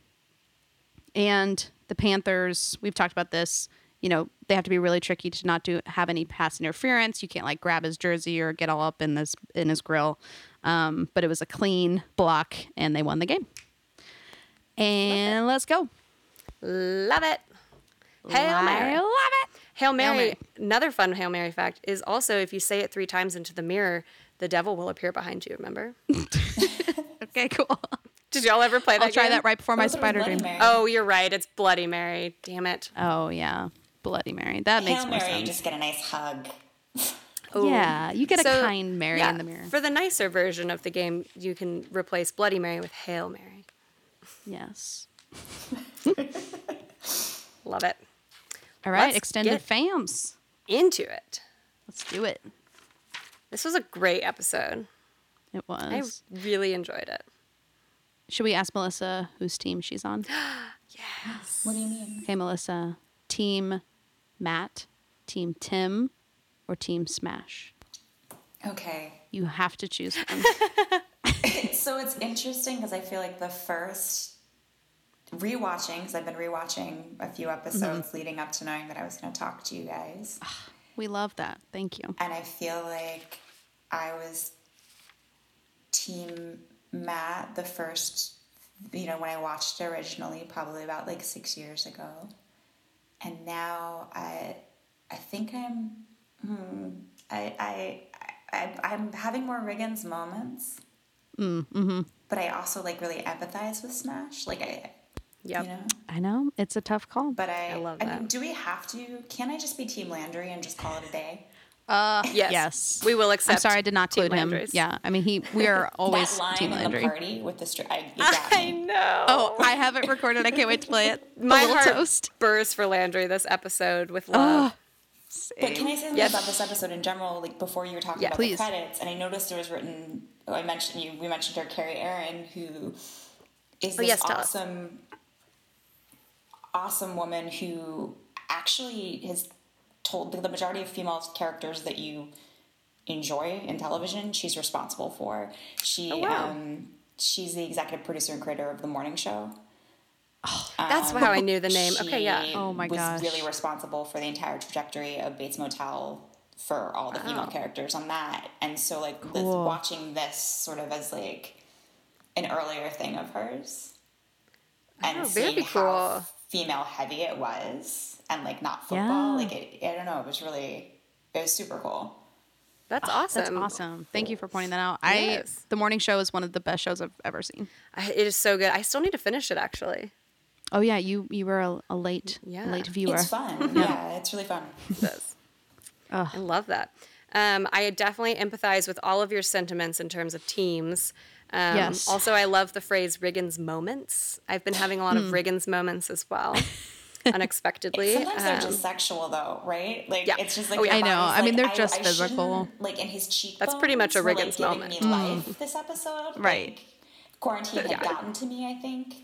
S2: and the Panthers, we've talked about this. You know, they have to be really tricky to not do have any pass interference. You can't like grab his jersey or get all up in this in his grill. Um, but it was a clean block, and they won the game. And let's go.
S1: Love it. Hail Mary.
S2: love it.
S1: Hail Mary, Hail Mary, another fun Hail Mary fact is also if you say it three times into the mirror, the devil will appear behind you, remember?
S2: okay, cool.
S1: Did y'all ever play that?
S2: I'll try
S1: game?
S2: that right before oh, my spider dream. Mary.
S1: Oh, you're right. It's Bloody Mary. Damn it.
S2: Oh, yeah. Bloody Mary. That
S3: Hail
S2: makes more
S3: Mary,
S2: sense.
S3: You just get a nice hug.
S2: Ooh. Yeah, you get so, a kind Mary yeah, in the mirror.
S1: For the nicer version of the game, you can replace Bloody Mary with Hail Mary.
S2: Yes.
S1: Love it.
S2: All right, Let's extended fams.
S1: Into it.
S2: Let's do it.
S1: This was a great episode.
S2: It was.
S1: I really enjoyed it.
S2: Should we ask Melissa whose team she's on?
S1: yes.
S3: What do you mean?
S2: Okay, Melissa. Team Matt, Team Tim, or Team Smash?
S3: Okay.
S2: You have to choose one.
S3: so it's interesting because I feel like the first rewatching because I've been rewatching a few episodes mm-hmm. leading up to knowing that I was going to talk to you guys.
S2: We love that. Thank you.
S3: And I feel like I was team Matt the first, you know, when I watched it originally, probably about like six years ago. And now I, I think I'm, hmm, I, I, I, I'm having more Riggins moments.
S2: Mm, hmm
S3: But I also like really empathize with Smash. Like I,
S1: Yep. You know?
S2: I know. It's a tough call.
S3: But I,
S1: I love
S3: I
S1: that.
S3: Mean, do we have to? Can I just be Team Landry and just call it a day?
S1: Uh, yes.
S2: yes.
S1: We will accept.
S2: I'm sorry I did not include him. Yeah. I mean, he. we are always
S3: that line
S2: Team Landry.
S3: The party with the stri- I,
S1: I know.
S2: Oh, I have it recorded. I can't wait to play it.
S1: My
S2: heart toast.
S1: bursts for Landry this episode with love. Oh.
S3: But can I say something yes. about this episode in general? Like before you were talking yeah, about
S2: please.
S3: the credits, and I noticed there was written. Oh, I mentioned you. We mentioned her, Carrie Aaron, who is
S1: oh,
S3: this
S1: yes,
S3: awesome awesome woman who actually has told the, majority of female characters that you enjoy in television she's responsible for she oh, wow. um, she's the executive producer and creator of the morning show
S1: oh, that's um, how I knew the name. Okay, yeah.
S2: Oh my
S3: was
S2: gosh.
S3: really responsible for the entire trajectory of Bates Motel for all the wow.
S1: Oh.
S3: female characters on that, and so like cool. this, watching this sort of as like an earlier thing of hers, and
S1: oh,
S3: seeing
S1: very cool.
S3: how female heavy it was and like not football
S2: yeah.
S3: like it, i don't know it was really it was super cool
S1: That's awesome.
S2: That's awesome. Thank you for pointing that out. I the morning show is one of the best shows I've ever seen.
S1: I, it is so good. I still need to finish it actually.
S2: Oh yeah, you you were a, a late
S1: Yeah.
S2: late viewer.
S3: It's fun. yeah, it's really fun.
S1: this. I love that. Um, I definitely empathize with all of your sentiments in terms of teams. Um,
S2: Yes.
S1: Also, I love the phrase Riggins moments. I've been having a lot of
S2: Hmm.
S1: Riggins moments as well, unexpectedly.
S3: Sometimes they're
S1: Um,
S3: just sexual though, right? Like
S1: yeah.
S3: it's just like
S1: Oh, yeah.
S3: your
S1: I know.
S3: body's
S2: I mean,
S3: like,
S2: they're just
S3: shouldn't-
S2: physical. Mm.
S3: Like in his cheek.
S1: That's pretty much a Riggins moment.
S3: Me life this episode.
S2: Right.
S3: Like, quarantine
S1: Yeah.
S3: had gotten to me. I think.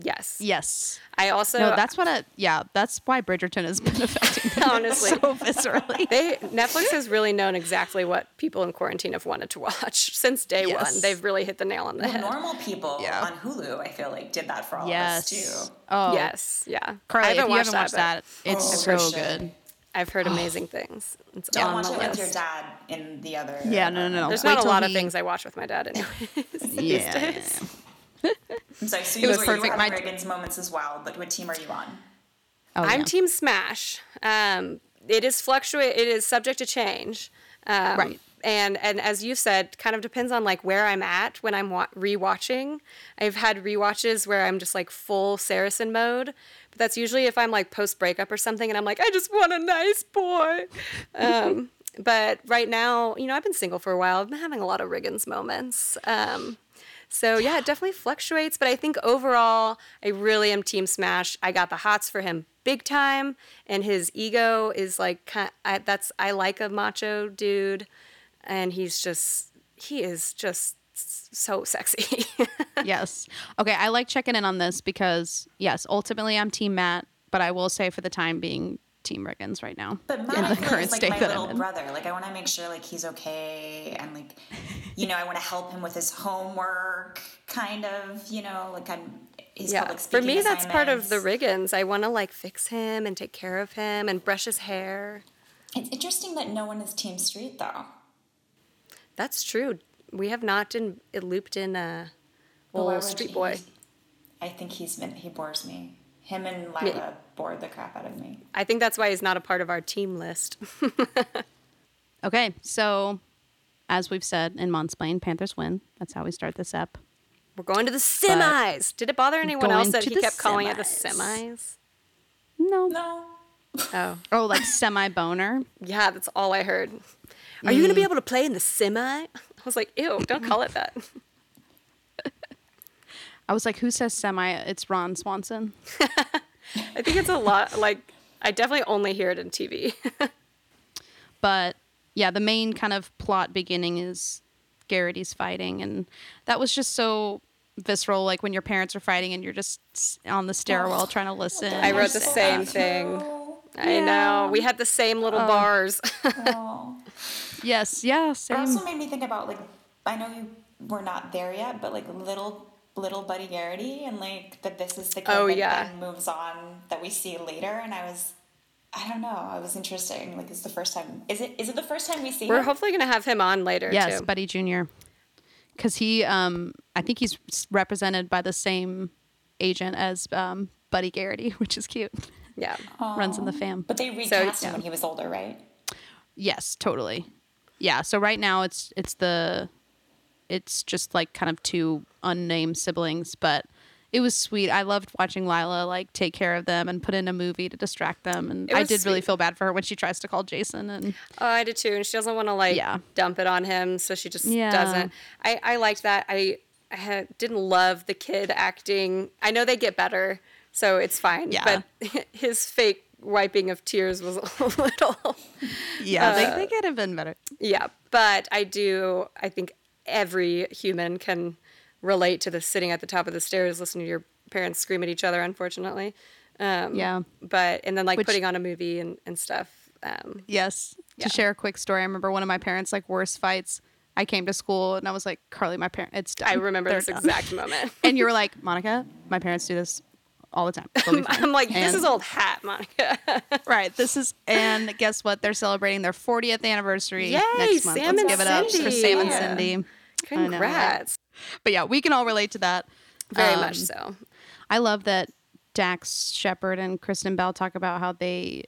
S1: yes.
S2: Yes.
S1: I also
S2: no, that's what I yeah, that's why Bridgerton has been affecting me
S1: honestly.
S2: so viscerally.
S1: they Netflix has really known exactly what people in quarantine have wanted to watch since day
S2: Yes.
S1: one. They've really hit the nail on the
S3: Well,
S1: head.
S3: normal people
S2: Yeah.
S3: on Hulu, I feel like, did that for all of us
S2: Yes.
S3: too.
S2: Oh.
S1: Yes, yeah.
S2: Carly,
S1: I
S2: if you haven't watched
S1: but
S2: Oh. that, it's
S3: Oh,
S2: so
S3: for sure.
S2: good.
S1: I've heard amazing things. It's
S3: Don't
S1: on
S3: watch
S1: the
S3: it
S1: list.
S3: with your dad in the other.
S2: Yeah, no, no, no.
S1: There's
S2: Wait
S1: not a
S2: till
S1: lot of
S2: he-
S1: things I watch with my dad anyway.
S2: Yeah.
S3: I'm sorry. So
S2: It
S3: you,
S2: was
S3: were,
S2: perfect.
S3: you were
S2: My-
S3: having Riggins moments as well, but what team are you on?
S2: Oh,
S1: I'm
S2: yeah.
S1: Team Smash. Um, it is fluctuate. It is subject to change. Um,
S2: Right.
S1: And and as you said, kind of depends on like where I'm at when I'm wa- rewatching. I've had rewatches where I'm just like full Saracen mode, but that's usually if I'm like post breakup or something, and I'm like, I just want a nice boy. Um, but right now, you know, I've been single for a while. I've been having a lot of Riggins moments. Um, so yeah, it definitely fluctuates, but I think overall, I really am Team Smash. I got the hots for him big time, and his ego is like kind. I, that's I like a macho dude, and he's just he is just s- so sexy.
S2: yes. Okay, I like checking in on this because yes, ultimately I'm Team Matt, but I will say for the time being, Team Riggins right now
S3: But Matt,
S2: in
S3: I
S2: the
S3: feel like,
S2: current
S3: is like
S2: state
S3: my
S2: that
S3: little
S2: I'm in.
S3: brother. Like I want to make sure like he's okay, and like you know I want to help him with his homework, kind of. You know, like I'm. His
S1: yeah,
S3: public
S1: for
S3: speaking
S1: me, that's part of the
S3: assignments.
S1: Riggins. I want to like fix him and take care of him and brush his hair.
S3: It's interesting that no one is Team Street though.
S1: That's true. We have not been it looped in a
S3: But why
S1: old
S3: would
S1: street
S3: he-
S1: boy.
S3: I think he's been, he bores me. Him and Lila
S1: Yeah.
S3: bore the crap out of me.
S1: I think that's why he's not a part of our team list.
S2: Okay, so as we've said in Monsplain, Panthers win. That's how we start this up.
S1: We're going to the semis. Did it bother anyone else
S2: going
S1: that
S2: to
S1: he
S2: the
S1: kept calling it the
S2: semis.
S1: semis?
S2: No.
S3: No.
S1: Oh,
S2: Oh, like semi boner.
S1: yeah, that's all I heard. Are you going to be able to play in the semi? I was like, ew, don't call it that.
S2: I was like, who says semi? It's Ron Swanson.
S1: I think it's a lot like I definitely only hear it in TV.
S2: But yeah, the main kind of plot beginning is Garrity's fighting, and that was just so visceral. Like when your parents are fighting and you're just s- on the stairwell trying to listen.
S1: I wrote the same thing. I know. We had the same little bars.
S3: Oh.
S2: Yes, yeah,
S3: It
S2: same.
S3: also made me think about like I know you we're not there yet, but like little little Buddy Garrity and like that this is the kid
S1: Oh,
S3: that
S1: yeah.
S3: then moves on that we see later and I was I don't know, I was interesting. Like it's the first time is it is it the first time we see
S1: We're
S3: him?
S1: hopefully going to have him on later
S2: Yes,
S1: too.
S2: Buddy Jr. Because he, um, I think he's s- represented by the same agent as um, Buddy Garrity, which is cute.
S1: yeah.
S2: Runs in the fam.
S3: But they recast
S1: yeah.
S3: him when he was older, right?
S2: Yes, totally. Yeah. So right now it's it's the it's just like kind of two unnamed siblings, but it was sweet. I loved watching Lila like take care of them and put in a movie to distract them. And
S1: It
S2: I
S1: was
S2: did really
S1: sweet.
S2: feel bad for her when she tries to call Jason and
S1: Oh, I did too. And she doesn't want to like
S2: Yeah.
S1: dump it on him, so she just
S2: Yeah.
S1: doesn't. I I liked that. I I had, didn't love the kid acting. I know they get better, so it's fine.
S2: Yeah.
S1: But his fake wiping of tears was a little.
S2: yeah, they, they could have been better.
S1: yeah, but I do. I think every human can relate to the sitting at the top of the stairs listening to your parents scream at each other. Unfortunately. Um,
S2: Yeah.
S1: But and then like
S2: Which-
S1: putting on a movie and and stuff. Um,
S2: Yes. To share a quick story, I remember one of my parents' like worst fights. I came to school and I was like, Carly, my parent, it's done.
S1: I remember
S2: They're
S1: this
S2: done."
S1: exact moment.
S2: And you were like, Monica, my parents do this all the time. They'll be fine."
S1: I'm like, this
S2: And-
S1: is old hat, Monica.
S2: Right. This is and guess what? They're celebrating their 40th anniversary
S1: Yay,
S2: next month.
S1: Sam
S2: Let's
S1: and
S2: give it up for
S1: Cindy.
S2: Sam and
S1: Yeah.
S2: Cindy. I know, right?
S1: Congrats.
S2: But yeah, we can all relate to that.
S1: Very
S2: Um,
S1: much so.
S2: I love that Dax Shepard and Kristen Bell talk about how they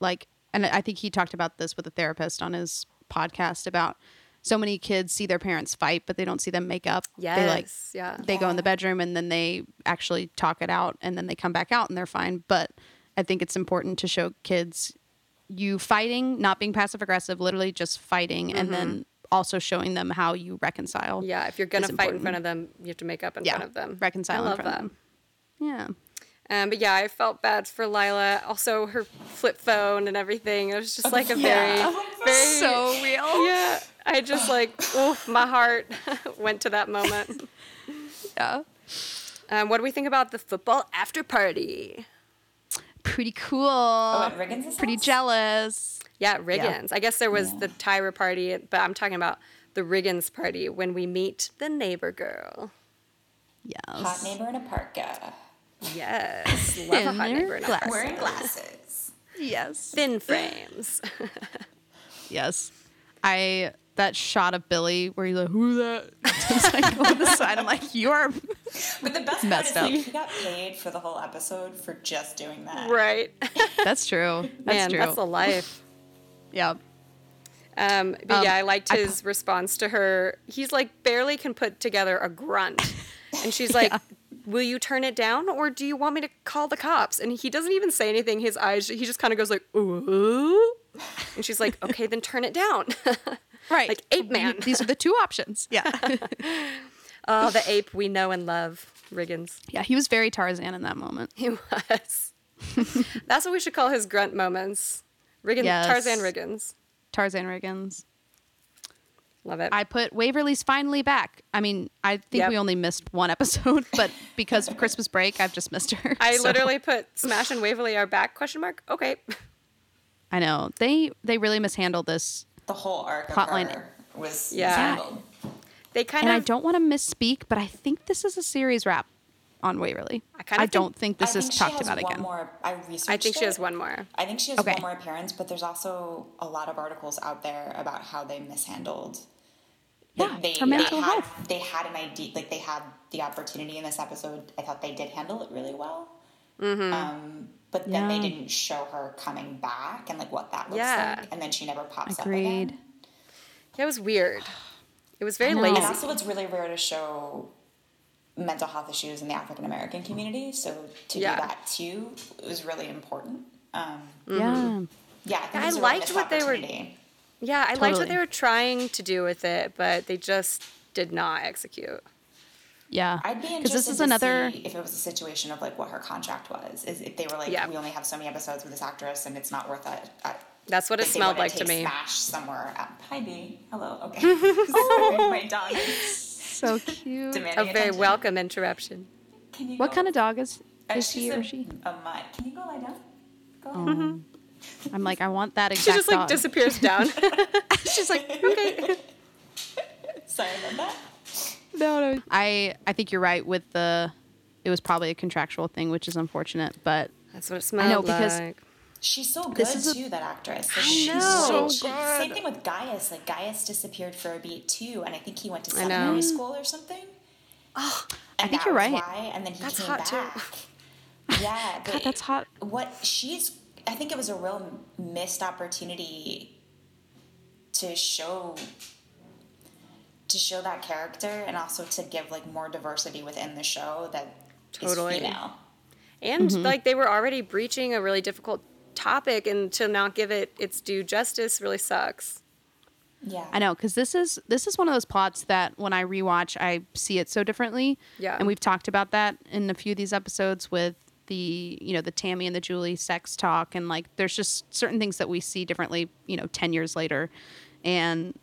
S2: like and I think he talked about this with a therapist on his podcast about so many kids see their parents fight, but they don't see them make up.
S1: Yes.
S2: They like
S1: yeah.
S2: they go in the bedroom and then they actually talk it out and then they come back out and they're fine. But I think it's important to show kids you fighting, not being passive aggressive, literally just fighting and then also showing them how you reconcile.
S1: Mm-hmm. Yeah, if you're gonna
S2: is
S1: fight in
S2: important.
S1: front of them, you have to make up in
S2: Yeah,
S1: front of them.
S2: reconcile
S1: I
S2: in
S1: love
S2: front of
S1: that.
S2: them. Yeah.
S1: Um, but yeah, I felt bad for Lila. Also, her flip phone and everything. It was just like a
S2: Yeah.
S1: very, very
S2: So real.
S1: Yeah, I just like, oof, my heart went to that moment.
S2: Yeah.
S1: Um, what do we think about the football after party?
S2: Pretty cool.
S3: at Riggins's
S2: Oh, Pretty
S3: house?
S2: jealous.
S1: Yeah, Riggins. I guess there was the Tyra party, but I'm talking about the Riggins party when we meet the neighbor girl.
S2: Yes.
S3: Hot neighbor in a parka.
S1: Yes, love a hot
S2: Thinner
S1: neighbor. in a
S2: glass.
S1: party.
S3: Wearing glasses.
S2: Yes.
S1: Thin frames.
S2: Yes. I that shot of Billy where he's like, who that? It's like over the side. I'm like, you are
S3: But the best part
S2: Messed
S3: is like,
S2: up.
S3: he got paid for the whole episode for just doing that.
S1: right.
S2: that's true. That's
S1: Man,
S2: true.
S1: that's the life.
S2: yeah.
S1: Um, but
S2: Um,
S1: yeah, I liked
S2: I-
S1: his response to her. He's like barely can put together a grunt, and she's like, "Will you turn it down, or do you want me to call the cops?" And he doesn't even say anything. His eyes, he just kind of goes like, "Ooh," and she's like, "Okay, then turn it down."
S2: Right.
S1: Like ape man.
S2: These are the two options. Yeah.
S1: oh, the ape we know and love, Riggins.
S2: yeah. He was very Tarzan in that moment.
S1: He was. That's what we should call his grunt moments. Riggins,
S2: Yes.
S1: Tarzan Riggins.
S2: Tarzan Riggins.
S1: Love it.
S2: I put Waverly's finally back. I mean, I think
S1: Yep.
S2: we only missed one episode, but because of Christmas break, I've just missed her.
S1: I
S2: so-
S1: literally put Smash and Waverly are back? Question mark. Okay.
S2: I know. They they really mishandled this.
S3: The whole arc of
S2: Hotline.
S3: her was
S1: Yeah.
S3: mishandled.
S1: They kind
S2: And
S1: of
S2: I don't want to misspeak, but I think this is a series wrap on Waverly.
S1: I
S2: I,
S1: kinda think-
S2: don't think this
S3: I
S2: is
S3: think she
S2: talked
S3: has
S2: about
S3: one
S2: again.
S3: More, I researched
S1: I think she has
S3: it.
S1: one more.
S3: I think she has
S2: Okay.
S3: one more appearance, but there's also a lot of articles out there about how they mishandled. like,
S2: Yeah,
S3: they,
S2: her mental
S3: they
S2: health.
S3: Had, they had an idea, like they had the opportunity in this episode. I thought they did handle it really well. Um, but then
S2: Yeah.
S3: they didn't show her coming back and like what that looks
S1: Yeah.
S3: like, and then she never pops up
S2: Agreed.
S3: again.
S1: It was weird. It was very
S2: know.
S1: lazy.
S3: And also, it's really rare to show mental health issues in the African American community, so to
S1: Yeah.
S3: do that too was really important. Um,
S2: Yeah.
S3: yeah, I, think
S1: I
S3: it was a real
S1: liked
S3: missed
S1: what they were-
S3: opportunity.
S1: Yeah, I liked what
S2: Totally.
S1: they were trying to do with it, but they just did not execute.
S2: Yeah.
S3: I'd be
S2: Because
S3: interested
S2: this is
S3: to
S2: another.
S3: see if it was a situation of like what her contract was. Is if they were like,
S1: Yeah.
S3: we only have so many episodes with this actress, and it's not worth it. I,
S1: That's what it
S3: they
S1: smelled
S3: wouldn't
S1: like to
S3: take
S1: me.
S3: Smash somewhere. At, Hi, B. Hello. Okay. Sorry, my dog is
S2: So cute.
S1: A
S3: demanding
S1: very
S3: attention.
S1: welcome interruption.
S3: Can you
S2: What
S3: go-
S2: kind of dog is,
S3: Uh,
S2: is
S3: she's
S2: he
S3: a-
S2: or she?
S3: A mutt. Can you go lie down? Go ahead.
S1: Mm-hmm.
S2: I'm like, I want that exact
S1: She just like
S2: dog.
S1: disappears down.
S2: She's like, okay.
S3: Sorry about that.
S2: no, no. I, I think you're right with the. It was probably a contractual thing, which is unfortunate, but
S1: That's what it smelled
S2: know, because-
S1: like.
S3: She's so good
S2: This is a-
S3: too, that actress. Like, she's
S1: know.
S3: so good. Same thing with Gaius. Like Gaius disappeared for a beat too, and I think he went to
S1: I know.
S3: seminary school or something. Oh,
S2: I think you're right.
S3: Why? And then he
S1: That's
S3: came
S1: hot, too.
S3: back. Yeah, but
S2: that's hot.
S3: What she's, I think it was a real missed opportunity to show to show that character, and also to give like more diversity within the show that is
S1: Totally.
S3: female.
S2: Mm-hmm.
S1: And like they were already breaching a really difficult topic and to not give it its due justice really sucks.
S3: Yeah,
S2: I know because this is this is one of those plots that when I rewatch, I see it so differently.
S1: Yeah.
S2: and we've talked about that in a few of these episodes with the you know the Tammy and the Julie sex talk, and like there's just certain things that we see differently. You know, ten years later, and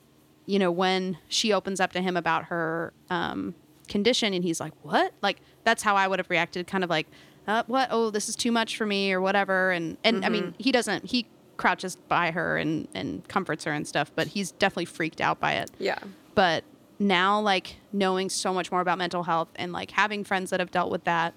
S2: you know when she opens up to him about her um, condition, and he's like, "What?" Like that's how I would have reacted, kind of like, uh, "What? Oh, this is too much for me," or whatever. And and I mean, he doesn't. He crouches by her and and comforts her and stuff, but he's definitely freaked out by it
S1: Yeah.
S2: but now like knowing so much more about mental health and like having friends that have dealt with that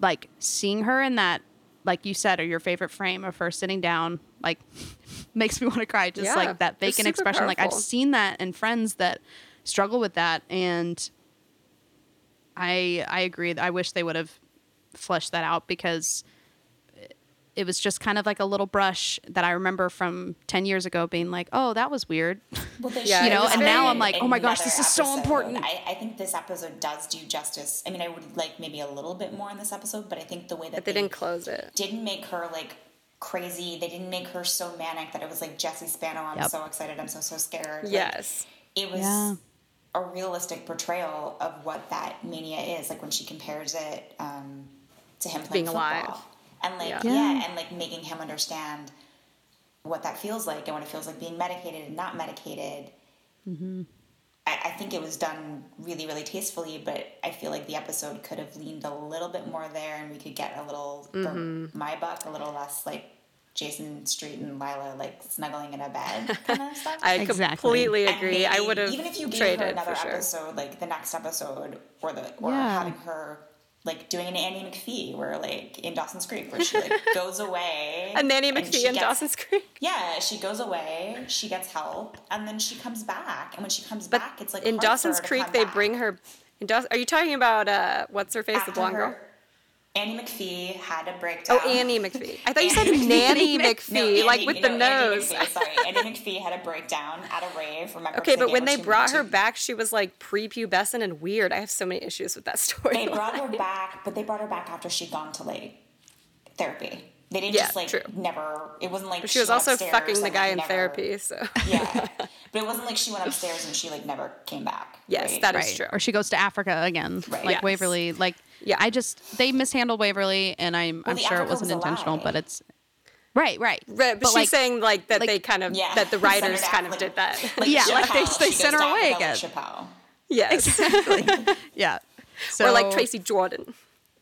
S2: like seeing her in that like you said or your favorite frame of her sitting down like makes me want to cry just
S1: Yeah,
S2: like that
S1: it's
S2: vacant
S1: super
S2: expression like i've
S1: powerful.
S2: seen that in friends that struggle with that and i i agree i wish they would have fleshed that out because it was just kind of like a little brush that I remember from 10 years ago being like, oh, that was weird.
S3: Well, they
S2: yeah, you
S3: should
S2: know,
S3: have
S2: and now
S3: done
S2: I'm like, oh my gosh,
S3: another
S2: this is so
S3: episode.
S2: important.
S3: I, I think this episode does do justice. I mean, I would like maybe a little bit more in this episode, but I think the way that
S1: But they didn't close it.
S3: didn't make her like crazy. They didn't make her so manic that it was like Jesse Spano. I'm
S2: Yep.
S3: so excited. I'm so so scared. Like,
S1: Yes.
S3: it was
S2: Yeah.
S3: a realistic portrayal of what that mania is. Like when she compares it um, to him playing
S1: Being
S3: football.
S1: alive.
S3: and like yeah.
S1: Yeah.
S2: Yeah.
S3: and like making him understand what that feels like and what it feels like being medicated and not medicated. I, I think it was done really, really tastefully, but I feel like the episode could have leaned a little bit more there, and we could get a little,
S1: Mm-hmm.
S3: for my buck, a little less like Jason Street and Lila like snuggling in a bed kind of stuff.
S1: I
S2: Exactly.
S1: completely
S3: And
S1: agree. I
S3: maybe
S1: would have
S3: even if you gave her
S1: traded
S3: another
S1: for sure.
S3: episode, like the next episode, or the or
S2: Yeah.
S3: having her like doing an Annie McPhee, where like in Dawson's Creek, where she like goes away,
S1: A Nanny
S3: and she
S1: McPhee and
S3: gets-
S1: Dawson's Creek.
S3: yeah, she goes away, she gets help, and then she comes back. And when she comes
S1: But
S3: back, it's like
S1: in
S3: hard for
S1: Dawson's
S3: her to
S1: Creek,
S3: come
S1: they
S3: back. Uh-huh.
S1: bring her. In Daws- Are you talking about uh, what's her face,
S3: After
S1: the blonde
S3: her-
S1: girl?
S3: Annie McPhee had a breakdown.
S1: Oh, Annie McPhee. I thought you said
S3: Annie
S1: Nanny
S3: No,
S1: McPhee,
S3: Annie-
S1: like with the
S3: no, Annie
S1: nose.
S3: McPhee, sorry, Annie McPhee had a breakdown at a rave. Remember?
S1: Okay, but
S3: again,
S1: when they
S3: she-
S1: brought
S3: she-
S1: her back, she was like prepubescent and weird. I have so many issues with that story.
S3: they brought her back, but they brought her back after she'd gone to like therapy. They didn't
S1: Yeah,
S3: just like
S1: true.
S3: never. It wasn't like
S1: She was
S3: went
S1: also
S3: upstairs
S1: fucking the
S3: and,
S1: guy
S3: like,
S1: in
S3: never-
S1: therapy, so
S3: Yeah, but it wasn't like she went upstairs and she like never came back.
S1: yes,
S3: right?
S1: that is
S2: right.
S1: true.
S2: Or she goes to Africa again,
S3: Right.
S2: like
S3: Yes.
S2: Waverly. Like,
S1: Yeah.
S2: I just they mishandled Waverly, and I'm I'm
S3: the
S2: sure
S3: Africa
S2: it wasn't
S3: was a
S2: intentional,
S3: lie.
S2: but it's right, right,
S1: Right, but, she's
S2: like,
S1: saying like that
S2: like-
S1: they kind of
S3: Yeah,
S1: that the
S3: He sent her
S1: writers
S3: to
S1: kind of
S3: Af-
S1: did that.
S3: Like
S2: Yeah,
S3: Chappelle.
S2: like, they-
S3: She
S2: they
S3: goes
S2: sent her
S3: to
S2: away
S3: Africa
S2: again.
S3: Like Chappelle.
S1: yes,
S2: yeah. So,
S1: or like Tracy Jordan.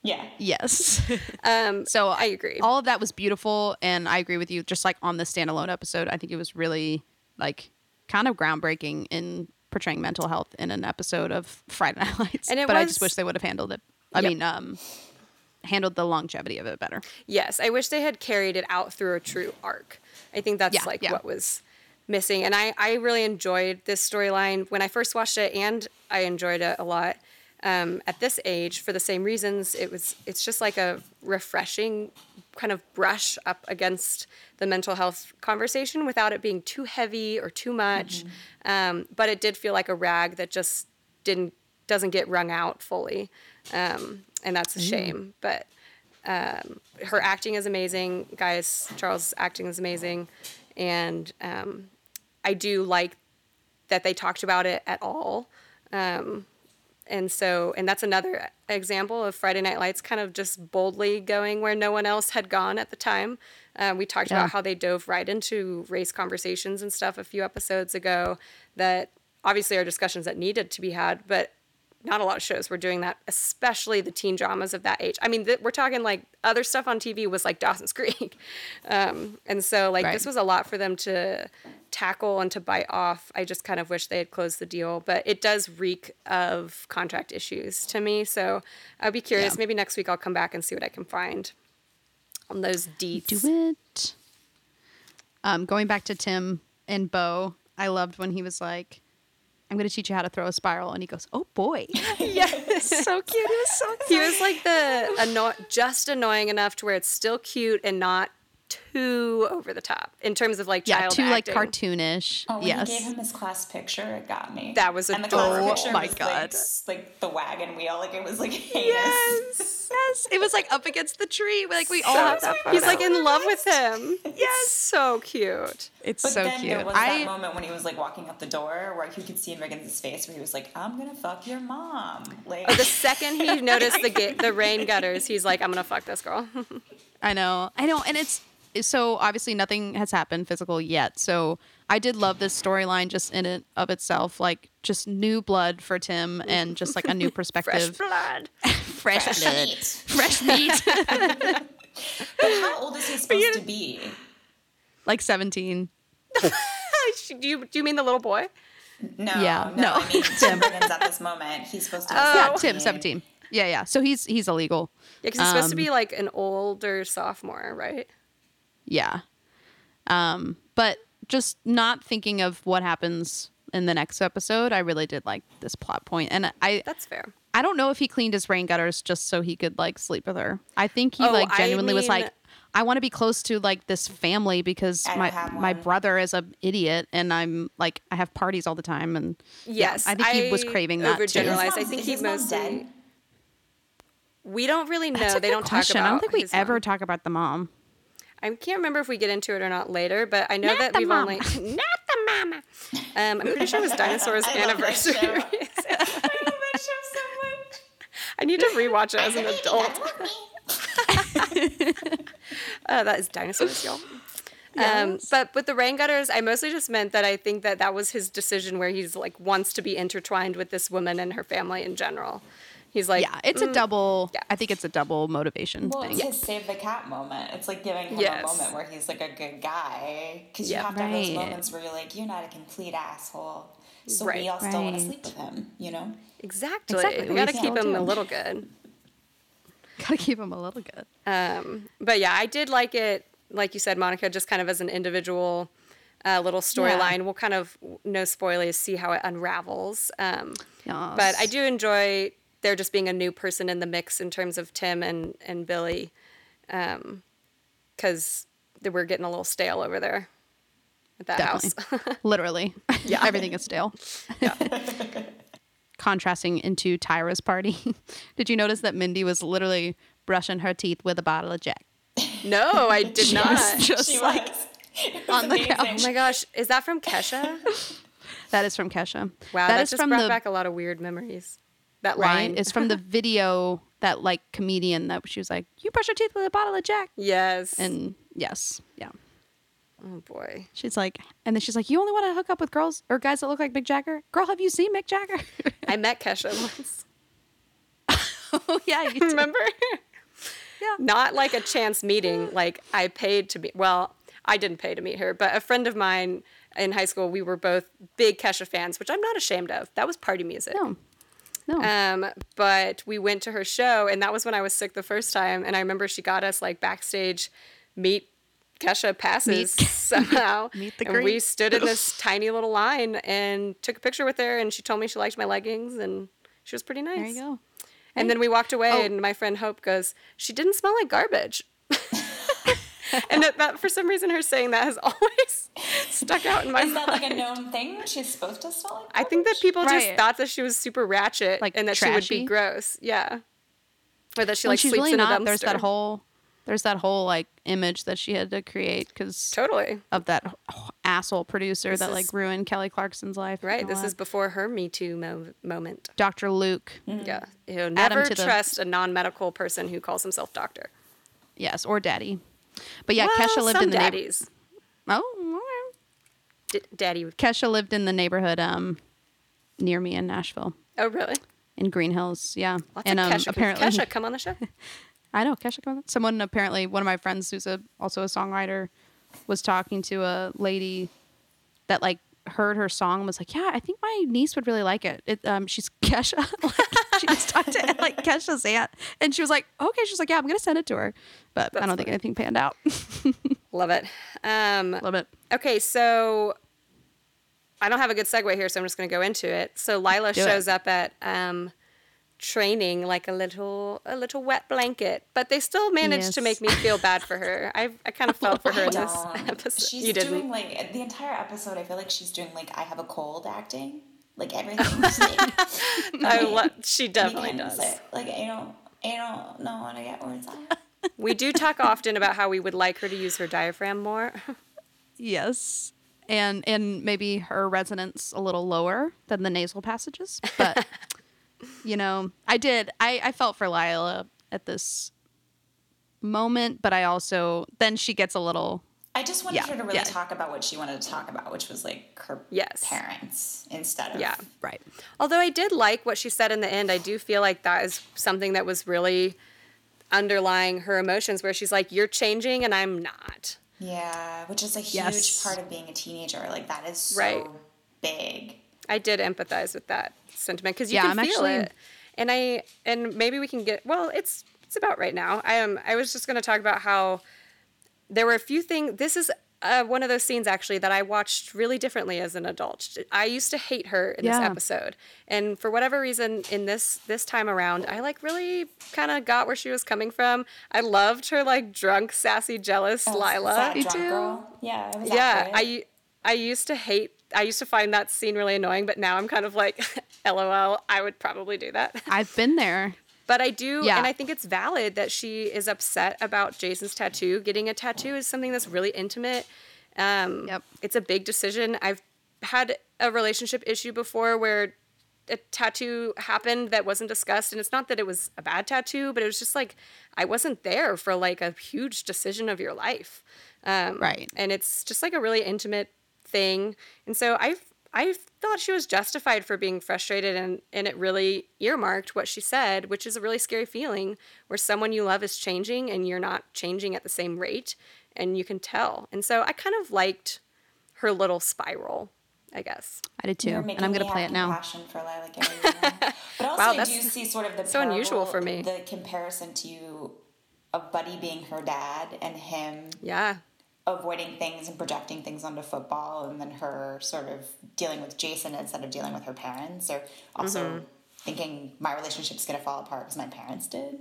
S3: Yeah.
S2: Yes.
S1: Um,
S2: So
S1: I agree.
S2: All of that was beautiful, and I agree with you. Just like on the standalone episode, I think it was really like kind of groundbreaking in portraying mental health in an episode of Friday Night Lights.
S1: And it
S2: but I
S1: was-
S2: just wish they would have handled it. I
S1: Yep.
S2: mean, um, handled the longevity of it better.
S1: Yes, I wish they had carried it out through a true arc. I think that's
S2: Yeah,
S1: like
S2: yeah.
S1: what was missing. And I, I really enjoyed this storyline when I first watched it, and I enjoyed it a lot um, at this age for the same reasons. It was it's just like a refreshing kind of brush up against the mental health conversation without it being too heavy or too much.
S2: Mm-hmm.
S1: Um, but it did feel like a rag that just didn't doesn't get wrung out fully, um, and that's a shame. But her acting is amazing. Guys, Charles' acting is amazing, and um, I do like that they talked about it at all. Um, and so, and that's another example of Friday Night Lights kind of just boldly going where no one else had gone at the time. Um, we talked
S2: Yeah.
S1: about how they dove right into race conversations and stuff a few episodes ago that obviously are discussions that needed to be had, but not a lot of shows were doing that, especially the teen dramas of that age. I mean, th- we're talking like other stuff on TV was like Dawson's Creek. Um, and so, like,
S2: Right.
S1: this was a lot for them to tackle and to bite off. I just kind of wish they had closed the deal, but it does reek of contract issues to me. So, I'd be curious.
S2: Yeah.
S1: Maybe next week I'll come back and see what I can find on those deets.
S2: Do it. Um, going back to Tim and Bo, I loved when he was like, "I'm going to teach you how to throw a spiral," and he goes, "Oh boy."
S1: Yes, so cute. He was so He was like the anno- just annoying enough to where it's still cute and not too over the top in terms of like
S2: yeah,
S1: child
S2: too like
S1: acting.
S2: cartoonish.
S3: Oh, when
S2: yes.
S3: he gave him his class picture, it got me.
S1: That was
S3: and the class
S1: adorable.
S3: picture
S2: Oh my
S3: was
S2: God.
S3: Like, s- like the wagon wheel, like it was like heinous.
S2: Yes. yes. It was like up against the tree. Like we all
S1: So
S2: have that
S1: cute. He's like in love with him. yes, so cute.
S2: It's
S3: But
S2: so
S3: then
S2: cute.
S3: there was that
S2: I
S3: moment when he was like walking up the door where you could see in Reagan's face where he was like, "I'm gonna fuck your mom." Like,
S1: Oh, the second he noticed the ga- the rain gutters, he's like, "I'm gonna fuck this girl."
S2: I know. I know. And it's so obviously nothing has happened physical yet. So I did love this storyline just in and of itself, like just new blood for Tim and just like a new
S1: Fresh
S2: perspective.
S1: blood.
S2: Fresh, blood.
S3: Meat.
S2: Fresh meat.
S3: But how old is he supposed to be?
S2: like 17.
S1: do you do you mean the little boy?
S3: No,
S2: Yeah,
S3: no.
S2: no.
S3: I mean, Tim Reagan's at this moment. He's supposed to. Be
S1: Oh,
S2: Yeah, Tim, 17. Yeah, yeah. So he's he's illegal.
S1: Yeah, 'cause he's supposed to
S2: Um,
S1: be like an older sophomore, right?
S2: Yeah. Um, but just not thinking of what happens in the next episode, I really did like this plot point. And I
S1: That's fair.
S2: I don't know if he cleaned his rain gutters just so he could like sleep with her. I think he
S1: Oh,
S2: like
S1: I
S2: genuinely was
S1: mean-
S2: like I want to be close to like this family because
S3: I don't
S2: my
S3: have
S2: my
S3: one.
S2: brother is an idiot and I'm like I have parties all the time and yeah,
S1: Yes,
S2: I think he was
S1: I
S2: craving that too.
S1: overgeneralized. I
S3: Is
S1: think
S3: his mom-
S1: he
S3: is his mom
S1: mostly-
S3: dead?
S1: We don't really know.
S2: That's a
S1: they
S2: good
S1: don't
S2: question.
S1: talk about.
S2: I don't think we
S1: his mom.
S2: ever talk about the mom.
S1: I can't remember if we get into it or not later, but I know
S2: Not
S1: that
S2: the
S1: we've
S2: mama.
S1: only not the mama. Um, I'm pretty sure it was Dinosaur's
S3: I love that show.
S1: anniversary.
S3: I love
S1: I
S3: that show so much.
S1: need to rewatch it as an adult. Uh, that is dinosaurs, y'all. Um, but with the rain gutters, I mostly just meant that I think that that was his decision where he's like wants to be intertwined with this woman and her family in general. He's like,
S2: yeah, it's a double. I think it's a double motivation
S3: Well,
S2: thing.
S3: it's his save the cat moment. It's like giving him
S1: Yes.
S3: a moment where he's like a good guy. Because
S1: Yeah.
S3: you have to have those
S2: Right.
S3: moments where you're like, you're not a complete asshole. So
S1: Right.
S3: we all still want
S2: Right.
S3: to sleep with him, you know?
S1: exactly.
S2: Exactly,
S1: We
S2: we
S1: got to
S2: still
S1: keep him
S2: do.
S1: a little good.
S2: Gotta keep him a little good.
S1: Um, but yeah, I did like it, like you said, Monica, just kind of as an individual uh, little storyline. We'll kind of, no spoilers, see how it unravels. Um, But I
S2: Yes.
S1: do enjoy there just being a new person in the mix in terms of Tim and, and Billy, because we're getting a little stale over there at that house.
S2: Definitely. Literally. Yeah. Everything is stale. Contrasting into Tyra's party. Did you notice that Mindy was literally brushing her teeth with a bottle of Jack?
S1: no, I did not.
S2: Just
S3: She
S2: like
S3: was. It was
S2: on the
S3: amazing.
S1: Oh my gosh, is that from Kesha?
S2: that is from Kesha.
S1: Wow, that,
S2: is
S1: just brought back a lot of weird memories. That
S2: right.
S1: line
S2: It's from the video that like comedian that she was like, You brush your teeth with a bottle of Jack.
S1: yes.
S2: And yes. Yeah.
S1: oh boy.
S2: She's like and then she's like, You only want to hook up with girls or guys that look like Mick Jagger? Girl, have you seen Mick Jagger?
S1: I met Kesha once.
S2: oh yeah, you did.
S1: Remember?
S2: Yeah.
S1: Not like a chance meeting. Like I paid to meet. Well, I didn't pay to meet her, but a friend of mine in high school, we were both big Kesha fans, which I'm not ashamed of. That was party music.
S2: No. No.
S1: Um, but we went to her show, and that was when I was sick the first time. And I remember she got us like backstage meet Kesha passes
S2: Meet-
S1: somehow.
S2: meet the
S1: and we
S2: great.
S1: stood in this tiny little line and took a picture with her, and she told me she liked my leggings, and she was pretty nice.
S2: there you go.
S1: And then we walked away,
S2: Oh.
S1: and my friend Hope goes, She didn't smell like garbage. and that, that, for some reason, her saying that has always stuck out in my
S3: Is that
S1: mind.
S3: like a known thing? She's supposed to smell like
S1: I think that people just
S2: Right.
S1: thought that she was super ratchet
S2: Like,
S1: and that she would be
S2: trashy?
S1: gross. Yeah. Or that she
S2: Well,
S1: like
S2: she's
S1: sleeps
S2: really
S1: in
S2: not.
S1: a dumpster.
S2: There's that whole, there's that whole like image that she had to create because
S1: Totally.
S2: of that h- asshole producer that
S1: is-
S2: like ruined Kelly Clarkson's life. and
S1: Right.
S2: all
S1: This
S2: that.
S1: is before her Me Too mo- moment.
S2: Dr. Luke.
S1: Yeah. Ew, never
S2: Mm. to the-
S1: trust a non medical person who calls himself doctor.
S2: Yes, or Daddy. But yeah,
S1: well,
S2: Kesha lived
S1: some
S2: in the neighborhood.
S1: daddies.
S2: Oh, okay.
S1: D- daddy.
S2: Kesha lived in the neighborhood um, near me in Nashville,
S1: Oh, really?
S2: in Green Hills. Yeah,
S1: Lots
S2: and
S1: of
S2: um,
S1: Kesha. com-
S2: apparently
S1: Kesha, come on the show.
S2: I know Kesha. Come on. Someone apparently, one of my friends who's a, also a songwriter, was talking to a lady that like heard her song and was like, "Yeah, I think my niece would really like it." it um, she's Kesha. like, she just talked to like Kesha's aunt, and she was like, "Okay." She's like, "Yeah, I'm gonna send it to her," but I
S1: That's
S2: don't think
S1: funny.
S2: anything panned out.
S1: Love it. Um,
S2: Love it.
S1: Okay, so I don't have a good segue here, so I'm just going to go into it. So Lila
S2: Do it.
S1: shows up at um, training like a little a little wet blanket, but they still managed to make
S2: Yes.
S1: me feel bad for her. I I kind of felt for her in this episode.
S3: She's
S1: you didn't.
S3: doing like the entire episode. I feel like she's doing like I have a cold acting, like everything. She's like,
S1: I lo- she
S3: "Me
S1: definitely
S3: can't
S1: does.
S3: sit. Like I don't, I don't know how to get words out.
S1: We do talk often about how we would like her to use her diaphragm more.
S2: Yes. And and maybe her resonance a little lower than the nasal passages. But you know, I did I, I felt for Lila at this moment, but I also then she gets a little
S3: I just wanted
S2: Yeah,
S3: her to really
S2: yeah.
S3: talk about what she wanted to talk about, which was like her
S1: Yes.
S3: parents instead of
S1: Yeah.
S2: right.
S1: Although I did like what she said in the end, I do feel like that is something that was really underlying her emotions, where she's like, You're changing and I'm not.
S3: Yeah, which is a huge
S2: Yes.
S3: part of being a teenager. Like that is so
S1: Right.
S3: big.
S1: I did empathize with that sentiment because you
S2: Yeah,
S1: can
S2: I'm
S1: feel
S2: actually-
S1: it. And I and maybe we can get well, it's it's about right now. I am I was just gonna talk about how there were a few things this is uh, one of those scenes actually that I watched really differently as an adult. I used to hate her in
S2: Yeah.
S1: this episode, and for whatever reason, in this this time around, I like really kind of got where she was coming from. I loved her like drunk, sassy, jealous Lila.
S3: Oh, Sad drunk girl. Yeah, it was
S1: Yeah,
S3: accurate.
S1: I I used to hate. I used to find that scene really annoying, but now I'm kind of like, lol. I would probably do that.
S2: I've been there.
S1: But I do,
S2: Yeah.
S1: and I think it's valid that she is upset about Jason's tattoo. Getting a tattoo is something that's really intimate. Um,
S2: Yep.
S1: It's a big decision. I've had a relationship issue before where a tattoo happened that wasn't discussed. And it's not that it was a bad tattoo, but it was just like I wasn't there for like a huge decision of your life. Um,
S2: Right.
S1: And it's just like a really intimate thing. And so I I thought she was justified for being frustrated and, and it really earmarked what she said, which is a really scary feeling where someone you love is changing and you're not changing at the same rate and you can tell. And so I kind of liked her little spiral, I guess.
S2: I did too,
S3: You're
S2: and
S3: making
S2: I'm gonna
S3: me
S2: play
S3: have
S2: it now.
S3: compassion for Lila Gary, you know? But also,
S1: Wow,
S3: I
S1: that's
S3: do see sort of the
S1: so unusual for me.
S3: The comparison to a buddy being her dad and him
S1: Yeah.
S3: avoiding things and projecting things onto football, and then her sort of dealing with Jason instead of dealing with her parents, or also thinking my relationship's gonna fall apart because my parents did.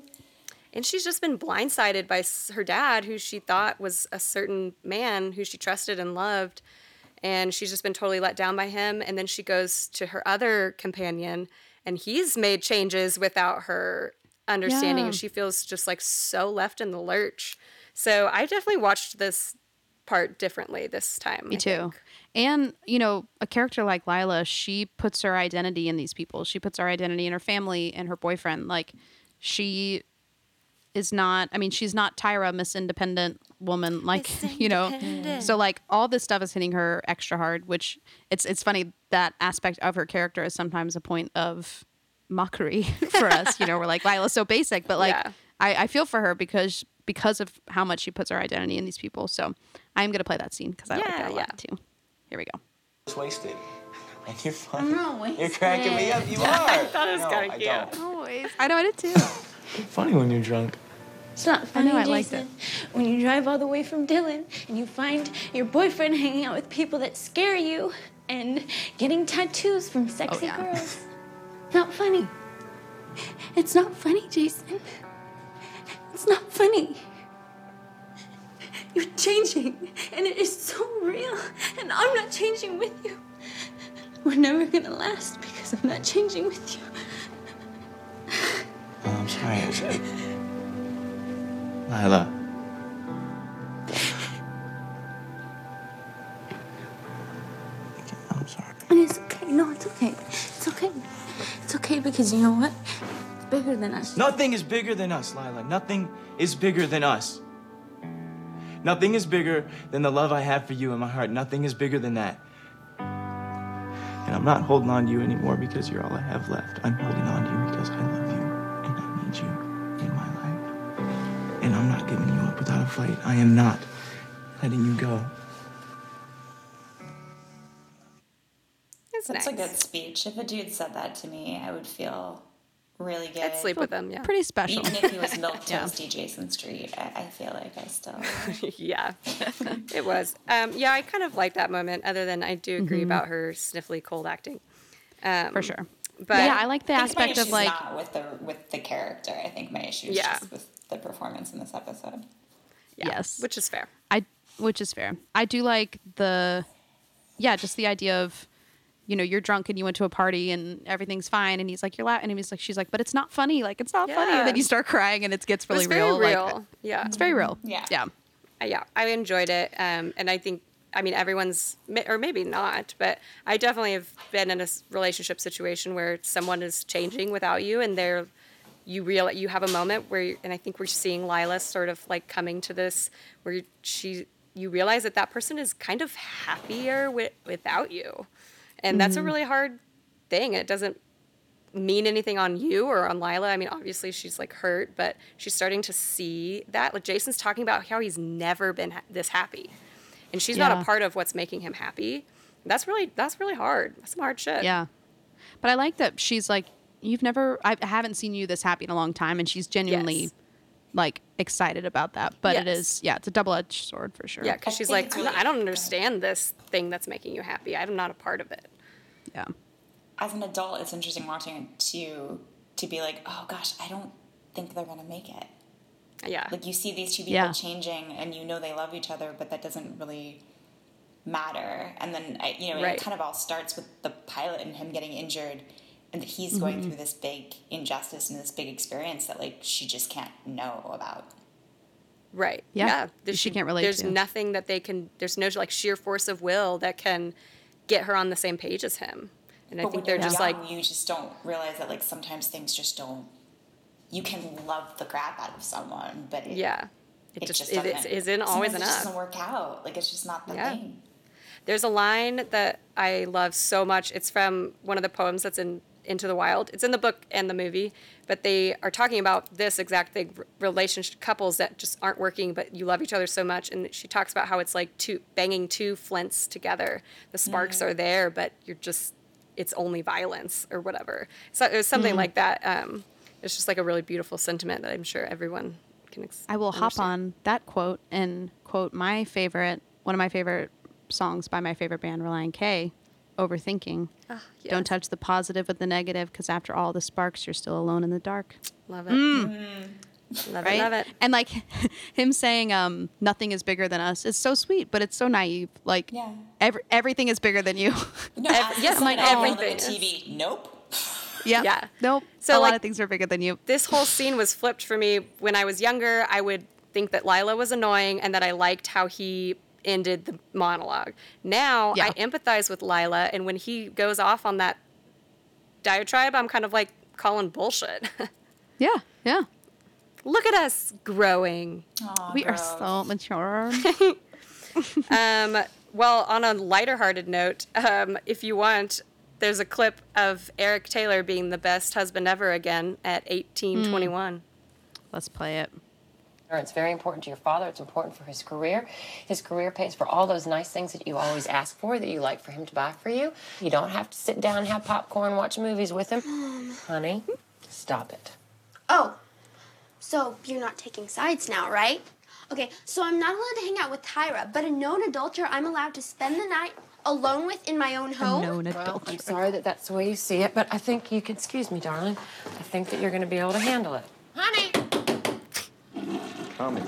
S1: And she's just been blindsided by s- her dad, who she thought was a certain man who she trusted and loved. And she's just been totally let down by him. And then she goes to her other companion, and he's made changes without her understanding. And
S2: Yeah.
S1: she feels just like so left in the lurch. So I definitely watched this part differently this time.
S2: Me
S1: I
S2: too.
S1: think.
S2: And, you know, a character like Lila, she puts her identity in these people. She puts her identity in her family and her boyfriend. Like, she is not, I mean, she's not Tyra, Miss Independent woman. Like, you know, so like all this stuff is hitting her extra hard, which it's, it's funny that aspect of her character is sometimes a point of mockery for us. You know, we're like, Lila's so basic, but like,
S1: Yeah.
S2: I, I feel for her because because of how much she puts her identity in these people. So I'm gonna play that scene because I like
S1: Yeah,
S2: that a lot
S1: yeah.
S2: too. Here we go.
S12: It's wasted. And you're fun. You're cracking me up. You are.
S1: I thought it was
S12: No,
S1: kind of
S12: I
S1: cute.
S12: don't.
S2: Always. I know I did too.
S12: Funny when you're drunk.
S13: It's not
S2: I
S13: funny,
S2: know I liked
S13: Jason. When you drive all the way from Dylan and you find your boyfriend hanging out with people that scare you and getting tattoos from
S2: Oh,
S13: sexy
S2: yeah.
S13: girls. Not funny. It's not funny, Jason. It's not funny. You're changing, and it is so real, and I'm not changing with you. We're never gonna last because I'm not changing with you.
S12: Oh, I'm sorry. I was, I... Lila.
S13: And it's okay. No, it's okay. It's okay. It's okay because you know what? It's bigger than us.
S12: Nothing is bigger than us, Lila. Nothing is bigger than us. Nothing is bigger than the love I have for you in my heart. Nothing is bigger than that. And I'm not holding on to you anymore because you're all I have left. I'm holding on to you because I love you and I need you in my life. And I'm not giving you up without a fight. I am not letting you go.
S1: It's
S3: That's
S1: nice.
S3: a good speech. If a dude said that to me, I would feel really good.
S1: I'd sleep with them. Yeah.
S2: Pretty special.
S3: Even if he was milk toasty Jason Street, I, I feel like I still.
S1: yeah, it was. Um, yeah, I kind of like that moment. Other than I do
S2: Mm-hmm.
S1: agree about her sniffly cold acting. Um,
S2: For sure.
S1: But
S2: yeah, I like the
S3: I think my
S2: aspect of
S3: issue's
S2: like
S3: not with the with the character. I think my issue is
S1: Yeah.
S3: just with the performance in this episode.
S1: yeah,
S2: yes.
S1: which is fair.
S2: I which is fair. I do like the yeah, just the idea of you know, you're drunk and you went to a party and everything's fine and he's like you're laughing and he's like she's like but it's not funny. Like it's not funny.
S1: Yeah.
S2: And then you start crying and it gets really
S1: it's very real.
S2: real. Like
S1: yeah,
S2: it's very real.
S3: Yeah.
S2: Mm-hmm. Yeah.
S1: Uh, yeah. I enjoyed it, um, and I think I mean everyone's ma- or maybe not, but I definitely have been in a s- relationship situation where someone is changing without you, and they're you real you have a moment where you- and I think we're seeing Lila sort of like coming to this where she you realize that that person is kind of happier wi- without you. And
S2: Mm-hmm.
S1: that's a really hard thing. It doesn't mean anything on you or on Lila. I mean, obviously she's like hurt, but she's starting to see that. Like Jason's talking about how he's never been ha- this happy, and she's not
S2: Yeah.
S1: a part of what's making him happy. That's really that's really hard. That's some hard shit.
S2: Yeah. But I like that she's like, you've never, I haven't seen you this happy in a long time. And she's genuinely
S1: Yes.
S2: like excited about that. But it is, yeah, it's a double edged sword for sure.
S1: Yeah, because she's like, I'm not, I don't understand this thing that's making you happy. I'm not a part of it.
S2: Yeah.
S3: As an adult, it's interesting watching it to to be like, oh gosh, I don't think they're gonna make it.
S1: Yeah.
S3: Like you see these two people
S2: Yeah.
S3: changing, and you know they love each other, but that doesn't really matter. And then I, you know,
S1: Right.
S3: it kind of all starts with the pilot and him getting injured, and that he's going
S2: Mhm.
S3: through this big injustice and this big experience that like she just can't know about.
S1: Right.
S2: Yeah.
S1: There's-
S2: She can't relate
S1: There's
S2: to.
S1: nothing that they can. There's no like sheer force of will that can get her on the same page as him. And I
S3: But
S1: think
S3: when
S1: they're
S3: you're
S1: just like,
S3: young, you just don't realize that like sometimes things just don't. You can love the crap out of someone, but it,
S1: yeah, it, just, it is,
S3: doesn't-
S1: isn't always
S3: sometimes It just
S1: enough.
S3: doesn't work out. Like it's just not the
S1: Yeah.
S3: thing.
S1: There's a line that I love so much. It's from one of the poems that's in Into the Wild. It's in the book and the movie, but they are talking about this exact thing r- relationship couples that just aren't working, but you love each other so much. And she talks about how it's like two banging two flints together. The sparks
S2: Mm.
S14: Mhm.
S1: are there, but you're just, it's only violence or whatever. So it was something
S2: Mhm.
S1: like that. Um, it's just like a really beautiful sentiment that I'm sure everyone can. Ex-
S2: I will hop
S1: understand.
S2: on that quote and quote my favorite, one of my favorite songs by my favorite band, Reliant K, Overthinking.
S1: Ah,
S2: Don't
S1: yes.
S2: touch the positive with the negative because after all the sparks, you're still alone in the dark.
S1: Love it. Love
S2: Mm. right?
S1: it. Love it.
S2: And like him saying, um, nothing is bigger than us. It's so sweet, but it's so naive. Like
S3: Yeah.
S2: every, everything is bigger than you.
S3: No, Ev-
S1: yes,
S3: like
S1: like
S3: everything.
S1: everything
S3: TV. Nope.
S2: yeah.
S1: Yeah.
S2: Nope.
S1: So,
S2: a
S1: like-
S2: lot of things are bigger than you.
S1: this whole scene was flipped for me. When I was younger, I would think that Lila was annoying and that I liked how he ended the monologue. Now I empathize with Lila, and when he goes off on that diatribe, I'm kind of like calling bullshit.
S2: Yeah. Yeah.
S1: Look at us growing.
S2: we are so mature.
S1: um, well, on a lighter hearted note, um, if you want, there's a clip of Eric Taylor being the best husband ever again at Mm. 1821.
S2: Let's play it.
S10: It's very important to your father. It's important for his career. His career pays for all those nice things that you always ask for, that you like for him to buy for you. You don't have to sit down, have popcorn, watch movies with him. Honey, stop it.
S6: Oh, so you're not taking sides now, right? Okay, so I'm not allowed to hang out with Tyra, but a known adulterer I'm allowed to spend the night alone with in my own home.
S10: Well, I'm sorry that that's the way you see it, but I think you can excuse me, darling. I think that you're going to be able to handle it.
S6: Honey!
S8: Coming.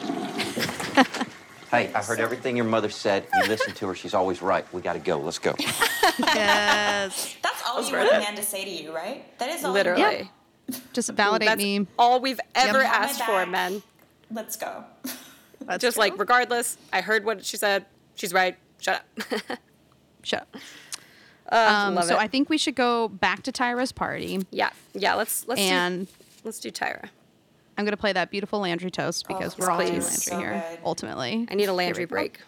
S8: hey, I heard everything your mother said. You listened to her. She's always right. We got to go. Let's go.
S2: yes.
S3: That's all
S1: That's
S3: you want
S1: right.
S3: a man to say to you, right? That is all.
S1: Literally.
S3: You want.
S2: Just validate
S1: That's
S2: me.
S1: all we've ever
S3: Got my
S1: asked for,
S3: back.
S1: men.
S3: Let's go.
S1: Just like, regardless, I heard what she said. She's right. Shut up.
S2: Shut up.
S1: Uh,
S2: Um,
S1: love
S2: so
S1: it.
S2: I think we should go back to Tyra's party.
S1: yeah, yeah. Let's let's
S2: and
S1: do, let's do Tyra.
S2: I'm gonna play that beautiful Landry toast because
S1: yes,
S2: we're all
S1: please. Oh, So
S2: team Landry here.
S1: good.
S2: Ultimately,
S1: I need a
S2: Here
S1: Landry
S2: we go.
S1: break.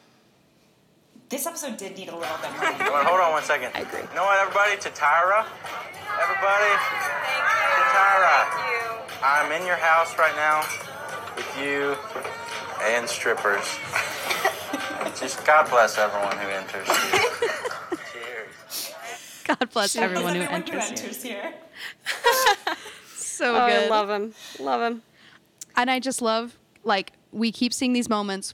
S3: This episode did need a little bit. More.
S15: Well, hold on one second. I agree. You know what, everybody? To Tyra. Everybody. To Tyra. I'm in your house right now with you and strippers. And Just God bless everyone who enters.
S2: God bless
S3: Shit,
S2: everyone who
S3: everyone
S2: enters. here.
S3: here.
S2: So
S1: oh, I
S2: good.
S1: love him. Love him.
S2: And I just love like we keep seeing these moments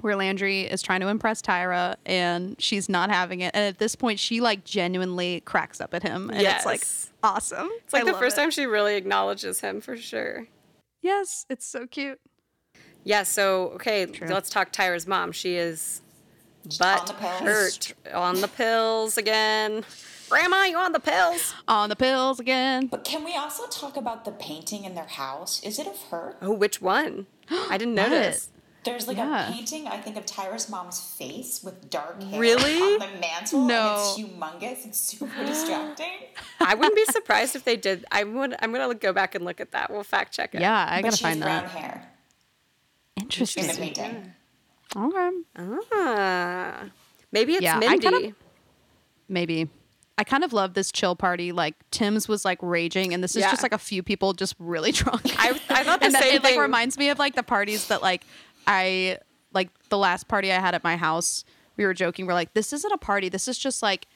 S2: where Landry is trying to impress Tyra and she's not having it. And at this point, she like genuinely cracks up at him, and it's like
S1: Yes.
S2: awesome.
S1: It's like
S2: I
S1: the
S2: love
S1: first
S2: it.
S1: time she really acknowledges him for sure.
S2: Yes, it's so cute.
S1: Yeah. So okay, let's talk Tyra's mom. She is butt
S2: pills.
S1: hurt on the pills again. Grandma, you on the pills?
S2: On the pills again.
S3: But can we also talk about the painting in their house? Is it of her?
S1: Oh, which one? I didn't
S3: What?
S1: notice.
S3: There's like
S1: Yeah.
S3: a painting, I think, of Tyra's mom's face with dark hair
S1: Really?
S3: on the mantle.
S1: No.
S3: And it's humongous. It's super distracting.
S1: I wouldn't be surprised if they did. I would. I'm gonna go back and look at that. We'll fact check it.
S2: Yeah, I
S3: But
S2: gotta
S3: she has
S2: find
S3: brown
S2: that.
S3: hair
S2: Interesting.
S3: in the painting.
S2: Okay.
S1: Ah, maybe it's
S2: Yeah, I
S1: Mindy.
S2: kind of- Maybe. I kind of love this chill party. Like Tim's was like raging, and this is
S1: Yeah.
S2: just like a few people just really drunk.
S1: I, I thought the
S2: and that,
S1: same
S2: it like
S1: thing.
S2: reminds me of like the parties that like I like the last party I had at my house. We were joking. We're like, this isn't a party. This is just like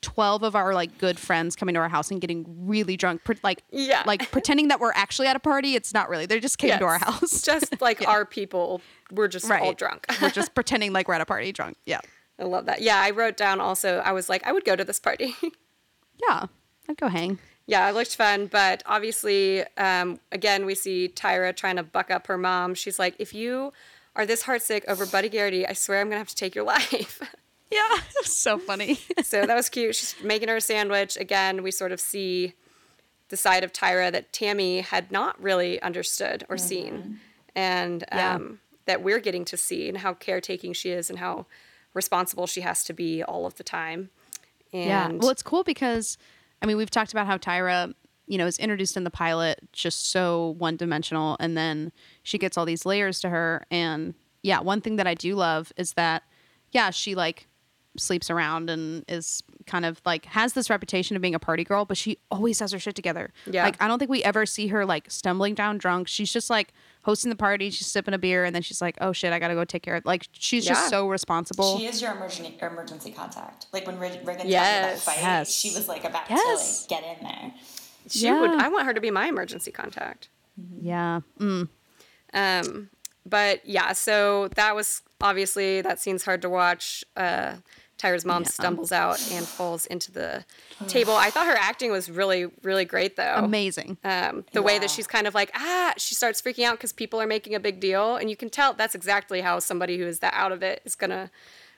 S2: 12 of our like good friends coming to our house and getting really drunk pre- like
S1: yeah
S2: like pretending that we're actually at a party it's not really they just came
S1: Yes.
S2: to our house
S1: just like our people we're just all drunk
S2: we're just pretending like we're at a party drunk yeah
S1: i love that yeah i wrote down also i was like i would go to this party
S2: yeah i'd go hang
S1: Yeah, it looked fun, but obviously, um, again, we see Tyra trying to buck up her mom. She's like, "If you are this heartsick over Buddy Garrity, I swear I'm gonna have to take your life."
S2: Yeah, so funny.
S1: so that was cute. She's making her a sandwich. Again, we sort of see the side of Tyra that Tammy had not really understood or seen, and
S2: Mm-hmm. Yeah.
S1: um, that we're getting to see, and how caretaking she is, and how responsible she has to be all of the time. And
S2: yeah well it's cool because i mean we've talked about how tyra you know is introduced in the pilot just so one dimensional and then she gets all these layers to her and yeah one thing that i do love is that yeah she like sleeps around and is kind of like has this reputation of being a party girl but she always has her shit together
S1: Yeah.
S2: like i don't think we ever see her like stumbling down drunk she's just like hosting the party she's sipping a beer and then she's like oh shit i gotta go take care of like she's
S3: Yeah.
S2: just so responsible
S3: She is your emergency emergency contact. Like when Rig- Reagan
S2: Yes.
S3: talked about fight,
S2: Yes.
S3: she was like about
S2: Yes.
S3: to like get in there.
S1: she would.
S2: Yeah.
S1: I want her to be my emergency contact.
S2: yeah mm.
S1: Um, but yeah, so that was obviously that scene's hard to watch. Uh, Tyra's mom
S2: Yeah.
S1: stumbles out and falls into the table. I thought her acting was really, really great though.
S2: amazing
S1: Um, the way that she's kind of like ah, she starts freaking out because people are making a big deal, and you can tell that's exactly how somebody who is that out of it is gonna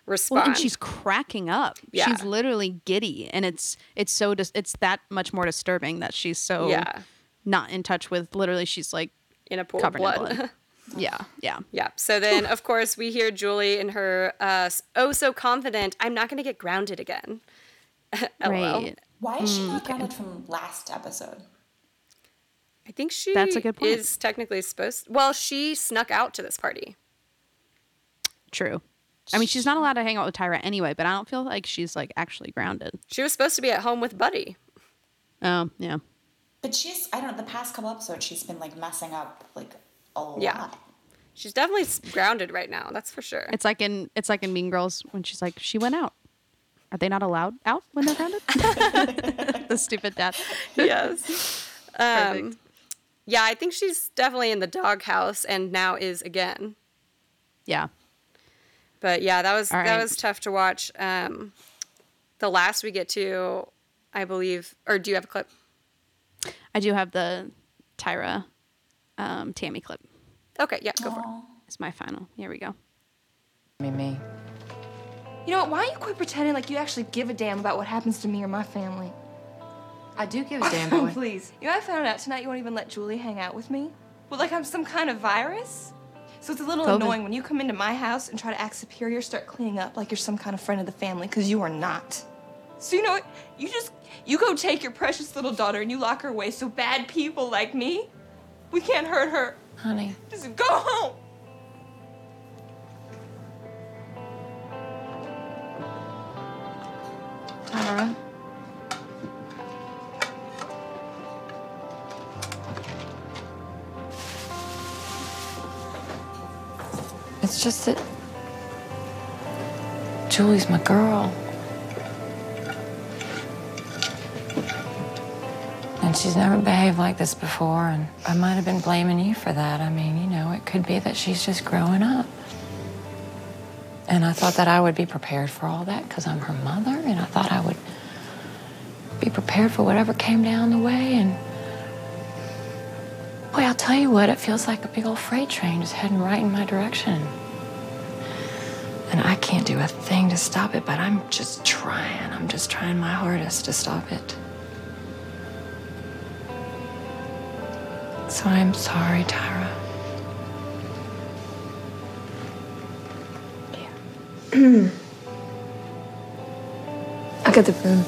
S1: respond.
S2: Well, and she's cracking up.
S1: Yeah.
S2: She's literally giddy, and it's it's so dis- it's that much more disturbing that she's so
S1: Yeah.
S2: not in touch with. Literally, she's like
S1: in a pool of
S2: covered
S1: blood.
S2: in blood. yeah, yeah,
S1: Yeah. So then, of course, we hear Julie in her uh, s- oh so confident, I'm not going to get grounded again. LOL.
S2: Right.
S3: Why is she not grounded from last episode?
S1: I think she
S2: That's a good point.
S1: is technically supposed Well, she snuck out to this party.
S2: true. I mean, she's not allowed to hang out with Tyra anyway, but I don't feel like she's like actually grounded.
S1: She was supposed to be at home with Buddy.
S2: Oh, yeah,
S3: But she's I don't know, the past couple episodes she's been like messing up like a lot.
S1: Yeah. She's definitely s- grounded right now. That's for sure.
S2: it's like in it's like in Mean Girls when she's like she went out. Are they not allowed out when they're grounded? the stupid dad.
S1: yes. Um, yeah, I think she's definitely in the doghouse and now is again.
S2: Yeah.
S1: But yeah, that was
S2: All
S1: that
S2: right.
S1: was tough to watch. Um, the last we get to, I believe, or do you have a clip?
S2: I do have the Tyra um, Tammy clip.
S1: Okay, yeah, go for it.
S2: It's my final. Here we go.
S10: Me, me.
S14: You know what? Why don't you quit pretending like you actually give a damn about what happens to me or my family?
S10: I do give a damn about what-
S14: Please. You know, I found out tonight you won't even let Julie hang out with me. Well, like I'm some kind of virus. So it's a little
S2: COVID.
S14: annoying when you come into my house and try to act superior, start cleaning up like you're some kind of friend of the family, because you are not. So you know what? You just you go take your precious little daughter and you lock her away so bad people like me, we can't hurt her.
S10: honey.
S14: Just go home.
S10: Tyra. It's just that Julie's my girl. And she's never behaved like this before, and I might have been blaming you for that. I mean, you know, it could be that she's just growing up. And I thought that I would be prepared for all that because I'm her mother, and I thought I would be prepared for whatever came down the way. And boy, I'll tell you what, it feels like a big old freight train just heading right in my direction. And I can't do a thing to stop it, but I'm just trying. I'm just trying my hardest to stop it. So I'm sorry, Tyra.
S14: I got the broom.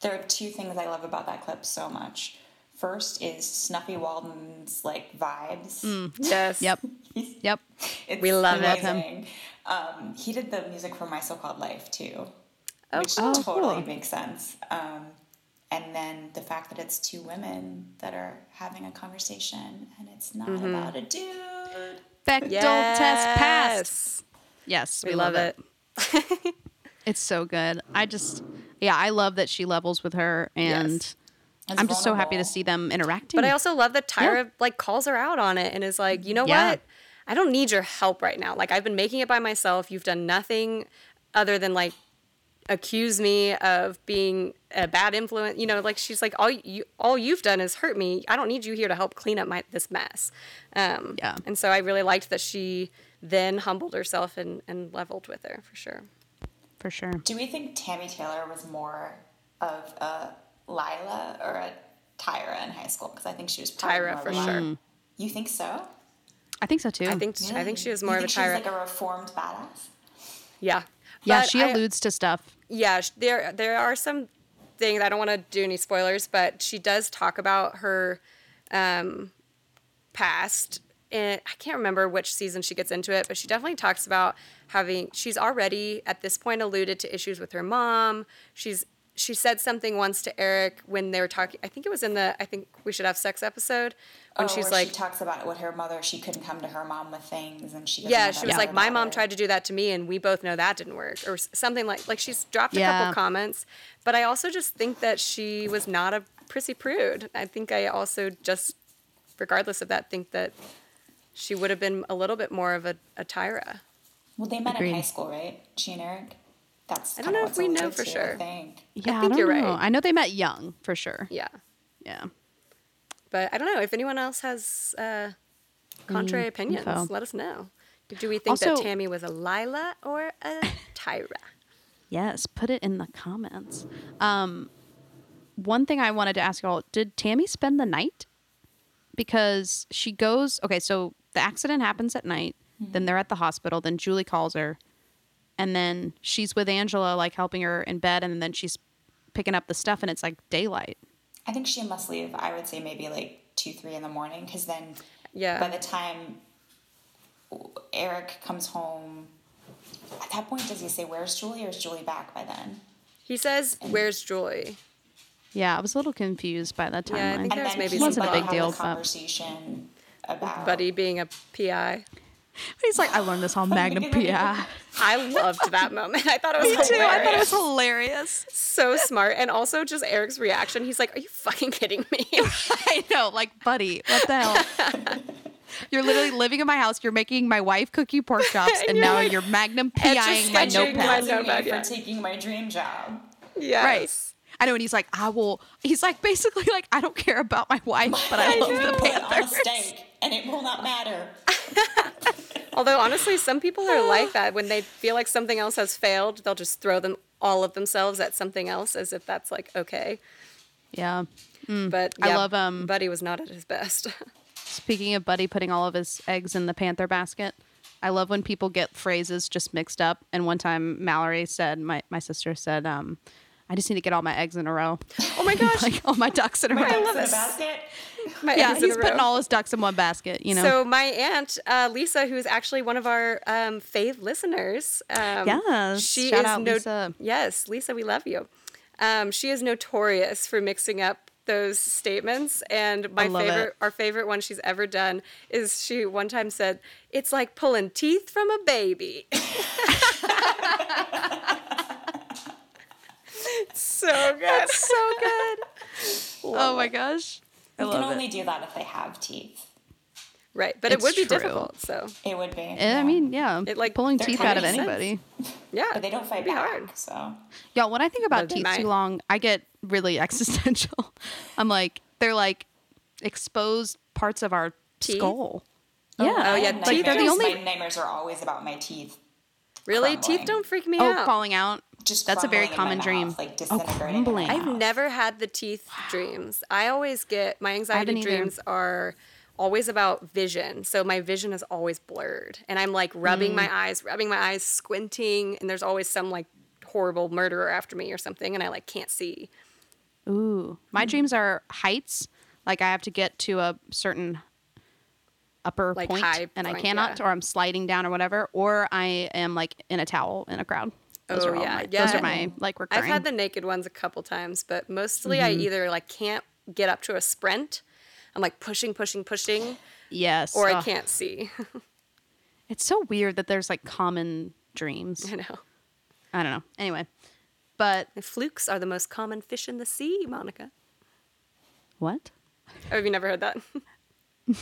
S3: There are two things I love about that clip so much. First is Snuffy Walden's like vibes.
S1: Yes.
S2: Yep. Yep.
S3: It's
S1: We love it.
S3: amazing. Um, he did the music for My So Called Life too,
S1: Oh,
S3: which
S1: cool.
S3: totally makes sense. Um, and then the fact that it's two women that are having a conversation and it's not
S1: Mm-hmm.
S2: Mhm.
S3: about a dude.
S2: Bechdel test passed. Yes, we,
S1: We love
S2: it. it's so good. I just, yeah, I love that she levels with her, and I'm just so happy to see them interacting.
S1: But I also love that
S2: Hmm. Yeah.
S1: Tyra like calls her out on it and is like, you know
S2: Yeah.
S1: what? I don't need your help right now. Like I've been making it by myself. You've done nothing other than like accuse me of being a bad influence. You know, like she's like, all you all you've done is hurt me. I don't need you here to help clean up my this mess. Um, yeah. And so I really liked that she then humbled herself and and leveled with her for sure.
S2: for sure.
S3: Do we think Tammy Taylor was more of a Lila or a Tyra in high school? Because I think she was probably
S1: Tyra
S3: more
S1: for
S3: of a
S1: sure.
S3: Lila. You think so?
S2: I think so too.
S1: I think I think she was more
S3: you
S1: of a
S3: think she was
S1: Tyra.
S3: like a reformed badass.
S1: yeah.
S2: yeah,
S1: But
S2: she
S1: I-
S2: alludes to stuff.
S1: yeah, sh- there there are some things I don't want to do any spoilers, but she does talk about her um, past. And I can't remember which season she gets into it, but she definitely talks about having. She's already at this point alluded to issues with her mom. She's she said something once to Eric when they were talking. I think it was in the I think we should have sex episode when
S3: oh,
S1: she's
S3: where
S1: like
S3: she talks about what her mother she couldn't come to her mom with things and she doesn't
S1: yeah,
S3: have
S1: she
S3: that
S1: was like, my
S3: mother that
S1: mom tried to do that to me, and we both know that didn't work, or s- something like like she's dropped a
S2: Yeah.
S1: couple comments. But I also just think that she was not a prissy prude. I think I also just, regardless of that, think that she would have been a little bit more of a, a Tyra.
S3: Well, they met
S2: Agreed.
S3: in high school, right? She and Eric. That's
S1: I don't
S3: kinda
S1: know if
S3: what's
S1: we know
S3: alluded
S1: for
S3: to, I
S1: sure.
S3: think.
S2: Yeah, I,
S1: think
S2: don't
S1: you're
S2: know.
S1: right.
S2: I know they met young for sure.
S1: Yeah,
S2: yeah.
S1: but I don't know if anyone else has uh, contrary
S2: Any
S1: opinions.
S2: Mm, info?
S1: Let us know. Do we think that
S2: Also-
S1: Tammy was a Lila or a Tyra?
S2: Yes, put it in the comments. Um, one thing I wanted to ask y'all did Tammy spend the night? Because she goes, okay, so the accident happens at night, then
S1: Hmm.
S2: they're at the hospital, then Julie calls her, and then she's with Angela, like helping her in bed, and then she's picking up the stuff, and it's like daylight.
S3: I think she must leave. I would say maybe like two, three in the morning, because then
S1: Yeah.
S3: by the time Eric comes home, at that point, does he say where's Julie or is Julie back by then?
S1: He says, "Where's Julie?"
S2: Yeah, I was a little confused by that timeline.
S1: Yeah, I think there was maybe
S2: it
S1: some
S2: wasn't a
S1: thought.
S2: big deal. But
S3: Conversation about
S1: Buddy being a PI.
S2: he's like, I learned this on Magnum PI.
S1: I loved that moment. I thought it was
S2: Me too.
S1: hilarious.
S2: I thought it was hilarious.
S1: So smart. And also just Eric's reaction. He's like, Are you fucking kidding me?
S2: I know, like, buddy, what the hell? you're literally living in my house. You're making my wife cook you pork chops, and
S1: You're
S2: now
S1: like
S2: you're magnum PIing my
S1: sketching
S2: notepad.
S1: my
S3: Sue me
S1: notepad,
S3: for
S1: yeah.
S3: taking my dream job.
S1: Yes.
S2: Right. I know, and he's like, I will. He's like, basically, like, I don't care about my wife, but I,
S3: I
S2: love
S3: know.
S2: the
S3: On a
S2: Panthers.
S3: stake, and it will not matter.
S1: Although honestly, some people are like that. When they feel like something else has failed, they'll just throw them all of themselves at something else as if that's like okay.
S2: Yeah.
S1: But
S2: I
S1: yeah,
S2: love, um,
S1: Buddy was not at his best.
S2: Speaking of Buddy putting all of his eggs in the Panther basket, I love when people get phrases just mixed up. And one time, Mallory said, my, my sister said, um, I just need to get all my eggs in a row.
S1: Oh my gosh.
S2: like, all my ducks in a row.
S3: I love
S1: this.
S3: basket.
S1: My
S2: yeah,
S1: eggs in
S2: he's
S1: a row.
S2: putting all his ducks in one basket, you know?
S1: So my aunt uh, Lisa, who is actually one of our um, fave listeners, um,
S2: Yes, shout out, Lisa.
S1: Yes, Lisa, we love you. Um, she is notorious for mixing up those statements, and my
S2: love
S1: favorite,
S2: it.
S1: our favorite one she's ever done is she one time said, "It's like pulling teeth from a baby." so good,
S2: so good. oh my gosh. I
S3: you can
S2: love
S3: only
S2: it.
S3: do that if they have teeth.
S1: right? But it
S2: It's
S1: would be
S2: true.
S1: difficult. So
S3: It would be.
S2: And Eh, I mean, yeah,
S1: It, like,
S2: pulling
S1: they're
S2: teeth
S1: kinda
S2: out of
S1: makes sense.
S2: anybody.
S1: yeah,
S3: but they don't fight
S1: be
S3: back.
S1: hard.
S3: So
S2: Y'all, when I think about
S1: Other
S2: teeth
S1: than
S2: too
S1: mine.
S2: long, I get really existential. I'm like, they're like exposed parts of our
S1: Teeth?
S2: skull.
S1: Oh,
S2: yeah.
S1: oh, yeah,
S3: And
S2: Like they're the
S3: nightmares-
S2: only
S3: My nightmares are always about my teeth.
S1: really,
S3: Crumbling.
S1: teeth don't freak me
S2: oh
S1: out.
S2: falling out.
S3: Just
S2: That's a very
S3: crumbling
S2: common
S3: in my
S2: dream.
S3: mouth, like
S2: oh,
S3: disintegrating.
S2: crumbling.
S1: I've never had the teeth dreams. I always get my anxiety
S2: haven't either.
S1: dreams are always about vision. So my vision is always blurred. And I'm like rubbing
S2: Mm.
S1: my eyes, rubbing my eyes, squinting, and there's always some like horrible murderer after me or something and I like can't see.
S2: Ooh, my
S1: Hmm.
S2: dreams are heights. Like I have to get to a certain upper
S1: Like
S2: point,
S1: high
S2: and I
S1: point,
S2: cannot,
S1: yeah.
S2: or I'm sliding down or whatever, or I am like in a towel in a crowd. Those
S1: oh
S2: are all
S1: yeah,
S2: my-
S1: yeah.
S2: Those are my like recurring.
S1: I've had the naked ones a couple times, but mostly I
S2: Mhm.
S1: either like can't get up to a sprint. I'm like pushing, pushing, pushing,
S2: yes,
S1: or I
S2: Ugh.
S1: can't see.
S2: It's so weird that there's like common dreams.
S1: I know.
S2: I don't know. Anyway, but
S1: the flukes are the most common fish in the sea, Monica.
S2: What?
S1: Oh, have you never heard that?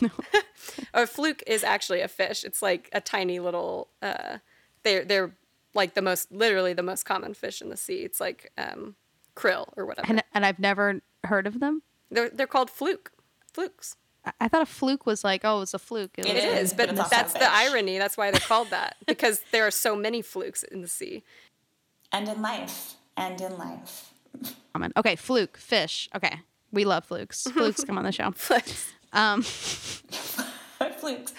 S1: No. a fluke is actually a fish. It's like a tiny little. Uh, they're they're like the most literally the most common fish in the sea. It's like um, krill or whatever.
S2: And and I've never heard of them.
S1: They're they're called fluke flukes.
S2: I, I thought a fluke was like oh, it's a fluke.
S1: It is, but
S2: it's
S1: that's the irony. That's why they're called that because there are so many flukes in the sea.
S3: And in life. And in life.
S2: common. Okay, fluke fish. Okay, we love flukes. Flukes come on the show. flukes. Um,
S3: Flukes.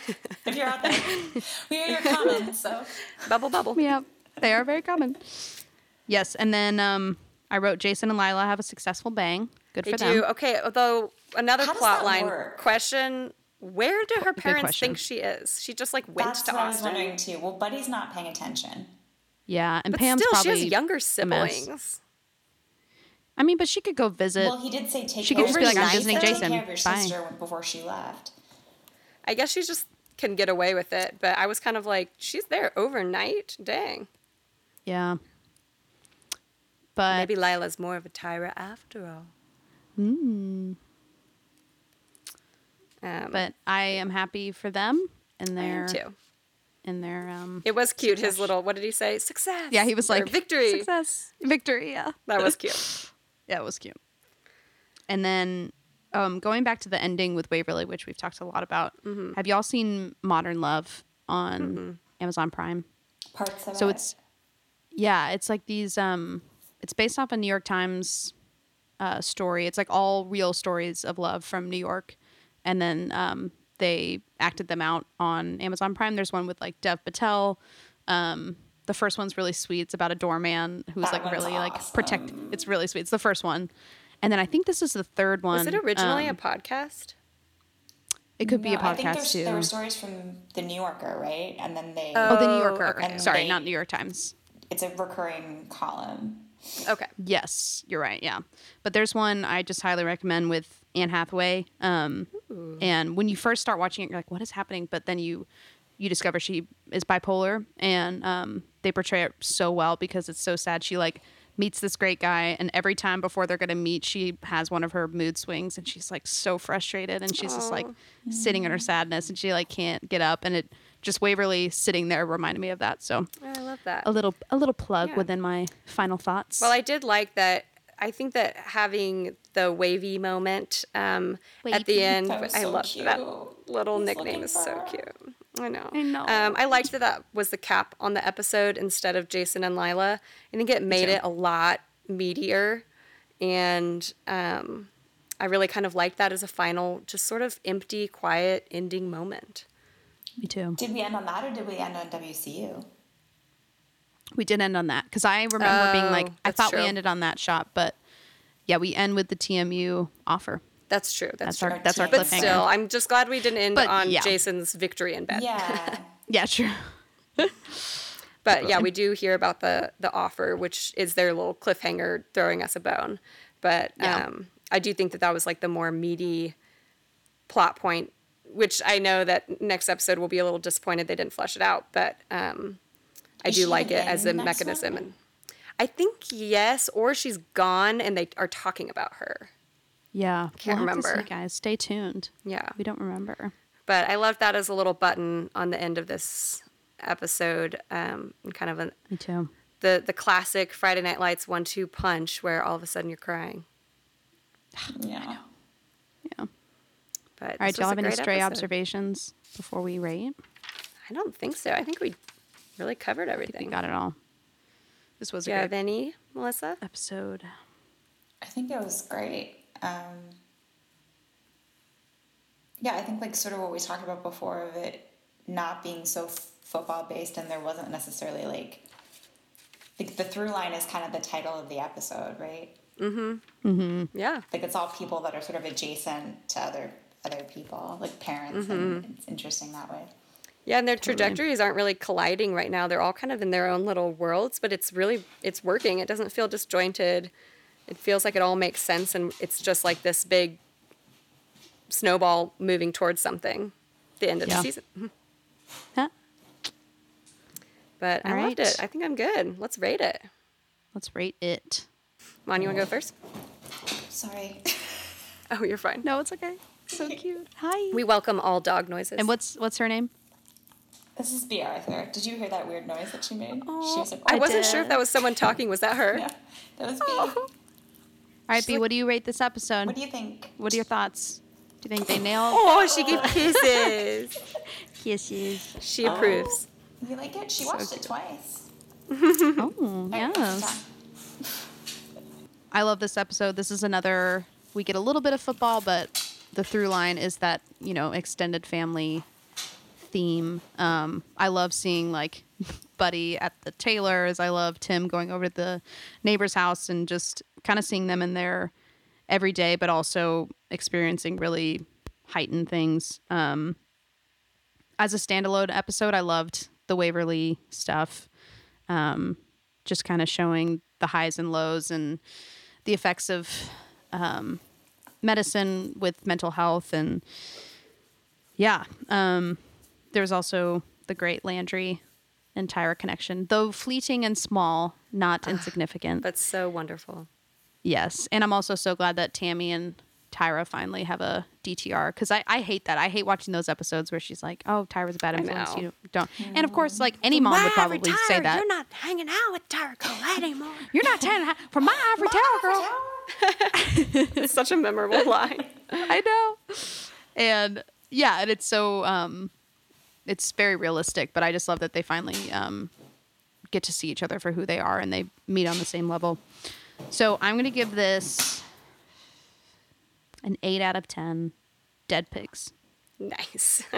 S3: If you're out there, we are your comments. So
S1: bubble bubble.
S2: Yeah, they are very common. Yes, and then um, I wrote Jason and Lila have a successful bang. Good
S1: They
S2: for
S1: do.
S2: them.
S1: Okay, although another
S2: How does
S1: plot
S2: that
S1: line
S2: work?
S1: question where do her parents
S2: question.
S1: think she is? She just like went
S3: that's
S1: to
S3: what I was
S1: Austin.
S3: wondering too. Well, Buddy's not paying attention.
S2: Yeah, and
S1: But
S2: Pam's
S1: still, she
S2: probably
S1: has younger
S2: a mess.
S1: siblings.
S2: I mean, but she could go visit.
S3: well, he did say take.
S2: She
S3: care
S2: could just be
S3: of
S2: like, I'm
S3: your
S2: visiting
S3: sister.
S2: Jason.
S3: Take care of your
S2: Bye.
S3: sister when- before she left.
S1: I guess she just can get away with it, but I was kind of like, she's there overnight. Dang.
S2: Yeah. But
S1: Maybe Lila's more of a Tyra after all.
S2: Mm.
S1: Um,
S2: but I am happy for them and
S1: I
S2: their
S1: am too.
S2: and their um
S1: It was cute. His little what did he say? Success.
S2: Yeah, he was
S1: or
S2: like,
S1: victory.
S2: Success. Victory, yeah.
S1: That was cute.
S2: yeah, it was cute. And then um going back to the ending with Waverly, which we've talked a lot about.
S1: Mhm.
S2: Have y'all seen Modern Love on
S1: Mm-hmm.
S2: Amazon Prime?
S3: Parts of
S2: so
S3: it.
S2: it's yeah it's like these um it's based off a new york times uh, story it's like all real stories of love from new york and then um, they acted them out on amazon prime there's one with like dev patel um, the first one's really sweet it's about a doorman who's
S1: That
S2: like
S1: one's
S2: really like protect it's really sweet it's the first one and then i think this is the third one
S1: Was it originally
S2: um,
S1: a podcast?
S2: it could be a
S3: No, Oh, I think
S2: podcast
S3: there's,
S2: too
S3: there were stories from the New Yorker, right? And then they.
S2: oh the new yorker
S3: and
S2: sorry
S3: they-
S2: not new york times
S3: It's a recurring column.
S1: Okay.
S2: Yes, you're right. Yeah. But there's one I just highly recommend with Anne Hathaway. Um,
S1: Ooh.
S2: and when you first start watching it, you're like, what is happening? But then you you discover she is bipolar and um, they portray it so well because it's so sad. She like meets this great guy and every time before they're gonna meet, she has one of her mood swings and she's like so frustrated and she's just like
S1: Aw.
S2: sitting
S1: Oh.
S2: in her sadness and she like can't get up and it just Waverly sitting there reminded me of that. So
S1: I love that.
S2: a little a little plug
S1: Yeah.
S2: within my final thoughts.
S1: Well, I did like that. I think that having the wavy moment um, at the
S2: Wavy.
S1: end,
S2: That was
S1: I
S2: so
S1: love that
S2: cute.
S1: little
S2: He's
S1: nickname
S2: looking
S1: is
S2: for
S1: so
S2: her.
S1: cute. I know.
S2: I know.
S1: Um, I liked that that was the cap on the episode instead of Jason and Lila. I think it made
S2: too.
S1: it a lot meatier, and um, I really kind of liked that as a final, just sort of empty, quiet ending moment.
S2: Me too.
S3: Did we end on that, or did we end on WCU?
S2: We did end on that because I remember being like,
S1: Oh,
S2: I
S1: that's
S2: thought
S1: true.
S2: we ended on that shot, but yeah, we end with the TMU offer.
S1: That's true. That's,
S2: That's our-
S1: true.
S2: that's our
S1: But
S2: cliffhanger.
S1: still, I'm just glad we didn't end
S2: But,
S1: on
S2: yeah.
S1: Jason's victory in bed.
S3: Yeah.
S2: Yeah, sure.
S1: But yeah, we do hear about the the offer, which is their little cliffhanger throwing us a bone. But
S2: Yeah.
S1: um, I do think that that was like the more meaty plot point, which I know that next episode will be a little disappointed they didn't flesh it out. But um, I
S2: Is
S1: do
S2: she
S1: like it
S2: in
S1: as
S2: the
S1: a
S2: next
S1: mechanism. And I think yes, or she's gone and they are talking about her.
S2: Yeah,
S1: Can't
S2: we'll have to see,
S1: remember.
S2: guys, stay tuned.
S1: Yeah.
S2: we don't remember.
S1: But I love that as a little button on the end of this episode, um, and kind of an,
S2: Me too.
S1: the the classic Friday Night Lights one two punch where all of a sudden you're crying.
S3: Yeah.
S2: Yeah.
S1: But
S2: All right,
S1: this
S2: do y'all
S1: was
S2: have
S1: a
S2: any
S1: great
S2: stray
S1: episode.
S2: observations before we rate?
S1: I don't think so. I think we really covered
S2: We
S1: everything.
S2: got it all. This was
S1: Do
S2: a
S1: you have
S2: great Um,
S1: any, Melissa?
S2: episode.
S3: I think it was great. Um, yeah, I think like sort of what we talked about before of it not being so football based, and there wasn't necessarily like like the through line is kind of the title of the episode, right?
S1: Mm-hmm.
S2: Mm-hmm.
S1: Yeah.
S3: Like it's all people that are sort of adjacent to other other people, like parents, and it's interesting that way.
S1: Yeah, and their trajectories aren't really colliding right now. They're all kind of in their own little worlds, but it's really it's working. It doesn't feel disjointed. It feels like it all makes sense and it's just like this big snowball moving towards something. The end of
S2: Yeah.
S1: the season.
S2: Huh?
S1: But I
S2: All
S1: loved
S2: right.
S1: it. I think I'm good. Let's rate it.
S2: Let's rate it.
S1: Mon, you want to go first?
S3: Sorry.
S1: Oh, you're fine.
S2: No, it's okay. So cute. Hi.
S1: We welcome all dog noises.
S2: And what's what's her name?
S3: This is B. Arthur. Did you hear that weird noise that she made? she was Oh. like,
S1: I
S3: "Oh."
S1: wasn't sure if that was someone talking. Was that her?
S3: No, that was B.
S2: All right, B. what do you rate this episode? What
S3: do you think?
S2: What are your thoughts? Do you think they nailed?
S1: Oh, she gave kisses.
S2: Kisses.
S1: She approves.
S3: You like it? She watched it twice.
S2: oh,
S3: All right,
S2: yes. I love this episode. This is another we get a little bit of football, but the through line is that, you know, extended family theme. Um, I love seeing like Buddy at the Taylors. I love Tim going over to the neighbor's house and just kind of seeing them in their everyday, but also experiencing really heightened things. Um, as a standalone episode, I loved the Waverly stuff. Um, just kind of showing the highs and lows and the effects of um, medicine with mental health. And yeah, um, there's also the great Landry and Tyra connection, though fleeting and small, not insignificant.
S1: But so wonderful.
S2: Yes. And I'm also so glad that Tammy and Tyra finally have a DTR because I, I hate that. I hate watching those episodes where she's like, oh, Tyra's a bad
S1: I
S2: influence.
S1: know.
S2: You don't. And of course, like any mom would probably say that.
S1: You're not hanging out with Tyra Cole anymore.
S2: You're not telling from my ivory tower, girl.
S1: it's such a memorable line.
S2: I know. And yeah, and it's so um it's very realistic, but I just love that they finally um get to see each other for who they are and they meet on the same level. So I'm gonna give this an eight out of ten. Dead pigs.
S1: Nice.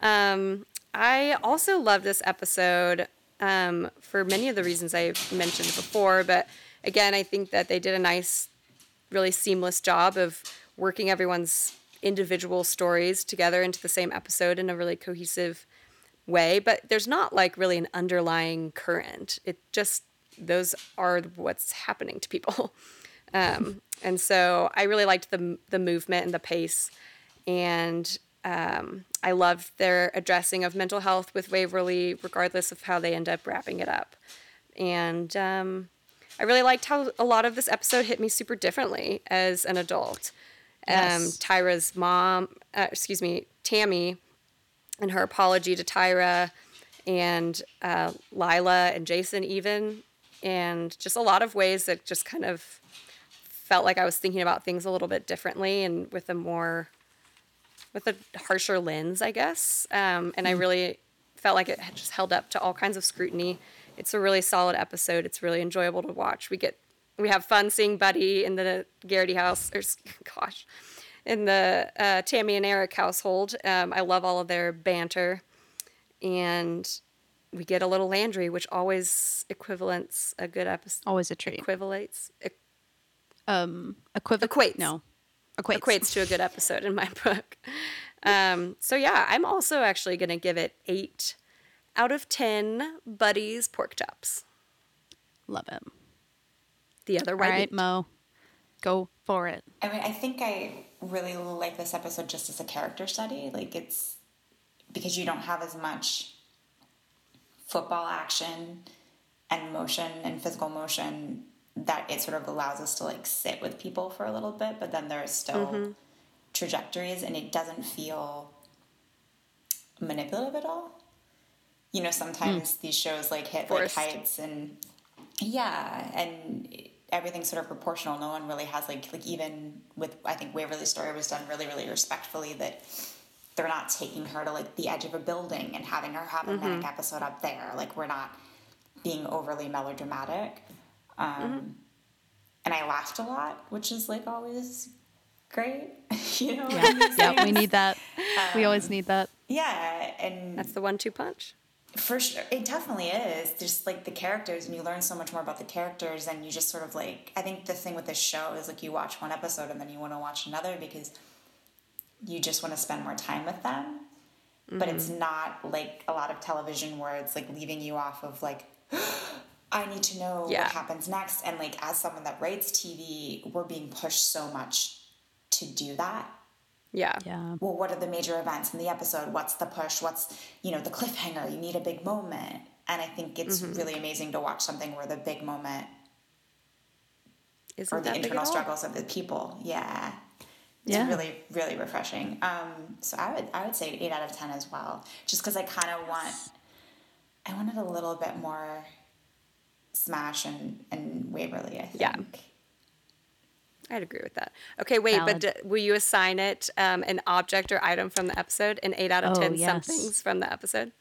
S1: um, I also love this episode um, for many of the reasons I mentioned before, but again, I think that they did a nice, really seamless job of working everyone's individual stories together into the same episode in a really cohesive way. But there's not like really an underlying current. It just those are what's happening to people. Um, and so I really liked the the movement and the pace and um, I loved their addressing of mental health with Waverly, regardless of how they end up wrapping it up. And um, I really liked how a lot of this episode hit me super differently as an adult. Um,
S2: Yes.
S1: Tyra's mom, uh, excuse me, Tammy, and her apology to Tyra and uh, Lila and Jason, even, and just a lot of ways that just kind of felt like I was thinking about things a little bit differently and with a more with a harsher lens, I guess. Um, and I really felt like it had just held up to all kinds of scrutiny. It's a really solid episode. It's really enjoyable to watch. We get we have fun seeing Buddy in the Garrity house, or s- gosh, in the uh, Tammy and Eric household. Um, I love all of their banter, and we get a little Landry, which always equivalents a good e, episode.
S2: Always a treat.
S1: Equivalates. equ-
S2: Um equiv-
S1: Equates.
S2: No. Equates.
S1: equates to a good episode in my book. Um, so yeah, I'm also actually going to give it eight out of ten. Buddies pork chops.
S2: Love it.
S1: The other
S2: All
S1: way.
S2: right, Mo. Go for it.
S3: I mean, I think I really like this episode just as a character study. Like, it's because you don't have as much football action and motion and physical motion that it sort of allows us to like sit with people for a little bit, but then there's still
S1: Mhm.
S3: trajectories and it doesn't feel manipulative at all. You know, sometimes these shows like hit
S1: Forced.
S3: like heights and yeah, and everything's sort of proportional. No one really has like like even with I think Waverly's story was done really really respectfully that they're not taking her to like the edge of a building and having her have a
S1: Mhm.
S3: manic episode up there. Like we're not being overly melodramatic. Um, And I laughed a lot, which is like always great. you know,
S2: Yeah. yeah, we need that. we always
S3: Um,
S2: need that.
S3: yeah, and
S1: That's the one-two punch.
S3: for sure, it definitely is. Just like the characters, and you learn so much more about the characters, and you just sort of like. I think the thing with this show is like you watch one episode and then you want to watch another because you just want to spend more time with them. but it's
S1: Mm-hmm.
S3: not like a lot of television where it's like leaving you off of like I need to know
S1: Yeah.
S3: what happens next and like as someone that writes TV, we're being pushed so much to do that.
S1: Yeah.
S2: Yeah.
S3: Well, what are the major events in the episode? What's the push? What's, you know, the cliffhanger? You need a big moment. And I think it's
S1: Mhm.
S3: really amazing to watch something where the big moment
S1: Isn't
S3: or
S1: that
S3: the
S1: big at
S3: internal
S1: all?
S3: struggles of the people. Yeah. It's
S1: Yeah.
S3: really, really refreshing. Um, so I would I would say eight out of ten as well. Just because I kinda want I wanted a little bit more smash and, and Waverly, I think. Yeah.
S1: I'd agree with that. Okay, wait,
S3: Valid.
S1: but d- will you assign it um, an object or item from the episode? An eight out of
S2: Oh,
S1: ten
S2: yes.
S1: somethings from the episode.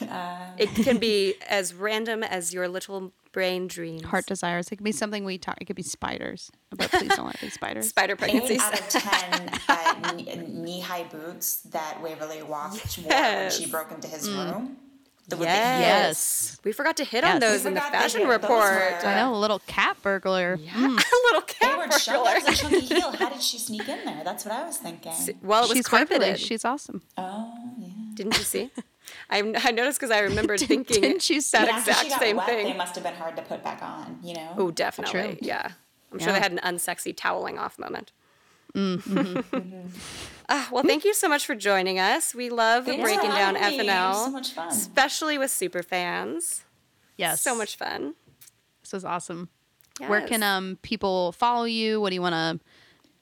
S3: Um,
S1: it can be as random as your little brain dreams.
S2: Heart desires. It could be something we talk. It could be spiders, but please don't let it be spiders.
S1: Spider
S3: Eight out of ten uh, knee- knee-high boots that Waverly walked wore when she
S1: Yes.
S3: broke into his
S1: Mm.
S3: room.
S1: Yes.
S3: with the heels.
S1: We forgot to hit
S2: Yes.
S1: on those
S2: We
S1: in the
S2: forgot to
S1: fashion
S2: hit-
S1: report.
S2: those were- I know, a little cat burglar. Yeah.
S1: little cat
S3: they were chunk- that was a chunky heel. How did she sneak in there? That's what I was thinking.
S1: Well, it was
S2: She's
S1: carpeted.
S2: fabulous. She's awesome.
S3: Oh, yeah.
S1: Didn't you see? I, I noticed because I remembered thinking
S2: didn't you see?
S1: that
S3: And after she
S1: exact
S3: got
S1: same
S3: wet,
S1: thing.
S3: They must have been hard to put back on, you know.
S1: Oh, definitely. Yeah. I'm sure they
S3: Yeah.
S1: had an unsexy toweling off moment.
S2: Mm-hmm.
S1: Ah, well, thank you so much for joining us. We love
S2: Thanks for
S1: breaking down
S2: having me.
S1: FNL.
S2: So much fun.
S1: Especially with super fans.
S2: Yes.
S1: So much fun.
S2: This is awesome. Where can
S1: Yes.
S2: um people follow you? What do you want to,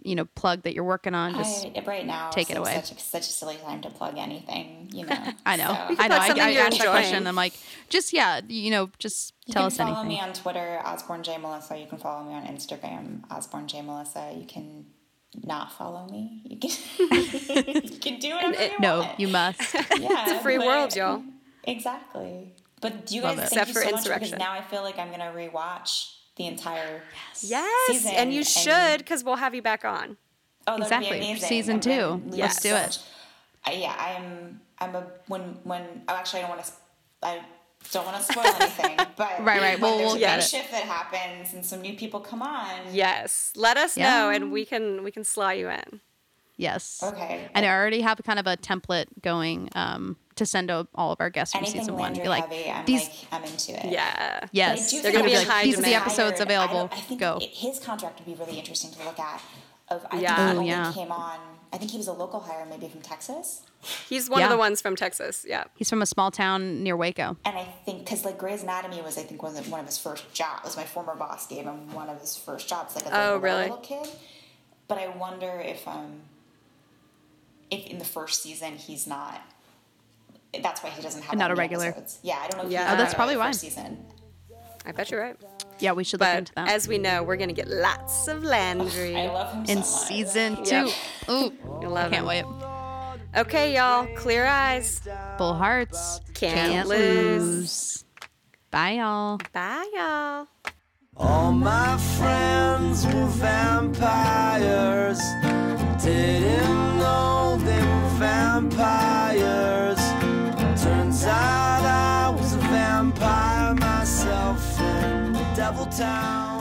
S2: you know, plug that you're working on? Just
S3: I, right now,
S2: take it
S3: seems
S2: away.
S3: Such a, such a silly time to plug anything, you know.
S2: I know.
S3: so- We can
S2: I know.
S3: plug
S2: I,
S3: something
S2: I
S3: you're
S2: asked that
S3: enjoying.
S2: question. I'm like, just yeah, you know, just
S3: You
S2: tell
S3: can
S2: us
S3: follow
S2: anything.
S3: me on Twitter, Osborne J Melissa. You can follow me on Instagram, Osborne J Melissa. You can not follow me. You can you can do whatever you want.
S2: no, you must.
S3: Yeah,
S1: uh, It's a free
S3: but-
S1: world, y'all.
S3: Exactly. But you
S1: Love
S3: guys,
S1: it. Except
S3: thank you
S1: for
S3: so much because
S1: Insurrection.
S3: now I feel like I'm gonna rewatch the entire
S1: Yes.
S3: season,
S1: and you should because we'll have you back on.
S3: Oh, that'd be
S2: Exactly.
S3: amazing.
S2: Season
S3: And then-
S2: two. Let's do it.
S3: I, yeah, I am. I'm a when when. Oh, actually, I don't want to. I don't want to spoil anything. But
S2: Right, right.
S3: when
S2: We'll-
S3: there's
S2: we'll
S3: a
S2: get
S3: big
S2: it.
S3: shift that happens, and some new people come on.
S1: Yes. Let us
S2: Yeah.
S1: know and we can we can slaw you in.
S2: Yes.
S3: Okay.
S2: And I already have kind of a template going um, to send to all of our guests from
S3: Anything
S2: season one.
S3: Landry
S2: Be like,
S3: heavy, I'm
S2: these,
S3: like, I'm into it.
S1: Yeah.
S2: yes,
S3: But I do
S2: they're gonna
S3: think
S2: be
S3: I'm
S2: like, these are the
S3: hired.
S2: episodes
S3: I don't-
S2: available.
S3: I think
S2: Go.
S3: it- his contract would be really interesting to look at. Of I
S1: Yeah.
S3: think he
S1: Oh,
S3: only
S2: yeah.
S3: came on. I think he was a local hire, maybe from Texas.
S1: He's one of
S2: Yeah.
S1: the ones from Texas. Yeah.
S2: He's from a small town near Waco.
S3: And I think because like Grey's Anatomy was, I think one of, one of his first jobs. My former boss gave him one of his first jobs, like as a
S1: Oh,
S3: little,
S1: really?
S3: little kid. But I wonder if um if in the first season he's not. That's why he doesn't have
S2: Not
S3: that
S2: a
S3: many
S2: regular.
S3: episodes. Yeah, I don't know. If
S1: Yeah.
S3: he's
S1: Oh, that's
S3: not
S1: probably
S3: in the
S1: why.
S3: First season.
S1: I bet you're right.
S2: Yeah, we should look
S1: But
S2: into that.
S1: as we know, we're gonna get lots of Landry.
S3: I love him
S2: in
S3: so much.
S2: season
S1: Yeah.
S2: two. Ooh,
S1: I love him.
S2: can't wait.
S1: Okay, y'all. Clear eyes.
S2: Bull hearts
S1: Can't lose.
S2: Bye, y'all.
S1: Bye, y'all.
S16: All my friends were vampires. Didn't know they were vampires. Turns out I was a vampire myself in Devil Town.